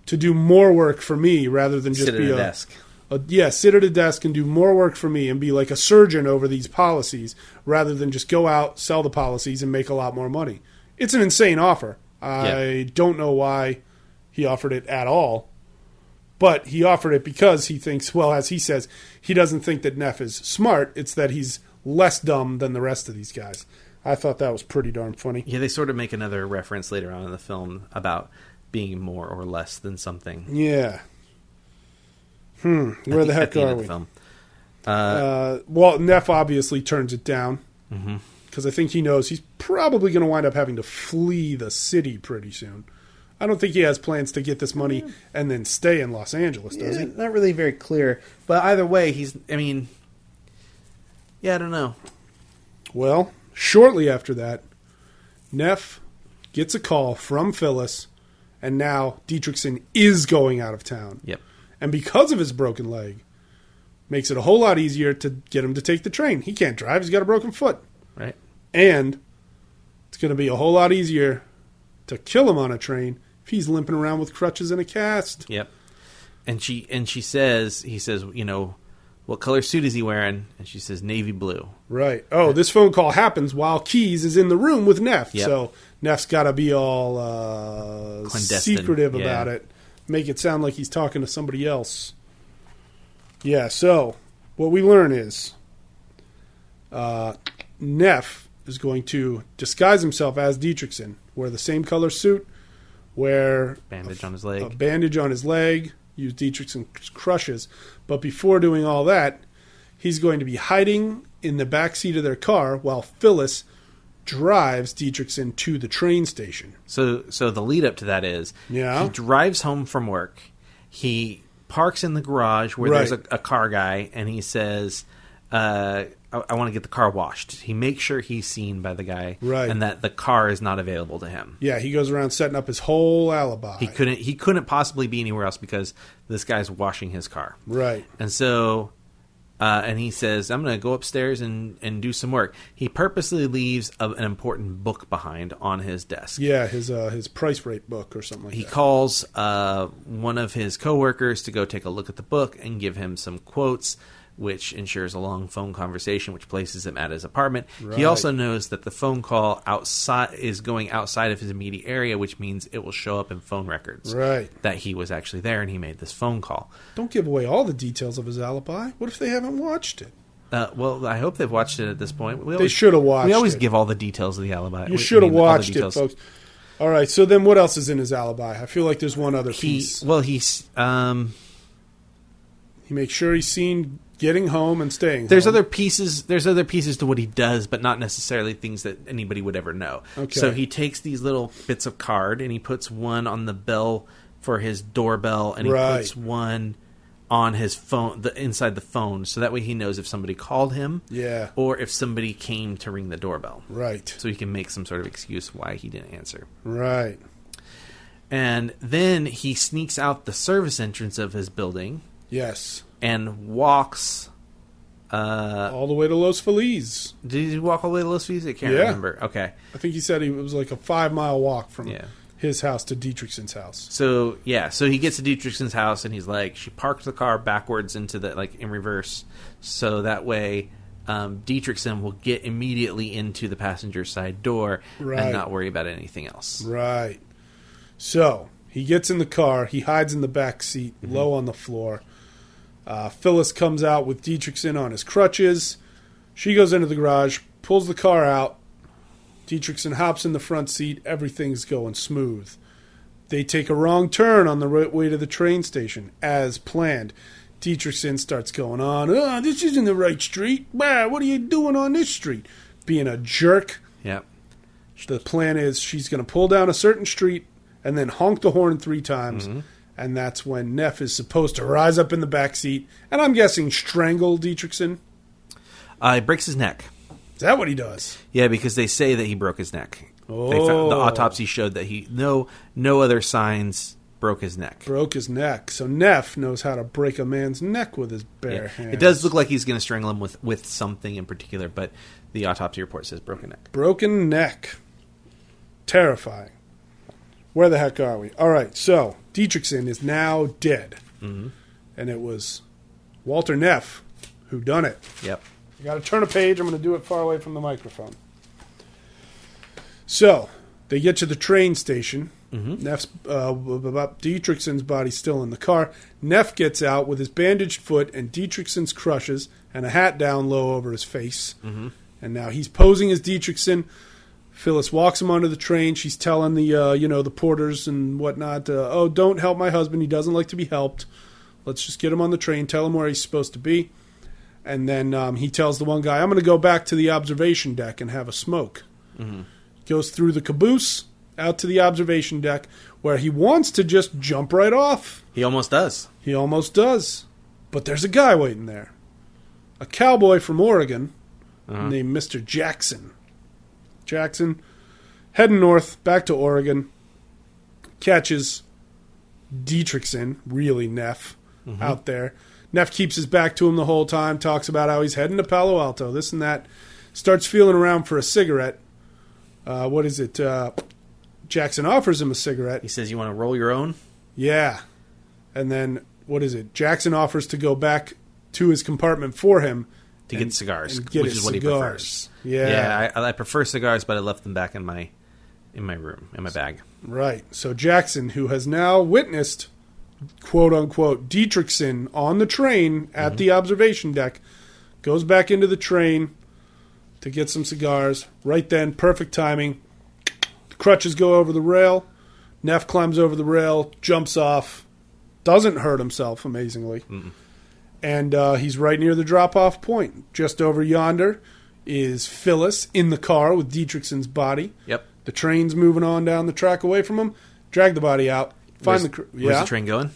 [SPEAKER 7] to do more work for me rather than just
[SPEAKER 6] Sit at
[SPEAKER 7] be
[SPEAKER 6] a desk.
[SPEAKER 7] a- yeah, sit at a desk and do more work for me and be like a surgeon over these policies rather than just go out, sell the policies, and make a lot more money. It's an insane offer. I don't know why he offered it at all, but he offered it because he thinks, well, as he says, he doesn't think that Neff is smart. It's that he's less dumb than the rest of these guys. I thought that was pretty darn funny.
[SPEAKER 6] Yeah, they sort of make another reference later on in the film about being more or less than something.
[SPEAKER 7] Yeah. Hmm. Where the
[SPEAKER 6] At
[SPEAKER 7] heck
[SPEAKER 6] the end
[SPEAKER 7] are
[SPEAKER 6] of the
[SPEAKER 7] we?
[SPEAKER 6] film.
[SPEAKER 7] Uh, well, Neff obviously turns it down because I think he knows he's probably going to wind up having to flee the city pretty soon. I don't think he has plans to get this money and then stay in Los Angeles, does
[SPEAKER 6] Eh,
[SPEAKER 7] he?
[SPEAKER 6] Not really very clear, but either way, he's. I mean, yeah, I don't know.
[SPEAKER 7] Well, shortly after that, Neff gets a call from Phyllis, and now Dietrichson is going out of town.
[SPEAKER 6] Yep.
[SPEAKER 7] And because of his broken leg, makes it a whole lot easier to get him to take the train. He can't drive, he's got a broken foot.
[SPEAKER 6] Right.
[SPEAKER 7] And it's going to be a whole lot easier to kill him on a train if he's limping around with crutches and a cast.
[SPEAKER 6] Yep. And she and she says he says you know what color suit is he wearing and she says navy blue.
[SPEAKER 7] Right. Oh, this phone call happens while Keys is in the room with Neff.
[SPEAKER 6] Yep.
[SPEAKER 7] So Neff's got to be all uh,
[SPEAKER 6] Clandestine,
[SPEAKER 7] secretive
[SPEAKER 6] yeah.
[SPEAKER 7] about it, make it sound like he's talking to somebody else. Yeah, so what we learn is uh, Neff is going to disguise himself as Dietrichson, wear the same color suit, wear
[SPEAKER 6] Bandage on his
[SPEAKER 7] a
[SPEAKER 6] leg.
[SPEAKER 7] bandage on his leg, use Dietrichson crushes. But before doing all that, he's going to be hiding in the back seat of their car while Phyllis drives Dietrichson to the train station.
[SPEAKER 6] So so the lead up to that is
[SPEAKER 7] Yeah.
[SPEAKER 6] he drives home from work. He parks in the garage where
[SPEAKER 7] Right.
[SPEAKER 6] there's a, a car guy and he says uh, I, I want to get the car washed. He makes sure he's seen by the guy
[SPEAKER 7] Right.
[SPEAKER 6] and that the car is not available to him.
[SPEAKER 7] Yeah, he goes around setting up his whole alibi.
[SPEAKER 6] He couldn't he couldn't possibly be anywhere else because this guy's washing his car.
[SPEAKER 7] Right.
[SPEAKER 6] And so, uh, and he says, "I'm going to go upstairs and and do some work." He purposely leaves a, an important book behind on his desk.
[SPEAKER 7] Yeah, his uh, his price rate book or something like
[SPEAKER 6] He
[SPEAKER 7] that.
[SPEAKER 6] calls uh, one of his coworkers to go take a look at the book and give him some quotes, which ensures a long phone conversation, which places him at his apartment.
[SPEAKER 7] Right.
[SPEAKER 6] He also knows that the phone call outside is going outside of his immediate area, which means it will show up in phone records
[SPEAKER 7] Right.
[SPEAKER 6] that he was actually there and he made this phone call.
[SPEAKER 7] Don't give away all the details of his alibi. What if they haven't watched it?
[SPEAKER 6] Uh, well, I hope they've watched it at this point. We
[SPEAKER 7] They
[SPEAKER 6] always,
[SPEAKER 7] should have watched
[SPEAKER 6] We always
[SPEAKER 7] it.
[SPEAKER 6] give all the details of the alibi.
[SPEAKER 7] You
[SPEAKER 6] We-
[SPEAKER 7] should
[SPEAKER 6] I
[SPEAKER 7] have
[SPEAKER 6] mean, all the
[SPEAKER 7] watched it,
[SPEAKER 6] details.
[SPEAKER 7] folks. All right, so then what else is in his alibi? I feel like there's one other
[SPEAKER 6] He
[SPEAKER 7] piece.
[SPEAKER 6] well, he's um,
[SPEAKER 7] He makes sure he's seen getting home and staying.
[SPEAKER 6] there's
[SPEAKER 7] home.
[SPEAKER 6] other pieces there's other pieces to what he does but not necessarily things that anybody would ever know
[SPEAKER 7] Okay.
[SPEAKER 6] so he takes these little bits of card and he puts one on the bell for his doorbell and he
[SPEAKER 7] Right.
[SPEAKER 6] puts one on his phone the inside the phone so that way he knows if somebody called him
[SPEAKER 7] Yeah.
[SPEAKER 6] or if somebody came to ring the doorbell
[SPEAKER 7] Right.
[SPEAKER 6] so he can make some sort of excuse why he didn't answer
[SPEAKER 7] Right.
[SPEAKER 6] and then he sneaks out the service entrance of his building
[SPEAKER 7] Yes.
[SPEAKER 6] and walks uh
[SPEAKER 7] All the way to Los Feliz.
[SPEAKER 6] Did he walk all the way to Los Feliz? I can't
[SPEAKER 7] Yeah.
[SPEAKER 6] remember. Okay.
[SPEAKER 7] I think he said he, it was like a five mile walk from
[SPEAKER 6] Yeah.
[SPEAKER 7] his house to Dietrichson's house.
[SPEAKER 6] So yeah, so he gets to Dietrichson's house and he's like, she parked the car backwards into the like in reverse, so that way um, Dietrichson will get immediately into the passenger side door
[SPEAKER 7] Right.
[SPEAKER 6] and not worry about anything else.
[SPEAKER 7] Right. So he gets in the car. He hides in the back seat, low on the floor. Uh, Phyllis comes out with Dietrichson on his crutches. She goes into the garage, pulls the car out. Dietrichson hops in the front seat. Everything's going smooth. They take a wrong turn on the right way to the train station, as planned. Dietrichson starts going on, oh, this isn't the right street. Bah, what are you doing on this street? Being a jerk.
[SPEAKER 6] Yeah.
[SPEAKER 7] The plan is she's going to pull down a certain street and then honk the horn three times.
[SPEAKER 6] Mm-hmm.
[SPEAKER 7] And that's when Neff is supposed to rise up in the back seat and I'm guessing strangle Dietrichson.
[SPEAKER 6] Uh, he breaks his neck.
[SPEAKER 7] Is that what he does?
[SPEAKER 6] Yeah, because they say that he broke his neck. They found, the
[SPEAKER 7] Oh.
[SPEAKER 6] autopsy showed that he no no other signs broke his neck.
[SPEAKER 7] Broke his neck. So Neff knows how to break a man's neck with his bare
[SPEAKER 6] Yeah.
[SPEAKER 7] hands.
[SPEAKER 6] It does look like he's going to strangle him with with something in particular, but the autopsy report says broken neck.
[SPEAKER 7] Broken neck. Terrifying. Where the heck are we? All right, so Dietrichson is now dead.
[SPEAKER 6] Mm-hmm.
[SPEAKER 7] And it was Walter Neff who done it.
[SPEAKER 6] Yep.
[SPEAKER 7] I got to turn a page. I'm going to do it far away from the microphone. So they get to the train station. Neff's uh, b- b- b- Dietrichson's body's still in the car. Neff gets out with his bandaged foot and Dietrichson's crushes and a hat down low over his face. And now he's posing as Dietrichson. Phyllis walks him onto the train. She's telling the uh, you know the porters and whatnot, uh, "Oh, don't help my husband. He doesn't like to be helped. Let's just get him on the train. Tell him where he's supposed to be." And then um, he tells the one guy, I'm going to go back to the observation deck and have a smoke. Goes through the caboose out to the observation deck where he wants to just jump right off.
[SPEAKER 6] He almost does.
[SPEAKER 7] He almost does. But there's a guy waiting there a cowboy from Oregon named Mr. Jackson. Jackson, heading north back to Oregon, catches Dietrichson, really Neff, out there. Neff keeps his back to him the whole time, talks about how he's heading to Palo Alto, this and that. Starts feeling around for a cigarette. Uh, what is it? Uh, Jackson offers him a cigarette.
[SPEAKER 6] He says, "You want to roll your own?"
[SPEAKER 7] Yeah. And then what is it? Jackson offers to go back to his compartment for him
[SPEAKER 6] to
[SPEAKER 7] and-
[SPEAKER 6] get cigars,
[SPEAKER 7] and get
[SPEAKER 6] which
[SPEAKER 7] his
[SPEAKER 6] is what he prefers.
[SPEAKER 7] cigars. Yeah.
[SPEAKER 6] I, I prefer cigars, but I left them back in my in my room in my bag.
[SPEAKER 7] Right. So Jackson, who has now witnessed quote unquote Dietrichson on the train at the observation deck, goes back into the train to get some cigars. Right then, perfect timing. The crutches go over the rail. Neff climbs over the rail, jumps off, doesn't hurt himself, amazingly. And uh, he's right near the drop off point. Just over yonder is Phyllis in the car with Dietrichson's body.
[SPEAKER 6] Yep.
[SPEAKER 7] The train's moving on down the track away from him. Drag the body out. Find
[SPEAKER 6] where's,
[SPEAKER 7] the cr-
[SPEAKER 6] where's
[SPEAKER 7] yeah
[SPEAKER 6] the train going?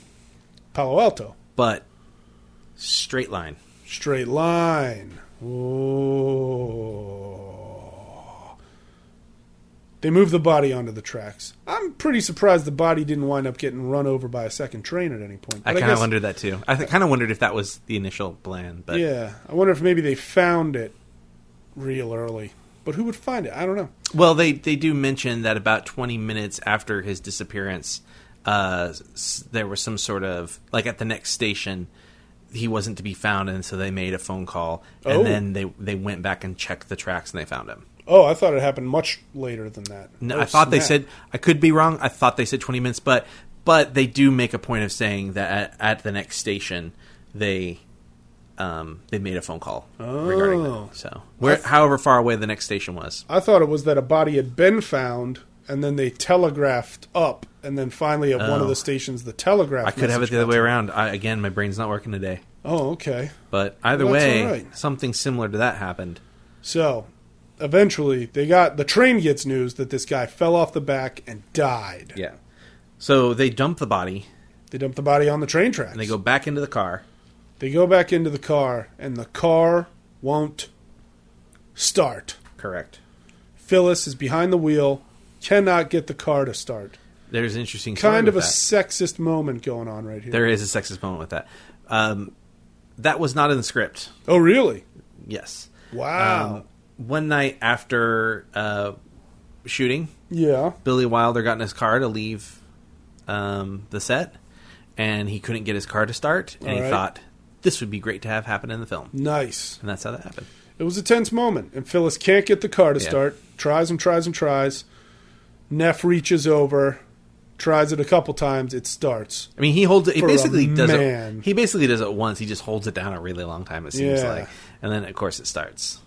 [SPEAKER 7] Palo Alto
[SPEAKER 6] But straight line.
[SPEAKER 7] straight line. Oh. They move the body onto the tracks. I'm pretty surprised the body didn't wind up getting run over by a second train at any point.
[SPEAKER 6] I
[SPEAKER 7] But
[SPEAKER 6] kind of
[SPEAKER 7] guess-
[SPEAKER 6] wondered that too. I th- kind of wondered if that was the initial plan, but
[SPEAKER 7] Yeah, I wonder if maybe they found it real early. But who would find it? I don't know.
[SPEAKER 6] well, they they do mention that about twenty minutes after his disappearance, uh, s- there was some sort of like at the next station. He wasn't to be found, and so they made a phone call, and
[SPEAKER 7] Oh.
[SPEAKER 6] then they they went back and checked the tracks, and they found him.
[SPEAKER 7] Oh, I thought it happened much later than that.
[SPEAKER 6] No,
[SPEAKER 7] Oh,
[SPEAKER 6] I thought they
[SPEAKER 7] snap.
[SPEAKER 6] said I could be wrong. I thought they said 20 minutes, but but they do make a point of saying that at, at the next station they um, they made a phone call regarding
[SPEAKER 7] Oh.
[SPEAKER 6] that. So, where, however far away the next station was,
[SPEAKER 7] I thought it was that a body had been found, and then they telegraphed up, and then finally at one of
[SPEAKER 6] Oh.
[SPEAKER 7] the stations, the telegraph.
[SPEAKER 6] I could have it
[SPEAKER 7] message
[SPEAKER 6] the other way
[SPEAKER 7] got
[SPEAKER 6] around. I, again, my brain's not working today.
[SPEAKER 7] to- Oh, okay.
[SPEAKER 6] But either
[SPEAKER 7] That's
[SPEAKER 6] way,
[SPEAKER 7] all right.
[SPEAKER 6] something similar to that happened.
[SPEAKER 7] So eventually, they got the train gets news that this guy fell off the back and died.
[SPEAKER 6] Yeah. So they dump the body
[SPEAKER 7] They dump the body on the train tracks.
[SPEAKER 6] and they go back into the car.
[SPEAKER 7] They go back into the car, and the car won't start.
[SPEAKER 6] Correct.
[SPEAKER 7] Phyllis is behind the wheel, cannot get the car to start.
[SPEAKER 6] There's an interesting story
[SPEAKER 7] Kind of a
[SPEAKER 6] with that.
[SPEAKER 7] sexist moment going on right here.
[SPEAKER 6] there is a sexist moment with that. Um, that was not in the script.
[SPEAKER 7] Oh, really?
[SPEAKER 6] Um, Yes.
[SPEAKER 7] Wow.
[SPEAKER 6] One night after uh, shooting,
[SPEAKER 7] yeah.
[SPEAKER 6] Billy Wilder got in his car to leave um, the set, and he couldn't get his car to start, and he
[SPEAKER 7] Alright.
[SPEAKER 6] thought this would be great to have happen in the film,
[SPEAKER 7] Nice.
[SPEAKER 6] and that's how that happened.
[SPEAKER 7] It was a tense moment, and Phyllis can't get the car to
[SPEAKER 6] Yeah.
[SPEAKER 7] start. Tries and tries and tries. Neff reaches over, tries it a couple times. It starts.
[SPEAKER 6] I mean, he holds it. He
[SPEAKER 7] For a
[SPEAKER 6] basically does
[SPEAKER 7] man.
[SPEAKER 6] it. He basically does it once. He just holds it down a really long time. It seems
[SPEAKER 7] Yeah.
[SPEAKER 6] like, and then of course it starts.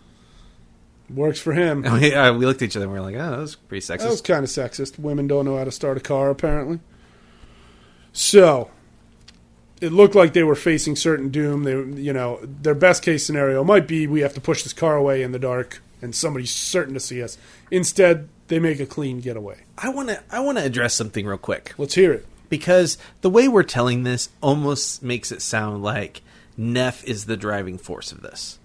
[SPEAKER 6] (laughs)
[SPEAKER 7] Works for him.
[SPEAKER 6] And we, uh, we looked at each other and we were like, "Oh, that was pretty
[SPEAKER 7] That was
[SPEAKER 6] sexist."
[SPEAKER 7] kind of sexist. Women don't know how to start a car, apparently. So, it looked like they were facing certain doom. They, you know, their best case scenario might be we have to push this car away in the dark, and somebody's certain to see us. Instead, they make a clean getaway.
[SPEAKER 6] I want to. I want to address something real quick
[SPEAKER 7] Let's hear it.
[SPEAKER 6] because the way we're telling this almost makes it sound like Neff is the driving force of this,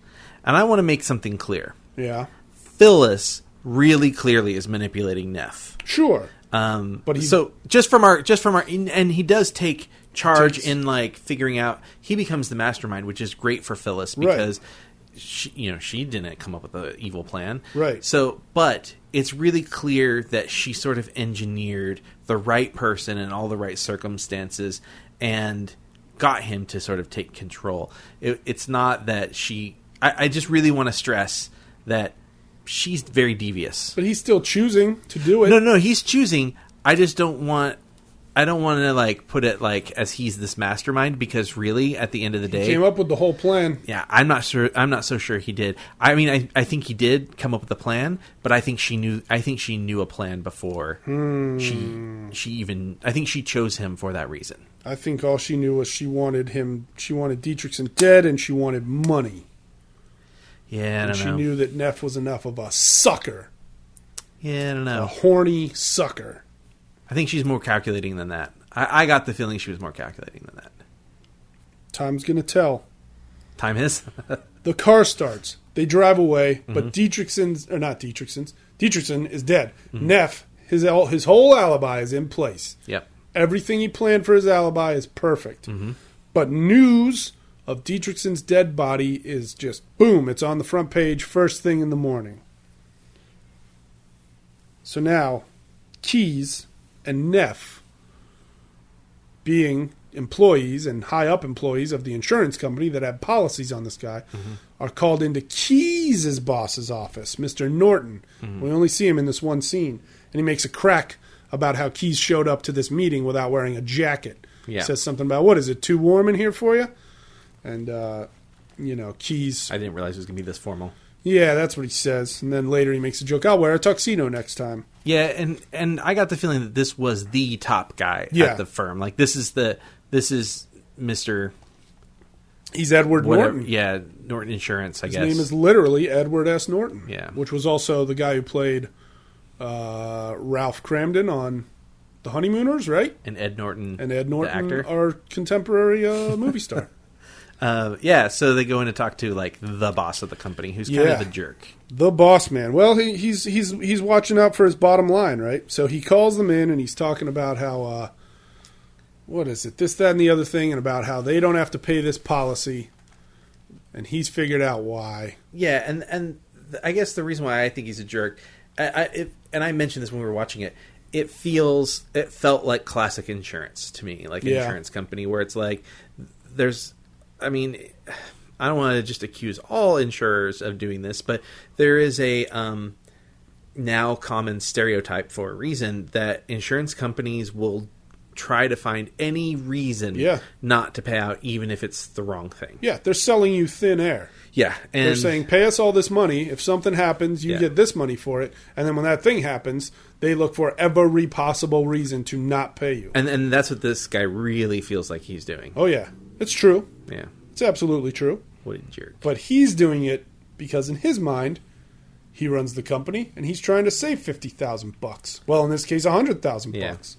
[SPEAKER 6] and I want to make something clear.
[SPEAKER 7] Yeah,
[SPEAKER 6] Phyllis really clearly is manipulating Neff.
[SPEAKER 7] sure.
[SPEAKER 6] Um,
[SPEAKER 7] But
[SPEAKER 6] but
[SPEAKER 7] he-
[SPEAKER 6] so just from our just from our and and he does take charge
[SPEAKER 7] Takes-
[SPEAKER 6] in like figuring out he becomes the mastermind, which is great for Phyllis
[SPEAKER 7] Right.
[SPEAKER 6] because she, you know she didn't come up with the evil plan,
[SPEAKER 7] Right.
[SPEAKER 6] So, but it's really clear that she sort of engineered the right person in all the right circumstances and got him to sort of take control. It, it's not that she. I, I just really want to stress that she's very devious.
[SPEAKER 7] but he's still choosing to do it.
[SPEAKER 6] No, no, he's choosing. I just don't want. I don't want to like put it like as he's this mastermind because really, at the end of the day,
[SPEAKER 7] Came up with the whole plan.
[SPEAKER 6] yeah, I'm not sure. I'm not so sure he did. I mean, I, I think he did come up with a plan, but I think she knew. I think she knew a plan before
[SPEAKER 7] Hmm.
[SPEAKER 6] she she even. I think she chose him for that reason.
[SPEAKER 7] I think all she knew was she wanted him. She wanted Dietrichson dead, and she wanted money.
[SPEAKER 6] Yeah, I
[SPEAKER 7] And
[SPEAKER 6] don't
[SPEAKER 7] she
[SPEAKER 6] know.
[SPEAKER 7] knew that Neff was enough of a sucker,
[SPEAKER 6] yeah, I don't
[SPEAKER 7] a
[SPEAKER 6] know.
[SPEAKER 7] horny sucker.
[SPEAKER 6] I think she's more calculating than that. I, I got the feeling she was more calculating than that.
[SPEAKER 7] Time's gonna tell.
[SPEAKER 6] Time is. (laughs)
[SPEAKER 7] The car starts. They drive away,
[SPEAKER 6] Mm-hmm.
[SPEAKER 7] but Dietrichson's or not Dietrichson's. Dietrichson is dead.
[SPEAKER 6] Mm-hmm.
[SPEAKER 7] Neff, his al- his whole alibi is in place.
[SPEAKER 6] yep.
[SPEAKER 7] Everything he planned for his alibi is perfect.
[SPEAKER 6] Mm-hmm.
[SPEAKER 7] But news of Dietrichson's dead body is just boom. It's on the front page first thing in the morning. So now, Keys and Neff, being employees and high up employees of the insurance company that had policies on this guy,
[SPEAKER 6] Mm-hmm.
[SPEAKER 7] are called into Keys' boss's office, Mr. Norton.
[SPEAKER 6] Mm-hmm.
[SPEAKER 7] We only see him in this one scene. And he makes a crack about how Keys showed up to this meeting without wearing a jacket.
[SPEAKER 6] Yeah.
[SPEAKER 7] Says something about, what is it, too warm in here for you? And, uh, you know, Keys
[SPEAKER 6] I didn't realize it was gonna be this formal.
[SPEAKER 7] yeah, that's what he says. And then later he makes a joke. I'll wear a tuxedo next time.
[SPEAKER 6] Yeah, and and I got the feeling that this was the top guy
[SPEAKER 7] Yeah.
[SPEAKER 6] at the firm. Like this is the this is Mister
[SPEAKER 7] He's Edward
[SPEAKER 6] whatever.
[SPEAKER 7] Norton.
[SPEAKER 6] Yeah, Norton Insurance. I
[SPEAKER 7] His
[SPEAKER 6] guess
[SPEAKER 7] name is literally Edward S. Norton.
[SPEAKER 6] Yeah.
[SPEAKER 7] Which was also the guy who played uh, Ralph Cramden on The Honeymooners, right?
[SPEAKER 6] and Ed Norton
[SPEAKER 7] And Ed
[SPEAKER 6] the
[SPEAKER 7] Norton,
[SPEAKER 6] actor.
[SPEAKER 7] our contemporary uh, movie star. (laughs)
[SPEAKER 6] Uh, yeah, so they go in to talk to like the boss of the company, who's kind of
[SPEAKER 7] Yeah.
[SPEAKER 6] the jerk.
[SPEAKER 7] The boss man. Well, he, he's he's he's watching out for his bottom line, right? So he calls them in and he's talking about how uh, what is it? This, that, and the other thing, and about how they don't have to pay this policy, and he's figured out why.
[SPEAKER 6] Yeah, and and th- I guess the reason why I think he's a jerk, I, I it, and I mentioned this when we were watching it. It feels it felt like classic insurance to me, like an
[SPEAKER 7] Yeah.
[SPEAKER 6] insurance company where it's like there's, I mean, I don't want to just accuse all insurers of doing this, but there is a um, now common stereotype for a reason that insurance companies will try to find any reason
[SPEAKER 7] Yeah.
[SPEAKER 6] not to pay out, even if it's the wrong thing.
[SPEAKER 7] Yeah, they're selling you thin air.
[SPEAKER 6] Yeah, and
[SPEAKER 7] They're saying, pay us all this money. If something happens, you
[SPEAKER 6] Yeah.
[SPEAKER 7] get this money for it. And then when that thing happens, they look for every possible reason to not pay you.
[SPEAKER 6] and and that's what this guy really feels like he's doing.
[SPEAKER 7] Oh, yeah. It's true.
[SPEAKER 6] Yeah,
[SPEAKER 7] It's absolutely true.
[SPEAKER 6] what a jerk.
[SPEAKER 7] But he's doing it because in his mind, he runs the company and he's trying to save 50,000 bucks. Well, in this case, 100,000
[SPEAKER 6] Yeah.
[SPEAKER 7] bucks.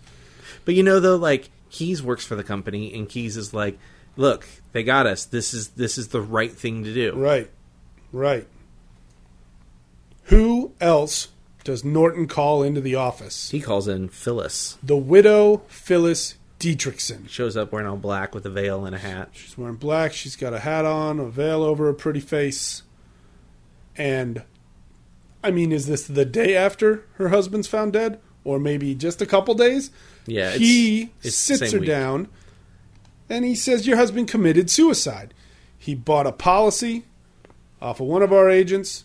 [SPEAKER 6] But you know though, like Keys works for the company, and Keys is like, "Look, they got us. This is this is the right thing to do."
[SPEAKER 7] Right. Right. Who else does Norton call into the office?
[SPEAKER 6] He calls in Phyllis,
[SPEAKER 7] The widow, Phyllis Dietrichson.
[SPEAKER 6] shows up wearing all black with a veil and a hat.
[SPEAKER 7] She's wearing black. She's got a hat on, a veil over her pretty face. And, I mean, is this the day after her husband's found dead? Or maybe just a couple days?
[SPEAKER 6] Yeah, it's-
[SPEAKER 7] He
[SPEAKER 6] it's the
[SPEAKER 7] sits
[SPEAKER 6] same
[SPEAKER 7] her
[SPEAKER 6] week.
[SPEAKER 7] down and he says, Your husband committed suicide. He bought a policy off of one of our agents.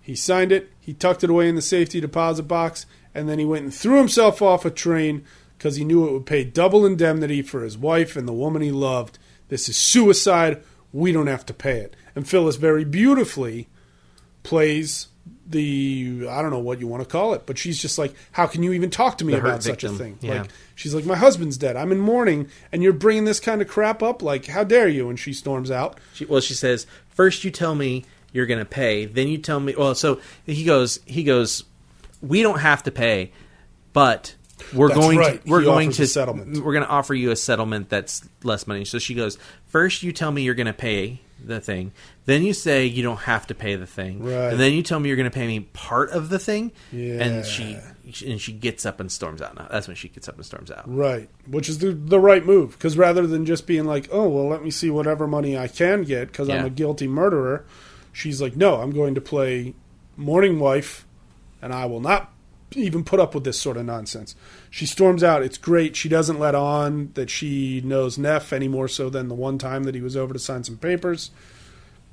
[SPEAKER 7] He signed it. He tucked it away in the safety deposit box. And then he went and threw himself off a train because he knew it would pay double indemnity for his wife and the woman he loved. This is suicide. We don't have to pay it. And Phyllis very beautifully plays the I don't know what you want to call it, but she's just like, how can you even talk to me
[SPEAKER 6] The hurt
[SPEAKER 7] about such a
[SPEAKER 6] victim.
[SPEAKER 7] thing?
[SPEAKER 6] Yeah.
[SPEAKER 7] Like she's like, my husband's dead. I'm in mourning, and you're bringing this kind of crap up. Like, how dare you? And she storms out.
[SPEAKER 6] She, well, she says, first you tell me you're going to pay, then you tell me." Well, so he goes, he goes, "We don't have to pay, but we're
[SPEAKER 7] That's
[SPEAKER 6] going,
[SPEAKER 7] right.
[SPEAKER 6] to, we're
[SPEAKER 7] He
[SPEAKER 6] going
[SPEAKER 7] offers
[SPEAKER 6] to
[SPEAKER 7] a settlement.
[SPEAKER 6] We're going to offer you a settlement that's less money." So she goes, first you tell me you're going to pay the thing, then you say you don't have to pay the thing,
[SPEAKER 7] Right.
[SPEAKER 6] and then you tell me you're going to pay me part of the thing."
[SPEAKER 7] Yeah.
[SPEAKER 6] And she and she gets up and storms out. Now, that's when she gets up and storms out.
[SPEAKER 7] Right, which is the the right move because rather than just being like, "Oh, well, let me see whatever money I can get because I'm
[SPEAKER 6] Yeah.
[SPEAKER 7] a guilty murderer," she's like, "No, I'm going to play mourning wife, and I will not even put up with this sort of nonsense." She storms out. It's great. She doesn't let on that she knows Neff any more so than the one time that he was over to sign some papers.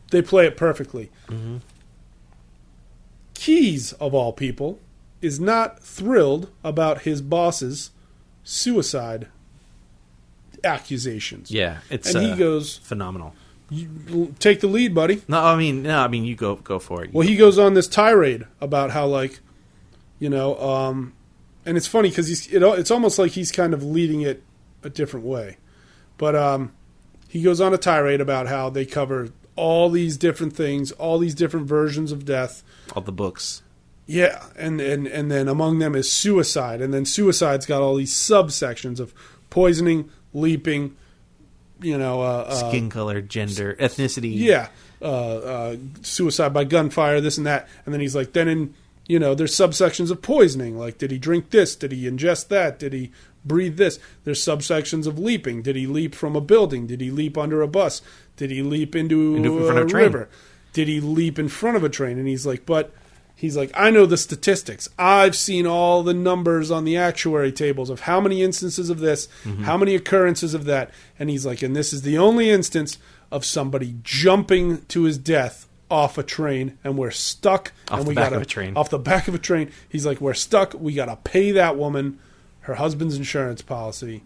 [SPEAKER 7] They play it perfectly. Keys, of all people, is not thrilled about his boss's suicide accusations.
[SPEAKER 6] Yeah, it's
[SPEAKER 7] And he
[SPEAKER 6] uh,
[SPEAKER 7] goes-
[SPEAKER 6] phenomenal.
[SPEAKER 7] You- Take the lead, buddy.
[SPEAKER 6] No, I mean, no, I mean, you go go for it. You
[SPEAKER 7] Well, he goes on this tirade about how, like, you know, um, and it's funny because he's it, it's almost like he's kind of leading it a different way, but um, he goes on a tirade about how they cover all these different things, all these different versions of death,
[SPEAKER 6] all the books.
[SPEAKER 7] Yeah, and, and and then among them is suicide, and then suicide's got all these subsections of poisoning, leaping, you know, uh, uh,
[SPEAKER 6] skin color, gender, ethnicity.
[SPEAKER 7] yeah, uh, uh, suicide by gunfire, this and that, and then he's like, then in you know, there's subsections of poisoning, like did he drink this, did he ingest that, did he breathe this? There's subsections of leaping, did he leap from a building, did he leap under a bus, did he leap into,
[SPEAKER 6] Into- in front
[SPEAKER 7] a,
[SPEAKER 6] of a train.
[SPEAKER 7] river, did he leap in front of a train? And he's like, but. He's like, I know the statistics. I've seen all the numbers on the actuary tables of how many instances of this,
[SPEAKER 6] Mm-hmm.
[SPEAKER 7] how many occurrences of that. And he's like, and this is the only instance of somebody jumping to his death off a train, and we're stuck.
[SPEAKER 6] Off
[SPEAKER 7] and
[SPEAKER 6] the
[SPEAKER 7] we
[SPEAKER 6] back
[SPEAKER 7] gotta,
[SPEAKER 6] of a train.
[SPEAKER 7] Off the back of a train. He's like, we're stuck. We got to pay that woman her husband's insurance policy.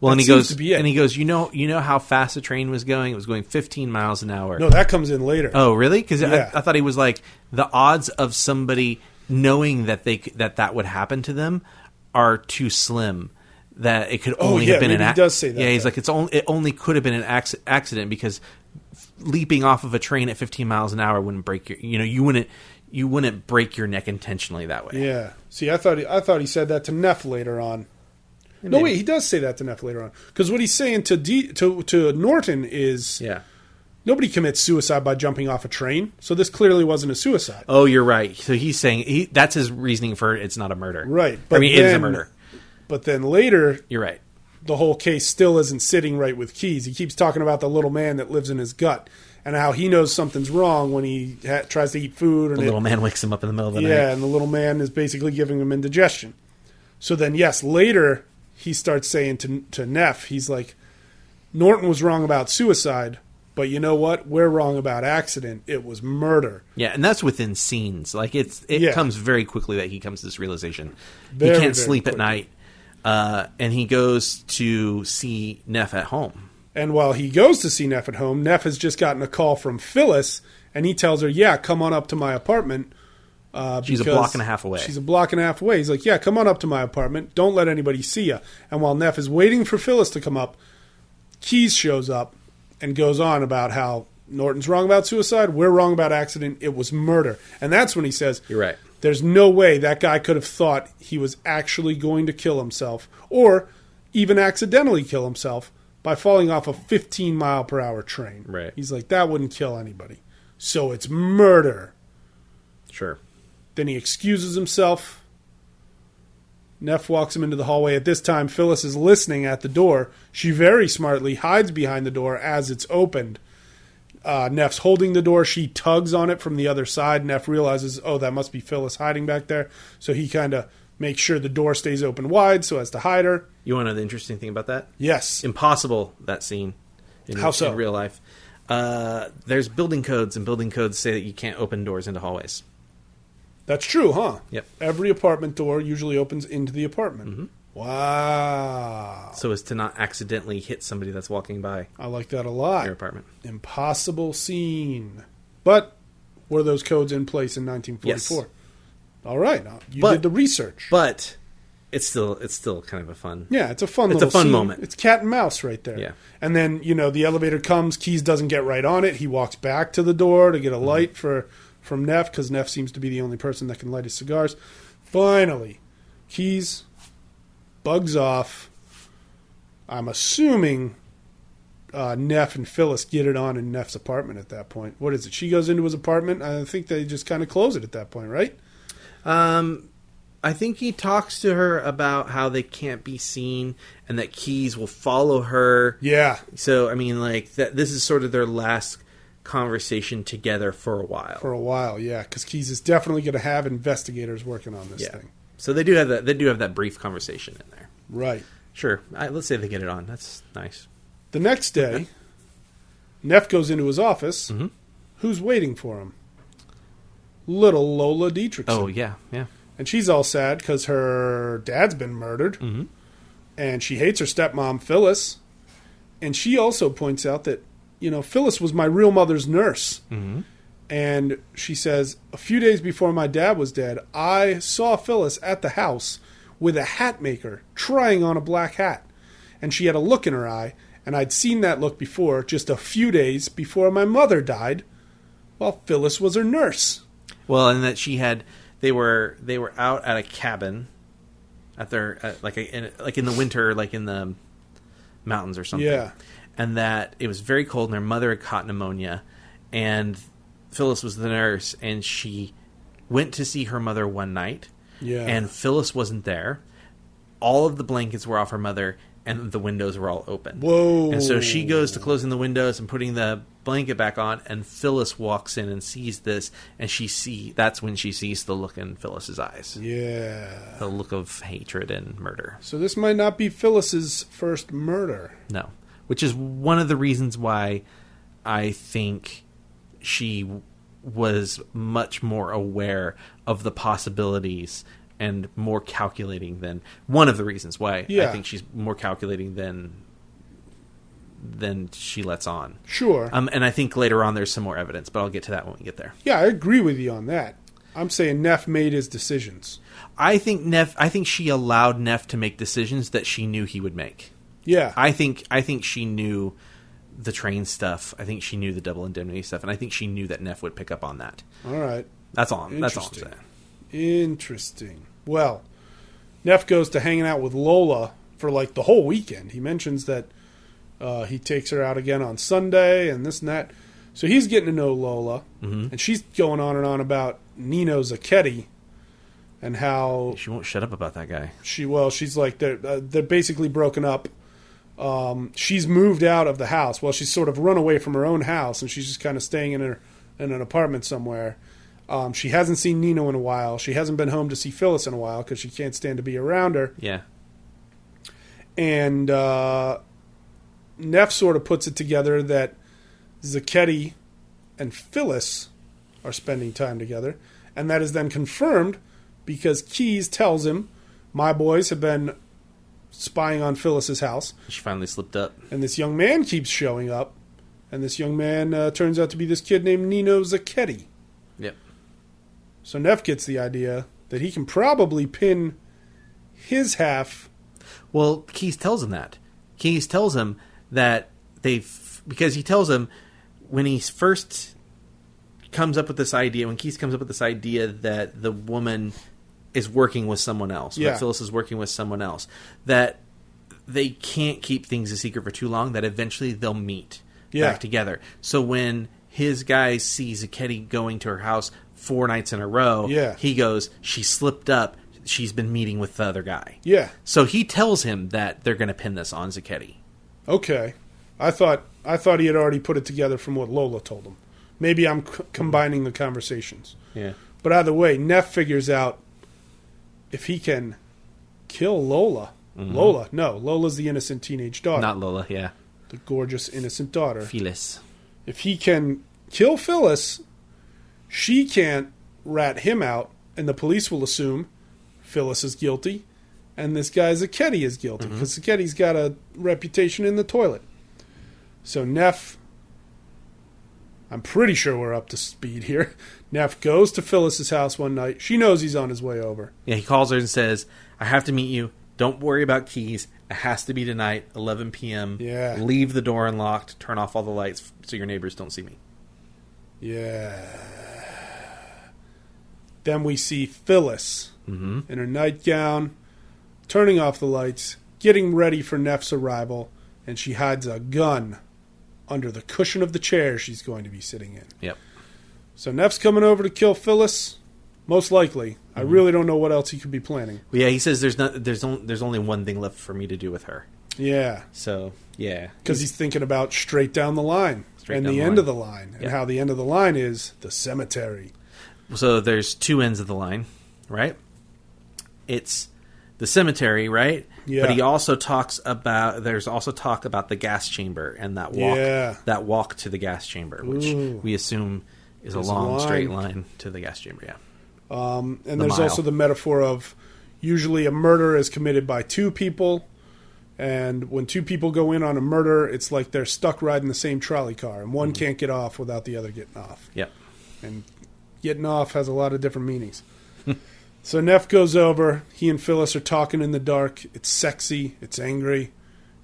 [SPEAKER 6] Well, and
[SPEAKER 7] that
[SPEAKER 6] he
[SPEAKER 7] seems
[SPEAKER 6] goes
[SPEAKER 7] to be it.
[SPEAKER 6] and he goes. You know, you know how fast the train was going. It was going 15 miles an hour.
[SPEAKER 7] No, that comes in later.
[SPEAKER 6] oh, really? Because
[SPEAKER 7] Yeah.
[SPEAKER 6] I, I thought he was like the odds of somebody knowing that they c- that that would happen to them are too slim. That it could only
[SPEAKER 7] Oh, yeah,
[SPEAKER 6] have been an
[SPEAKER 7] maybe he
[SPEAKER 6] ac-
[SPEAKER 7] does say that,
[SPEAKER 6] Yeah, he's
[SPEAKER 7] though.
[SPEAKER 6] like it's only it only could have been an acc- accident because leaping off of a train at 15 miles an hour wouldn't break your you know you wouldn't you wouldn't break your neck intentionally that way.
[SPEAKER 7] Yeah. See, I thought he, I thought he said that to Neff later on. No, wait, he does say that to Neff later on because what he's saying to D, to to Norton is
[SPEAKER 6] Yeah.
[SPEAKER 7] nobody commits suicide by jumping off a train, so this clearly wasn't a suicide.
[SPEAKER 6] Oh, you're right. So he's saying he, that's his reasoning for it's not a murder.
[SPEAKER 7] Right,
[SPEAKER 6] I
[SPEAKER 7] but
[SPEAKER 6] mean, it is a
[SPEAKER 7] then-
[SPEAKER 6] murder.
[SPEAKER 7] But then later,
[SPEAKER 6] You're right.
[SPEAKER 7] the whole case still isn't sitting right with Keys. He keeps talking about the little man that lives in his gut and how he knows something's wrong when he ha- tries to eat food. And
[SPEAKER 6] The
[SPEAKER 7] it-
[SPEAKER 6] little man wakes him up in the middle of the
[SPEAKER 7] yeah,
[SPEAKER 6] night.
[SPEAKER 7] and the little man is basically giving him indigestion. So then, yes, later he starts saying to to Neff, he's like, Norton was wrong about suicide, but you know what? We're wrong about accident. It was murder.
[SPEAKER 6] Yeah, and that's within scenes. Like it's it
[SPEAKER 7] Yeah.
[SPEAKER 6] comes very quickly that he comes to this realization.
[SPEAKER 7] Very,
[SPEAKER 6] he can't
[SPEAKER 7] very
[SPEAKER 6] sleep
[SPEAKER 7] quickly.
[SPEAKER 6] at night. uh, and he goes to see Neff at home.
[SPEAKER 7] And while he goes to see Neff at home, Neff has just gotten a call from Phyllis, and he tells her, "Yeah, come on up to my apartment." Uh,
[SPEAKER 6] She's a
[SPEAKER 7] because-
[SPEAKER 6] block and a half away.
[SPEAKER 7] She's a block and a half away. He's like, "Yeah, come on up to my apartment. Don't let anybody see you." And while Neff is waiting for Phyllis to come up, Keys shows up and goes on about how Norton's wrong about suicide, we're wrong about accident. It was murder, and that's when he says,
[SPEAKER 6] You're right.
[SPEAKER 7] there's no way that guy could have thought he was actually going to kill himself or even accidentally kill himself by falling off a 15 mile per hour train.
[SPEAKER 6] Right.
[SPEAKER 7] He's like, that wouldn't kill anybody. So it's murder.
[SPEAKER 6] Sure.
[SPEAKER 7] Then he excuses himself. Neff walks him into the hallway. At this time, Phyllis is listening at the door. She very smartly hides behind the door as it's opened. Uh, Neff's holding the door. She tugs on it from the other side. Neff realizes, oh, that must be Phyllis hiding back there. So he kind of makes sure the door stays open wide so as to hide her.
[SPEAKER 6] You want to know the interesting thing about that?
[SPEAKER 7] Yes.
[SPEAKER 6] Impossible that scene. In,
[SPEAKER 7] How so?
[SPEAKER 6] In real life, uh, there's building codes, and building codes say that you can't open doors into hallways.
[SPEAKER 7] That's true, huh?
[SPEAKER 6] Yep. Mm-hmm.
[SPEAKER 7] Every apartment door usually opens into the apartment. Wow.
[SPEAKER 6] So as to not accidentally hit somebody that's walking by
[SPEAKER 7] I like that a lot.
[SPEAKER 6] your apartment.
[SPEAKER 7] impossible scene. But were those codes in place in 1944? All right, now, you
[SPEAKER 6] But-
[SPEAKER 7] did the research.
[SPEAKER 6] But it's still it's still kind of a fun.
[SPEAKER 7] yeah, it's a fun.
[SPEAKER 6] It's a
[SPEAKER 7] little
[SPEAKER 6] fun
[SPEAKER 7] scene.
[SPEAKER 6] moment.
[SPEAKER 7] It's cat and mouse right there.
[SPEAKER 6] Yeah.
[SPEAKER 7] and then you know the elevator comes. Keys doesn't get right on it. He walks back to the door to get a
[SPEAKER 6] Mm-hmm.
[SPEAKER 7] light for from Neff because Neff seems to be the only person that can light his cigars. Finally, Keys bugs off. I'm assuming uh, Neff and Phyllis get it on in Neff's apartment at that point. What is it? She goes into his apartment. I think they just kind of close it at that point, right?
[SPEAKER 6] Um, I think he talks to her about how they can't be seen and that keys will follow her.
[SPEAKER 7] Yeah.
[SPEAKER 6] So I mean, like that. This is sort of their last conversation together for a while.
[SPEAKER 7] For a while, yeah, because Keys is definitely going to have investigators working on this
[SPEAKER 6] yeah.
[SPEAKER 7] thing.
[SPEAKER 6] So they do have that. They do have that brief conversation in there.
[SPEAKER 7] Right.
[SPEAKER 6] Sure. I, let's say they get it on. That's nice.
[SPEAKER 7] The next day, Neff goes into his office. Who's waiting for him? Little Lola Dietrichson.
[SPEAKER 6] Oh yeah, yeah.
[SPEAKER 7] And she's all sad because her dad's been murdered. And she hates her stepmom, Phyllis. And she also points out that, you know, Phyllis was my real mother's nurse. And she says, a few days before my dad was dead, I saw Phyllis at the house with a hat maker trying on a black hat. And she had a look in her eye. And I'd seen that look before, just a few days before my mother died, while Phyllis was her nurse.
[SPEAKER 6] Well, and that she had. They were they were out at a cabin, at their at like a, in, like in the winter, like in the mountains or something.
[SPEAKER 7] Yeah.
[SPEAKER 6] And that it was very cold, and their mother had caught pneumonia, and Phyllis was the nurse, and she went to see her mother one night.
[SPEAKER 7] Yeah.
[SPEAKER 6] And Phyllis wasn't there. All of the blankets were off her mother, and the windows were all open.
[SPEAKER 7] Whoa.
[SPEAKER 6] And so she goes to closing the windows and putting the blanket back on, and Phyllis walks in and sees this, and she see that's when she sees the look in Phyllis's eyes,
[SPEAKER 7] Yeah.
[SPEAKER 6] the look of hatred and murder.
[SPEAKER 7] So this might not be Phyllis's first murder.
[SPEAKER 6] No, which is one of the reasons why I think she w- was much more aware of the possibilities and more calculating than one of the reasons why
[SPEAKER 7] Yeah.
[SPEAKER 6] I think she's more calculating than than she lets on.
[SPEAKER 7] Sure.
[SPEAKER 6] Um, and I think later on there's some more evidence, but I'll get to that when we get there.
[SPEAKER 7] yeah, I agree with you on that. I'm saying Neff made his decisions.
[SPEAKER 6] I think Neff. I think she allowed Neff to make decisions that she knew he would make.
[SPEAKER 7] Yeah.
[SPEAKER 6] I think. I think she knew the train stuff. I think she knew the double indemnity stuff, and I think she knew that Neff would pick up on that.
[SPEAKER 7] All right.
[SPEAKER 6] That's all. I'm- That's all I'm
[SPEAKER 7] Interesting.
[SPEAKER 6] saying.
[SPEAKER 7] Interesting. Well, Neff goes to hanging out with Lola for like the whole weekend. He mentions that uh, he takes her out again on Sunday and this and that. So he's getting to know Lola,
[SPEAKER 6] Mm-hmm.
[SPEAKER 7] and she's going on and on about Nino Zacchetti and how
[SPEAKER 6] She won't shut up about that guy.
[SPEAKER 7] she well she's like they're uh, they're basically broken up um, she's moved out of the house well she's sort of run away from her own house and she's just kind of staying in her in an apartment somewhere um, she hasn't seen nino in a while she hasn't been home to see phyllis in a while because she can't stand to be around her
[SPEAKER 6] Yeah.
[SPEAKER 7] and uh, neff sort of puts it together that zacchetti and phyllis are spending time together and that is then confirmed because keys tells him my boys have been spying on Phyllis's house,
[SPEAKER 6] She finally slipped up.
[SPEAKER 7] and this young man keeps showing up, and this young man uh, turns out to be this kid named Nino Zacchetti.
[SPEAKER 6] Yep.
[SPEAKER 7] So Neff gets the idea that he can probably pin his half.
[SPEAKER 6] Well, Keys tells him that. Keys tells him that they've because he tells him when he first comes up with this idea, when Keys comes up with this idea that the woman is working with someone else,
[SPEAKER 7] Yeah.
[SPEAKER 6] that Phyllis is working with someone else, that they can't keep things a secret for too long, that eventually they'll meet
[SPEAKER 7] Yeah.
[SPEAKER 6] back together. So when his guy sees Aketti going to her house four nights in a row,
[SPEAKER 7] Yeah.
[SPEAKER 6] he goes, She slipped up, she's been meeting with the other guy.
[SPEAKER 7] Yeah.
[SPEAKER 6] So he tells him that they're going to pin this on Zacchetti.
[SPEAKER 7] Okay. I thought I thought he had already put it together from what Lola told him. Maybe I'm c- combining the conversations.
[SPEAKER 6] Yeah.
[SPEAKER 7] But either way, Neff figures out if he can kill Lola. Lola, no, Lola's the innocent teenage daughter,
[SPEAKER 6] Not Lola, yeah.
[SPEAKER 7] the gorgeous innocent daughter.
[SPEAKER 6] Felis.
[SPEAKER 7] If he can kill Phyllis, she can't rat him out, and the police will assume Phyllis is guilty, and this guy Zacchetti is guilty because Zacchetti's got a reputation in the toilet. So Neff, I'm pretty sure we're up to speed here. (laughs) Neff goes to Phyllis's house one night. She knows he's on his way over.
[SPEAKER 6] Yeah, he calls her and says, I have to meet you. Don't worry about keys. It has to be tonight, 11 p.m.
[SPEAKER 7] Yeah.
[SPEAKER 6] Leave the door unlocked. Turn off all the lights so your neighbors don't see me.
[SPEAKER 7] Yeah. Then we see Phyllis
[SPEAKER 6] Mm-hmm.
[SPEAKER 7] in her nightgown, turning off the lights, getting ready for Neff's arrival, and she hides a gun under the cushion of the chair she's going to be sitting in.
[SPEAKER 6] Yep.
[SPEAKER 7] So Neff's coming over to kill Phyllis, most likely. I
[SPEAKER 6] Mm-hmm.
[SPEAKER 7] really don't know what else he could be planning.
[SPEAKER 6] Well, yeah, he says there's not there's only there's only one thing left for me to do with her.
[SPEAKER 7] Yeah,
[SPEAKER 6] So yeah,
[SPEAKER 7] because he's thinking about straight down the line
[SPEAKER 6] Straight
[SPEAKER 7] and
[SPEAKER 6] down
[SPEAKER 7] the
[SPEAKER 6] the
[SPEAKER 7] end
[SPEAKER 6] line.
[SPEAKER 7] of the line, and
[SPEAKER 6] Yeah.
[SPEAKER 7] how the end of the line is the cemetery.
[SPEAKER 6] so there's two ends of the line, right? It's the cemetery, right?
[SPEAKER 7] Yeah.
[SPEAKER 6] But he also talks about there's also talk about the gas chamber and that walk
[SPEAKER 7] Yeah.
[SPEAKER 6] that walk to the gas chamber, which
[SPEAKER 7] Ooh.
[SPEAKER 6] we assume is a
[SPEAKER 7] There's a
[SPEAKER 6] long
[SPEAKER 7] line.
[SPEAKER 6] straight line to the gas chamber, yeah.
[SPEAKER 7] And
[SPEAKER 6] the
[SPEAKER 7] there's
[SPEAKER 6] mile.
[SPEAKER 7] also the metaphor of usually a murder is committed by two people. And when two people go in on a murder, it's like they're stuck riding the same trolley car, and
[SPEAKER 6] Mm-hmm.
[SPEAKER 7] one can't get off without the other getting off.
[SPEAKER 6] Yep.
[SPEAKER 7] And getting off has a lot of different
[SPEAKER 6] (laughs)
[SPEAKER 7] meanings. so Neff goes over. He and Phyllis are talking in the dark. It's sexy. It's angry.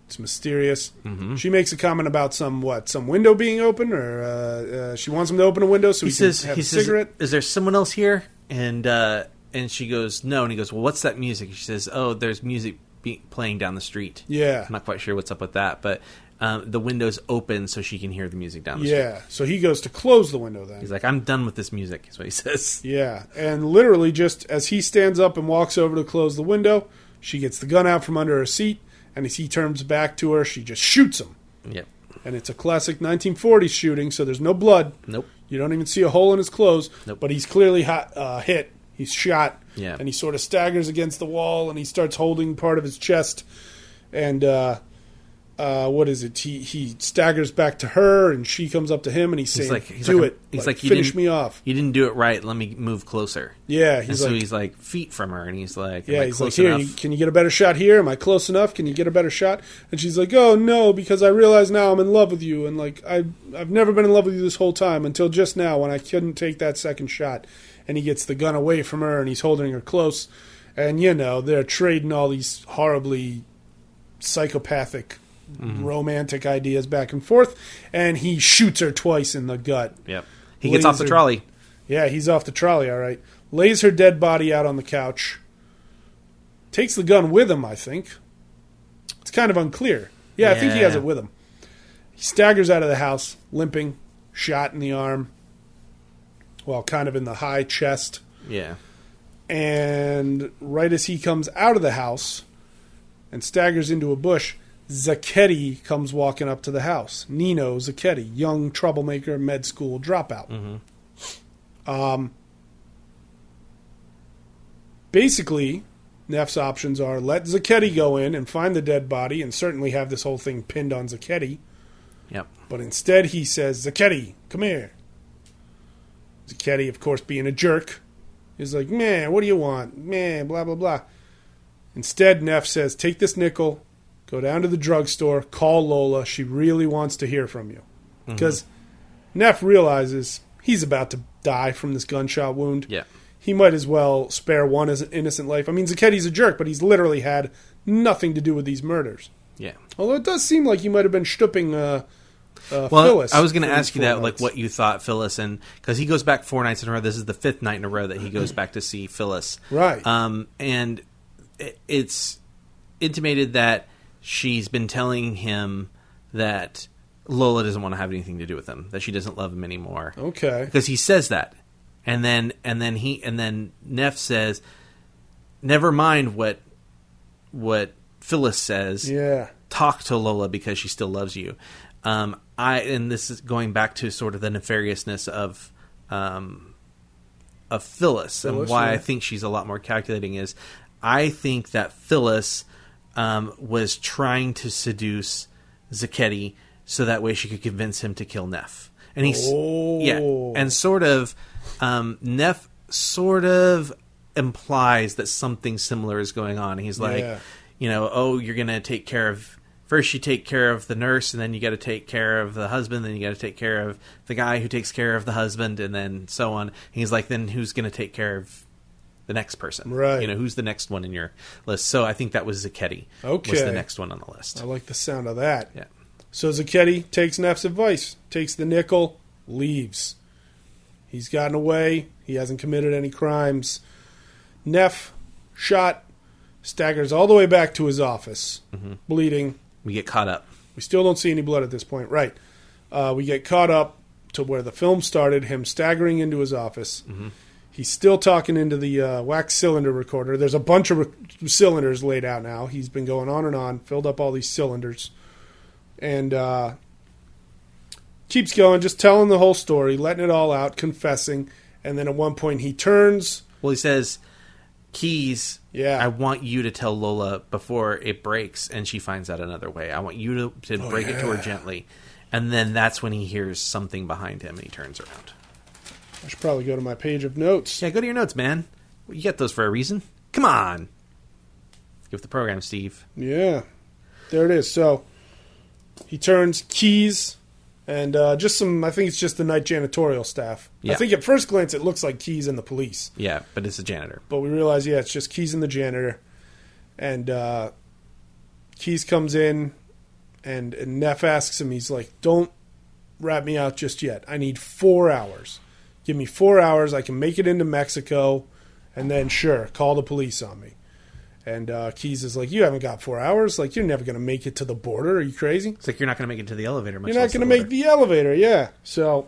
[SPEAKER 7] It's mysterious.
[SPEAKER 6] Mm-hmm.
[SPEAKER 7] She makes a comment about some what, some window being open, or uh, uh, she wants him to open a window so
[SPEAKER 6] He
[SPEAKER 7] he, can
[SPEAKER 6] says
[SPEAKER 7] have
[SPEAKER 6] he
[SPEAKER 7] a
[SPEAKER 6] says
[SPEAKER 7] cigarette.
[SPEAKER 6] is there someone else here? And uh and she goes, "No." And he goes, "Well, what's that music?" She says, "Oh, there's music be- playing down the street."
[SPEAKER 7] Yeah.
[SPEAKER 6] I'm not quite sure what's up with that, but um, the window's open so she can hear the music down the street.
[SPEAKER 7] Yeah. So he goes to close the window then.
[SPEAKER 6] He's like, I'm done with this music, is what he (laughs) says.
[SPEAKER 7] Yeah, and literally just as he stands up and walks over to close the window, she gets the gun out from under her seat, and as he turns back to her, she just shoots him.
[SPEAKER 6] Yep.
[SPEAKER 7] And it's a classic 1940s shooting, so there's no blood.
[SPEAKER 6] Nope.
[SPEAKER 7] You don't even see a hole in his clothes,
[SPEAKER 6] Nope.
[SPEAKER 7] but he's clearly hot, uh, hit. He's shot.
[SPEAKER 6] Yeah.
[SPEAKER 7] And he sort of staggers against the wall and he starts holding part of his chest. And uh, uh, what is it? He, he staggers back to her and she comes up to him and he's,
[SPEAKER 6] He's
[SPEAKER 7] saying,
[SPEAKER 6] like, he's
[SPEAKER 7] Do
[SPEAKER 6] like,
[SPEAKER 7] it.
[SPEAKER 6] He's
[SPEAKER 7] Like,
[SPEAKER 6] like, you
[SPEAKER 7] finish
[SPEAKER 6] didn't-
[SPEAKER 7] me off.
[SPEAKER 6] You didn't do it right. Let me move closer.
[SPEAKER 7] Yeah.
[SPEAKER 6] and
[SPEAKER 7] He's
[SPEAKER 6] so
[SPEAKER 7] like,
[SPEAKER 6] he's like feet from her, and he's like,
[SPEAKER 7] Yeah,
[SPEAKER 6] Am I
[SPEAKER 7] he's like,
[SPEAKER 6] close
[SPEAKER 7] here, you,
[SPEAKER 6] enough?
[SPEAKER 7] can you get a better shot here? Am I close enough? Can you get a better shot? And she's like, oh no, because I realize now I'm in love with you, and like I, I've never been in love with you this whole time until just now when I couldn't take that second shot. And he gets the gun away from her, and he's holding her close, and you know they're trading all these horribly psychopathic,
[SPEAKER 6] Mm-hmm.
[SPEAKER 7] romantic ideas back and forth, and he shoots her twice in the gut.
[SPEAKER 6] Yep. He gets off the
[SPEAKER 7] Laser.
[SPEAKER 6] trolley.
[SPEAKER 7] Yeah, he's off the trolley, all right. Lays her dead body out on the couch. Takes the gun with him, I think. It's kind of unclear. Yeah, I think he has
[SPEAKER 6] Yeah.
[SPEAKER 7] it with him. He staggers out of the house, limping, shot in the arm, well, kind of in the high chest.
[SPEAKER 6] Yeah.
[SPEAKER 7] And right as he comes out of the house and staggers into a bush, Zacchetti comes walking up to the house. Nino Zacchetti, young troublemaker, med school dropout. Um, basically, Neff's options are let Zacchetti go in and find the dead body and certainly have this whole thing pinned on Zacchetti.
[SPEAKER 6] Yep.
[SPEAKER 7] But instead, he says, Zacchetti, come here. Zacchetti, of course, being a jerk, is like, man, what do you want? Man, blah, blah, blah. Instead, Neff says, Take this nickel, go down to the drugstore, call Lola. She really wants to hear from you. Because Neff realizes he's about to die from this gunshot wound.
[SPEAKER 6] Yeah.
[SPEAKER 7] He might as well spare one as innocent life. I mean, Zacchetti's a jerk, but he's literally had nothing to do with these murders.
[SPEAKER 6] Yeah.
[SPEAKER 7] Although it does seem like he might have been stooping uh, uh,
[SPEAKER 6] Well,
[SPEAKER 7] Phyllis.
[SPEAKER 6] I was going to
[SPEAKER 7] for
[SPEAKER 6] ask you
[SPEAKER 7] four
[SPEAKER 6] that, like
[SPEAKER 7] nights.
[SPEAKER 6] what you thought Phyllis, and because he goes back four nights in a row. This is the fifth night in a row that he goes back to see Phyllis.
[SPEAKER 7] Right.
[SPEAKER 6] Um, and it, it's intimated that she's been telling him that Lola doesn't want to have anything to do with him, that she doesn't love him anymore.
[SPEAKER 7] Okay.
[SPEAKER 6] because he says that, and then and then he and then Neff says, "Never mind what what Phyllis says.
[SPEAKER 7] Yeah.
[SPEAKER 6] Talk to Lola because she still loves you." Um, I and this is going back to sort of the nefariousness of um, of Phyllis, and
[SPEAKER 7] Phyllis,
[SPEAKER 6] why
[SPEAKER 7] yeah.
[SPEAKER 6] I think she's a lot more calculating is I think that Phyllis um, was trying to seduce Zacchetti so that way she could convince him to kill Neff. And he's yeah,
[SPEAKER 7] Oh.
[SPEAKER 6] and sort of um, Neff sort of implies that something similar is going on. He's like,
[SPEAKER 7] Yeah.
[SPEAKER 6] you know, oh, you're gonna take care of first you take care of the nurse, and then you got to take care of the husband, then you got to take care of the guy who takes care of the husband, and then so on. He's like, then who's gonna take care of the next person?
[SPEAKER 7] Right.
[SPEAKER 6] You know, who's the next one in your list? So I think that was Zacchetti. was
[SPEAKER 7] Okay.
[SPEAKER 6] the next one on the list.
[SPEAKER 7] I like the sound of that.
[SPEAKER 6] Yeah.
[SPEAKER 7] So Zacchetti takes Neff's advice, takes the nickel, leaves. He's gotten away. He hasn't committed any crimes. Neff, shot, staggers all the way back to his office,
[SPEAKER 6] Mm-hmm.
[SPEAKER 7] bleeding.
[SPEAKER 6] We get caught up.
[SPEAKER 7] We still don't see any blood at this point. Right. Uh, we get caught up to where the film started, him staggering into his office. He's still talking into the uh, wax cylinder recorder. There's a bunch of re- cylinders laid out now. He's been going on and on, filled up all these cylinders, and uh, keeps going, just telling the whole story, letting it all out, confessing. And then at one point, he turns.
[SPEAKER 6] Well, he says, "Keys,
[SPEAKER 7] Yeah.
[SPEAKER 6] I want you to tell Lola before it breaks and she finds out another way. I want you to, to
[SPEAKER 7] Oh,
[SPEAKER 6] break it to her gently." And then that's when he hears something behind him and he turns around.
[SPEAKER 7] I should probably go to my page of notes.
[SPEAKER 6] Yeah, go to your notes, man. You get those for a reason. Come on. Give the program, Steve.
[SPEAKER 7] Yeah, there it is. So he turns keys and uh, just some. I think it's just the night janitorial staff.
[SPEAKER 6] Yeah.
[SPEAKER 7] I think at first glance it looks like keys and the police,
[SPEAKER 6] Yeah, but it's a janitor.
[SPEAKER 7] but we realize yeah, it's just keys and the janitor. And uh, keys comes in, and, and Neff asks him. He's like, "Don't wrap me out just yet. I need four hours. Give me four hours. I can make it into Mexico, and then sure, call the police on me." And uh, Keys is like, "You haven't got four hours. Like you're never gonna make it to the border. Are you crazy?
[SPEAKER 6] It's like you're not going to make it to the elevator. Much
[SPEAKER 7] You're not
[SPEAKER 6] less
[SPEAKER 7] gonna make
[SPEAKER 6] border."
[SPEAKER 7] the elevator. Yeah." So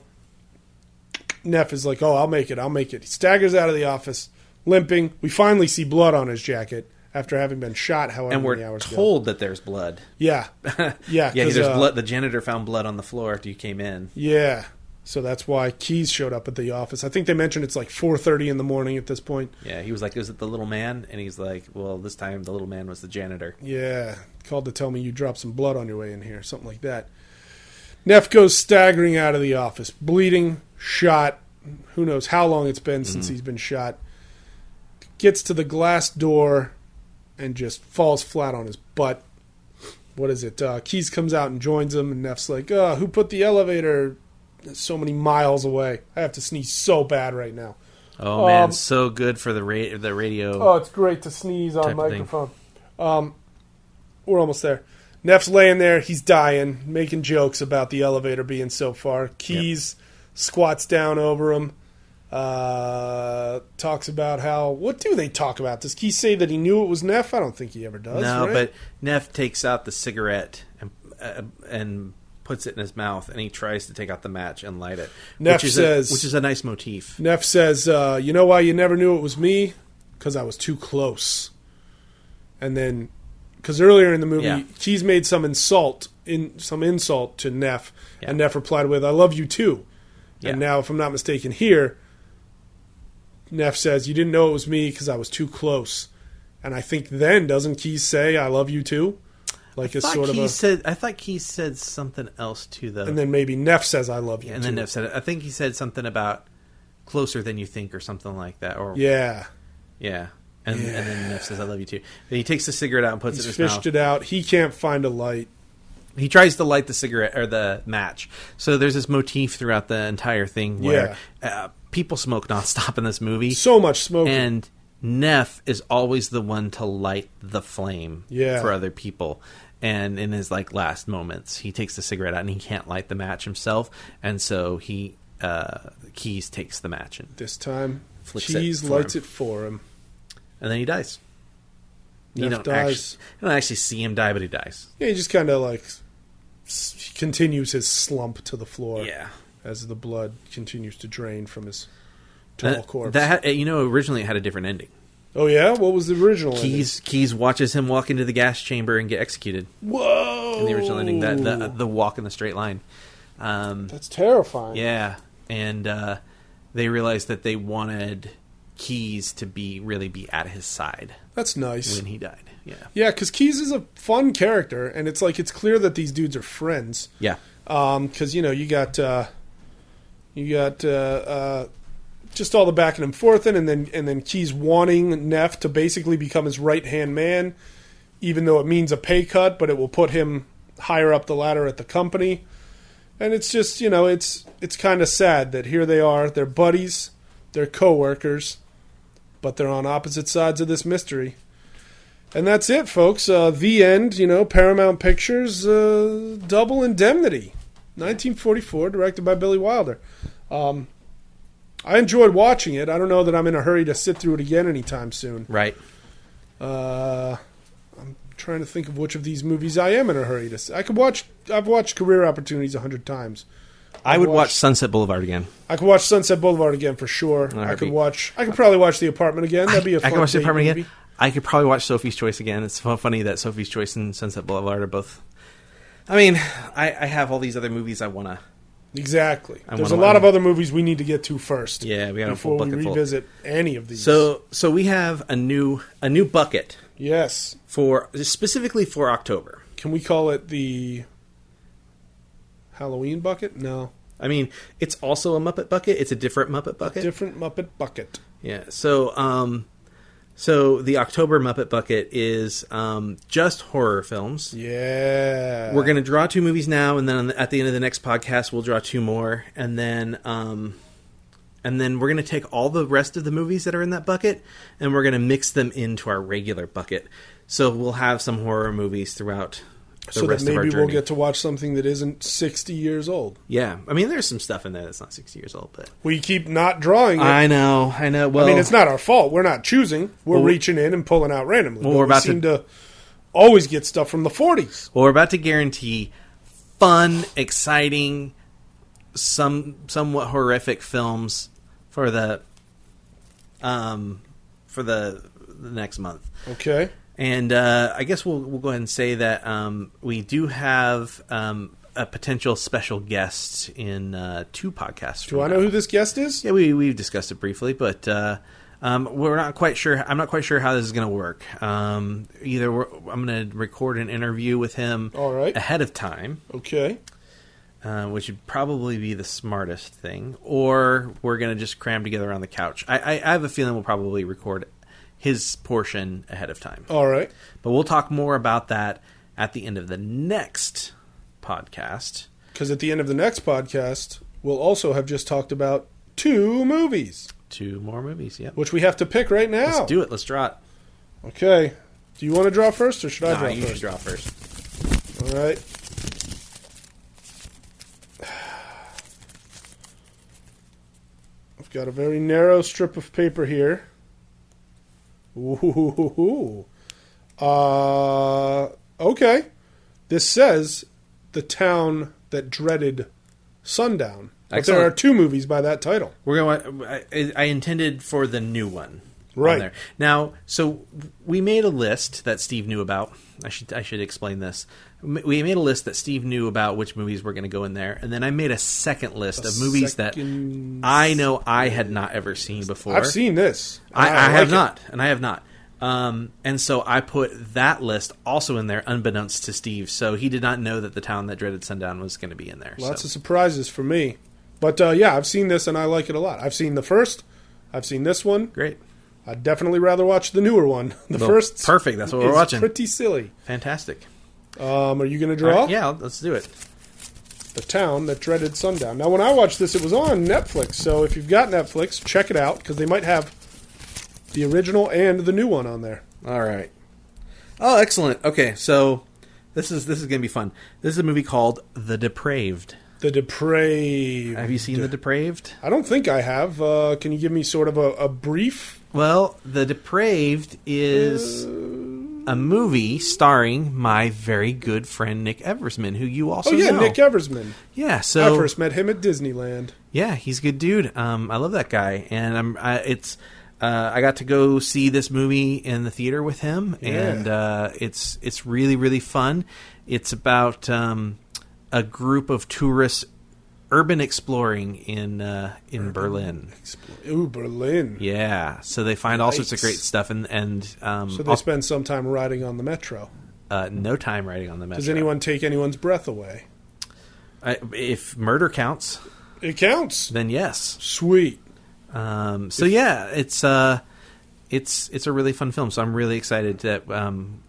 [SPEAKER 7] Neff is like, "Oh, I'll make it. I'll make it." He staggers out of the office, limping. We finally see blood on his jacket after having been shot. However
[SPEAKER 6] And
[SPEAKER 7] many
[SPEAKER 6] we're
[SPEAKER 7] hours ago.
[SPEAKER 6] told that there's blood.
[SPEAKER 7] yeah, yeah,
[SPEAKER 6] (laughs) Yeah,
[SPEAKER 7] 'cause,
[SPEAKER 6] there's
[SPEAKER 7] uh,
[SPEAKER 6] blood. The janitor found blood on the floor after you came in.
[SPEAKER 7] Yeah. So that's why Keys showed up at the office. I think they mentioned it's like 4:30 in the morning at this point.
[SPEAKER 6] Yeah, he was like, "Is it the little man?" And he's like, "Well, this time the little man was the janitor."
[SPEAKER 7] Yeah, called to tell me you dropped some blood on your way in here, something like that. Neff goes staggering out of the office, bleeding, shot. Who knows how long it's been since he's been shot. Gets to the glass door and just falls flat on his butt. What is it? Uh, Keys comes out and joins him, and Neff's like, uh, Who put the elevator so many miles away? I have to sneeze so bad right now.
[SPEAKER 6] Oh man,
[SPEAKER 7] Um,
[SPEAKER 6] so good for the ra- the radio.
[SPEAKER 7] Oh, it's great to sneeze on
[SPEAKER 6] Type of thing.
[SPEAKER 7] microphone. Um, we're almost there. Neff's laying there. He's dying, making jokes about the elevator being so far. Keys squats down over him. Uh, talks about how. What do they talk about? Does Keys say that he knew it was Neff? I don't think he ever does.
[SPEAKER 6] no,
[SPEAKER 7] right?
[SPEAKER 6] but Neff takes out the cigarette and uh, and puts it in his mouth, and he tries to take out the match and light it.
[SPEAKER 7] Neff
[SPEAKER 6] which is
[SPEAKER 7] says-
[SPEAKER 6] a, which is a nice motif.
[SPEAKER 7] Neff says, uh, "You know why you never knew it was me? Because I was too close." And then, because earlier in the movie,
[SPEAKER 6] Yeah.
[SPEAKER 7] Keys made some insult in some insult to Neff,
[SPEAKER 6] Yeah.
[SPEAKER 7] and Neff replied with, "I love you too."
[SPEAKER 6] Yeah.
[SPEAKER 7] And now, if I'm not mistaken, here Neff says, "You didn't know it was me because I was too close." And I think then doesn't Keys say, "I love you too," like
[SPEAKER 6] I
[SPEAKER 7] a
[SPEAKER 6] thought
[SPEAKER 7] sort of
[SPEAKER 6] he
[SPEAKER 7] a,
[SPEAKER 6] said. I thought he said something else too, though.
[SPEAKER 7] and then maybe Neff says, "I love you."
[SPEAKER 6] and then
[SPEAKER 7] too."
[SPEAKER 6] Neff said, I think he said something about closer than you think, or something like that. Or
[SPEAKER 7] yeah,
[SPEAKER 6] yeah. And, and then Neff says, "I love you too." Then he takes the cigarette out and puts
[SPEAKER 7] He's
[SPEAKER 6] it in his mouth.
[SPEAKER 7] fished it out. He can't find a light.
[SPEAKER 6] he tries to light the cigarette or the match. So there's this motif throughout the entire thing where uh, people smoke nonstop in this movie,
[SPEAKER 7] So much smoke.
[SPEAKER 6] and Neff is always the one to light the flame
[SPEAKER 7] Yeah.
[SPEAKER 6] for other people. And in his like last moments, he takes the cigarette out and he can't light the match himself, and so he uh, Keys takes the match and,
[SPEAKER 7] this time,
[SPEAKER 6] Flips it
[SPEAKER 7] Cheese
[SPEAKER 6] for
[SPEAKER 7] lights
[SPEAKER 6] him.
[SPEAKER 7] it for him.
[SPEAKER 6] and then he dies. you
[SPEAKER 7] Neff
[SPEAKER 6] don't
[SPEAKER 7] dies.
[SPEAKER 6] actually you don't actually see him die, but he dies.
[SPEAKER 7] Yeah, he just kind of like s- continues his slump to the floor.
[SPEAKER 6] Yeah.
[SPEAKER 7] as the blood continues to drain from his tall
[SPEAKER 6] That,
[SPEAKER 7] corpse.
[SPEAKER 6] Uh, that you know originally it had a different ending.
[SPEAKER 7] oh yeah, what was the original? ending?
[SPEAKER 6] Keys Keys watches him walk into the gas chamber and get executed
[SPEAKER 7] Whoa!
[SPEAKER 6] in the original ending. That um, the, the walk in the straight line. Um,
[SPEAKER 7] That's terrifying.
[SPEAKER 6] yeah, and uh, they realized that they wanted Keys to be really be at his side
[SPEAKER 7] that's nice.
[SPEAKER 6] when he died. Yeah,
[SPEAKER 7] Yeah, because Keys is a fun character, and it's like it's clear that these dudes are friends.
[SPEAKER 6] yeah,
[SPEAKER 7] because Um, you know you got uh, you got uh, uh, just all the backing and forthing, and then and then Keys wanting Neff to basically become his right hand man, even though it means a pay cut, but it will put him higher up the ladder at the company. And it's just you know it's it's kind of sad that here they are, they're buddies, they're coworkers, but they're on opposite sides of this mystery. And that's it, folks. Uh, the end, you know, Paramount Pictures, uh, Double Indemnity. 1944, directed by Billy Wilder. Um, I enjoyed watching it. I don't know that I'm in a hurry to sit through it again anytime soon.
[SPEAKER 6] right.
[SPEAKER 7] Uh, I'm trying to think of which of these movies I am in a hurry to. s- I could watch. I've watched Career Opportunities a hundred times.
[SPEAKER 6] I would watch
[SPEAKER 7] watched-
[SPEAKER 6] Sunset Boulevard again.
[SPEAKER 7] I could watch Sunset Boulevard again for sure. I
[SPEAKER 6] Alright,
[SPEAKER 7] could
[SPEAKER 6] be-
[SPEAKER 7] watch. I could probably watch The Apartment again. That'd be a
[SPEAKER 6] I
[SPEAKER 7] fun
[SPEAKER 6] could watch The
[SPEAKER 7] date
[SPEAKER 6] Apartment
[SPEAKER 7] movie.
[SPEAKER 6] again. I could probably watch Sophie's Choice again. It's so funny that Sophie's Choice and Sunset Boulevard are both. I mean, I, I have all these other movies I want to.
[SPEAKER 7] Exactly.
[SPEAKER 6] I
[SPEAKER 7] There's a
[SPEAKER 6] wanna-
[SPEAKER 7] lot
[SPEAKER 6] I-
[SPEAKER 7] of other movies we need to get to first.
[SPEAKER 6] Yeah, we got a full
[SPEAKER 7] before we
[SPEAKER 6] bucket full.
[SPEAKER 7] revisit any of these.
[SPEAKER 6] So so we have a new a new bucket
[SPEAKER 7] yes,
[SPEAKER 6] for specifically for October.
[SPEAKER 7] can we call it the Halloween bucket? No,
[SPEAKER 6] I mean, it's also a Muppet bucket. It's a different Muppet bucket.
[SPEAKER 7] different Muppet bucket.
[SPEAKER 6] yeah. So, um, so the October Muppet bucket is um, just horror films.
[SPEAKER 7] Yeah,
[SPEAKER 6] We're gonna draw two movies now, and then on the, at the end of the next podcast, we'll draw two more, and then um, and then we're gonna take all the rest of the movies that are in that bucket, and we're gonna mix them into our regular bucket. So we'll have some horror movies throughout the
[SPEAKER 7] so that
[SPEAKER 6] rest of our
[SPEAKER 7] maybe
[SPEAKER 6] journey.
[SPEAKER 7] we'll get to watch something that isn't 60 years old.
[SPEAKER 6] yeah, I mean, there's some stuff in there that's not 60 years old, but
[SPEAKER 7] We keep not drawing it. I,
[SPEAKER 6] I know, I know. Well,
[SPEAKER 7] mean, it's not our fault. We're not choosing. We're
[SPEAKER 6] Well,
[SPEAKER 7] reaching in and pulling out randomly.
[SPEAKER 6] Well,
[SPEAKER 7] but
[SPEAKER 6] we're
[SPEAKER 7] we
[SPEAKER 6] about to-
[SPEAKER 7] seem to always get stuff from the 40s.
[SPEAKER 6] Well, we're about to guarantee fun, exciting, some somewhat horrific films for the um for the, the next month.
[SPEAKER 7] Okay.
[SPEAKER 6] And uh, I guess we'll we'll go ahead and say that um, we do have um, a potential special guest in uh, two podcasts.
[SPEAKER 7] Do I know who this guest is?
[SPEAKER 6] Yeah, we we've discussed it briefly, but uh, um, we're not quite sure. I'm not quite sure how this is going to work. Um, either we're, I'm going to record an interview with him
[SPEAKER 7] All right.
[SPEAKER 6] ahead of time,
[SPEAKER 7] Okay.
[SPEAKER 6] uh, which would probably be the smartest thing, or we're going to just cram together on the couch. I, I, I have a feeling we'll probably record his portion ahead of time,
[SPEAKER 7] All right.
[SPEAKER 6] but we'll talk more about that at the end of the next podcast.
[SPEAKER 7] Because at the end of the next podcast, we'll also have just talked about two movies,
[SPEAKER 6] Two more movies. Yep.
[SPEAKER 7] which we have to pick right now.
[SPEAKER 6] Let's do it. Let's draw it.
[SPEAKER 7] Okay. Do you want to draw first, or should I
[SPEAKER 6] Nah,
[SPEAKER 7] draw
[SPEAKER 6] you
[SPEAKER 7] first?
[SPEAKER 6] should draw first.
[SPEAKER 7] All right. I've got a very narrow strip of paper here. Ooh. Uh, okay. This says the town that dreaded sundown. But there
[SPEAKER 6] Excellent.
[SPEAKER 7] are two movies by that title.
[SPEAKER 6] We're going. I, I intended for the new one, on
[SPEAKER 7] Right.
[SPEAKER 6] there. now, so we made a list that Steve knew about. I should I should explain this. We made a list that Steve knew about which movies were going to go in there, and then I made a second list of movies
[SPEAKER 7] second-
[SPEAKER 6] that I know I had not ever seen before.
[SPEAKER 7] I've seen this.
[SPEAKER 6] I, I,
[SPEAKER 7] like
[SPEAKER 6] have
[SPEAKER 7] it.
[SPEAKER 6] not, and I have not. Um, and so I put that list also in there, unbeknownst to Steve. So he did not know that the town that dreaded sundown was going to be in there.
[SPEAKER 7] Lots
[SPEAKER 6] so.
[SPEAKER 7] of surprises for me. But uh, yeah, I've seen this and I like it a lot. I've seen the first. I've seen this one.
[SPEAKER 6] great.
[SPEAKER 7] I'd definitely rather watch the newer one. (laughs) The
[SPEAKER 6] Well,
[SPEAKER 7] first
[SPEAKER 6] perfect. That's what we're
[SPEAKER 7] is
[SPEAKER 6] watching.
[SPEAKER 7] Pretty silly.
[SPEAKER 6] Fantastic.
[SPEAKER 7] Um, are you going to
[SPEAKER 6] All
[SPEAKER 7] draw?
[SPEAKER 6] right, yeah, let's do it.
[SPEAKER 7] The Town That Dreaded Sundown. Now, when I watched this, it was on Netflix. So if you've got Netflix, check it out because they might have the original and the new one on there.
[SPEAKER 6] All right. Oh, excellent. Okay, so this is this is gonna be fun. This is a movie called The Depraved.
[SPEAKER 7] The Depraved.
[SPEAKER 6] Have you seen The Depraved?
[SPEAKER 7] I don't think I have. Uh, can you give me sort of a, a brief?
[SPEAKER 6] Well, The Depraved is a movie starring my very good friend Nick Eversman, who you also
[SPEAKER 7] Oh yeah,
[SPEAKER 6] know.
[SPEAKER 7] Nick Eversman.
[SPEAKER 6] yeah, so
[SPEAKER 7] I first met him at Disneyland.
[SPEAKER 6] Yeah, he's a good dude. Um, I love that guy, and I'm. I, it's. Uh, I got to go see this movie in the theater with him, and uh, it's it's really really fun. It's about um, a group of tourists urban exploring in uh, in Berlin.
[SPEAKER 7] Ooh, Berlin.
[SPEAKER 6] Yeah, so they find all sorts of
[SPEAKER 7] Yikes.
[SPEAKER 6] great stuff, and and um,
[SPEAKER 7] So they
[SPEAKER 6] al-
[SPEAKER 7] spend some time riding on the metro.
[SPEAKER 6] uh, no time riding on the metro.
[SPEAKER 7] Does anyone take anyone's breath away?
[SPEAKER 6] I, if murder counts,
[SPEAKER 7] It counts.
[SPEAKER 6] then yes.
[SPEAKER 7] Sweet.
[SPEAKER 6] Um, so yeah, it's uh, it's it's a really fun film. So I'm really excited that um,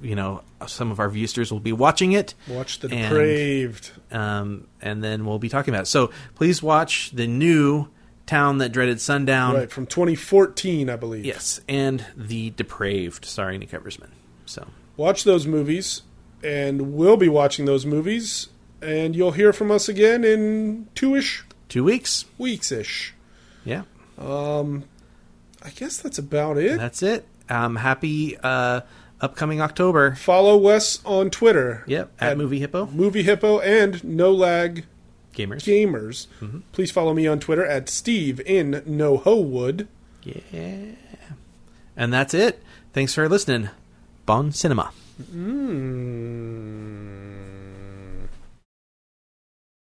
[SPEAKER 6] you know some of our viewsters will be watching it.
[SPEAKER 7] Watch the
[SPEAKER 6] And-
[SPEAKER 7] depraved.
[SPEAKER 6] um, and then we'll be talking about it. So please watch the new Town That Dreaded Sundown.
[SPEAKER 7] right from 2014, I believe.
[SPEAKER 6] Yes, and the Depraved, starring Nick Eversman. So
[SPEAKER 7] Watch those movies, and we'll be watching those movies, and you'll hear from us again in two-ish
[SPEAKER 6] two weeks.
[SPEAKER 7] weeks ish.
[SPEAKER 6] Yeah,
[SPEAKER 7] I guess that's about it.
[SPEAKER 6] that's it. Um, happy uh, upcoming October.
[SPEAKER 7] Follow Wes on Twitter.
[SPEAKER 6] Yep, at,
[SPEAKER 7] At-
[SPEAKER 6] Movie Hippo
[SPEAKER 7] Movie Hippo and No Lag
[SPEAKER 6] Gamers.
[SPEAKER 7] Gamers.
[SPEAKER 6] Mm-hmm.
[SPEAKER 7] Please follow me on Twitter at Steve in No Ho Wood.
[SPEAKER 6] Yeah. And that's it. Thanks for listening. Bon cinema.
[SPEAKER 7] Hmm.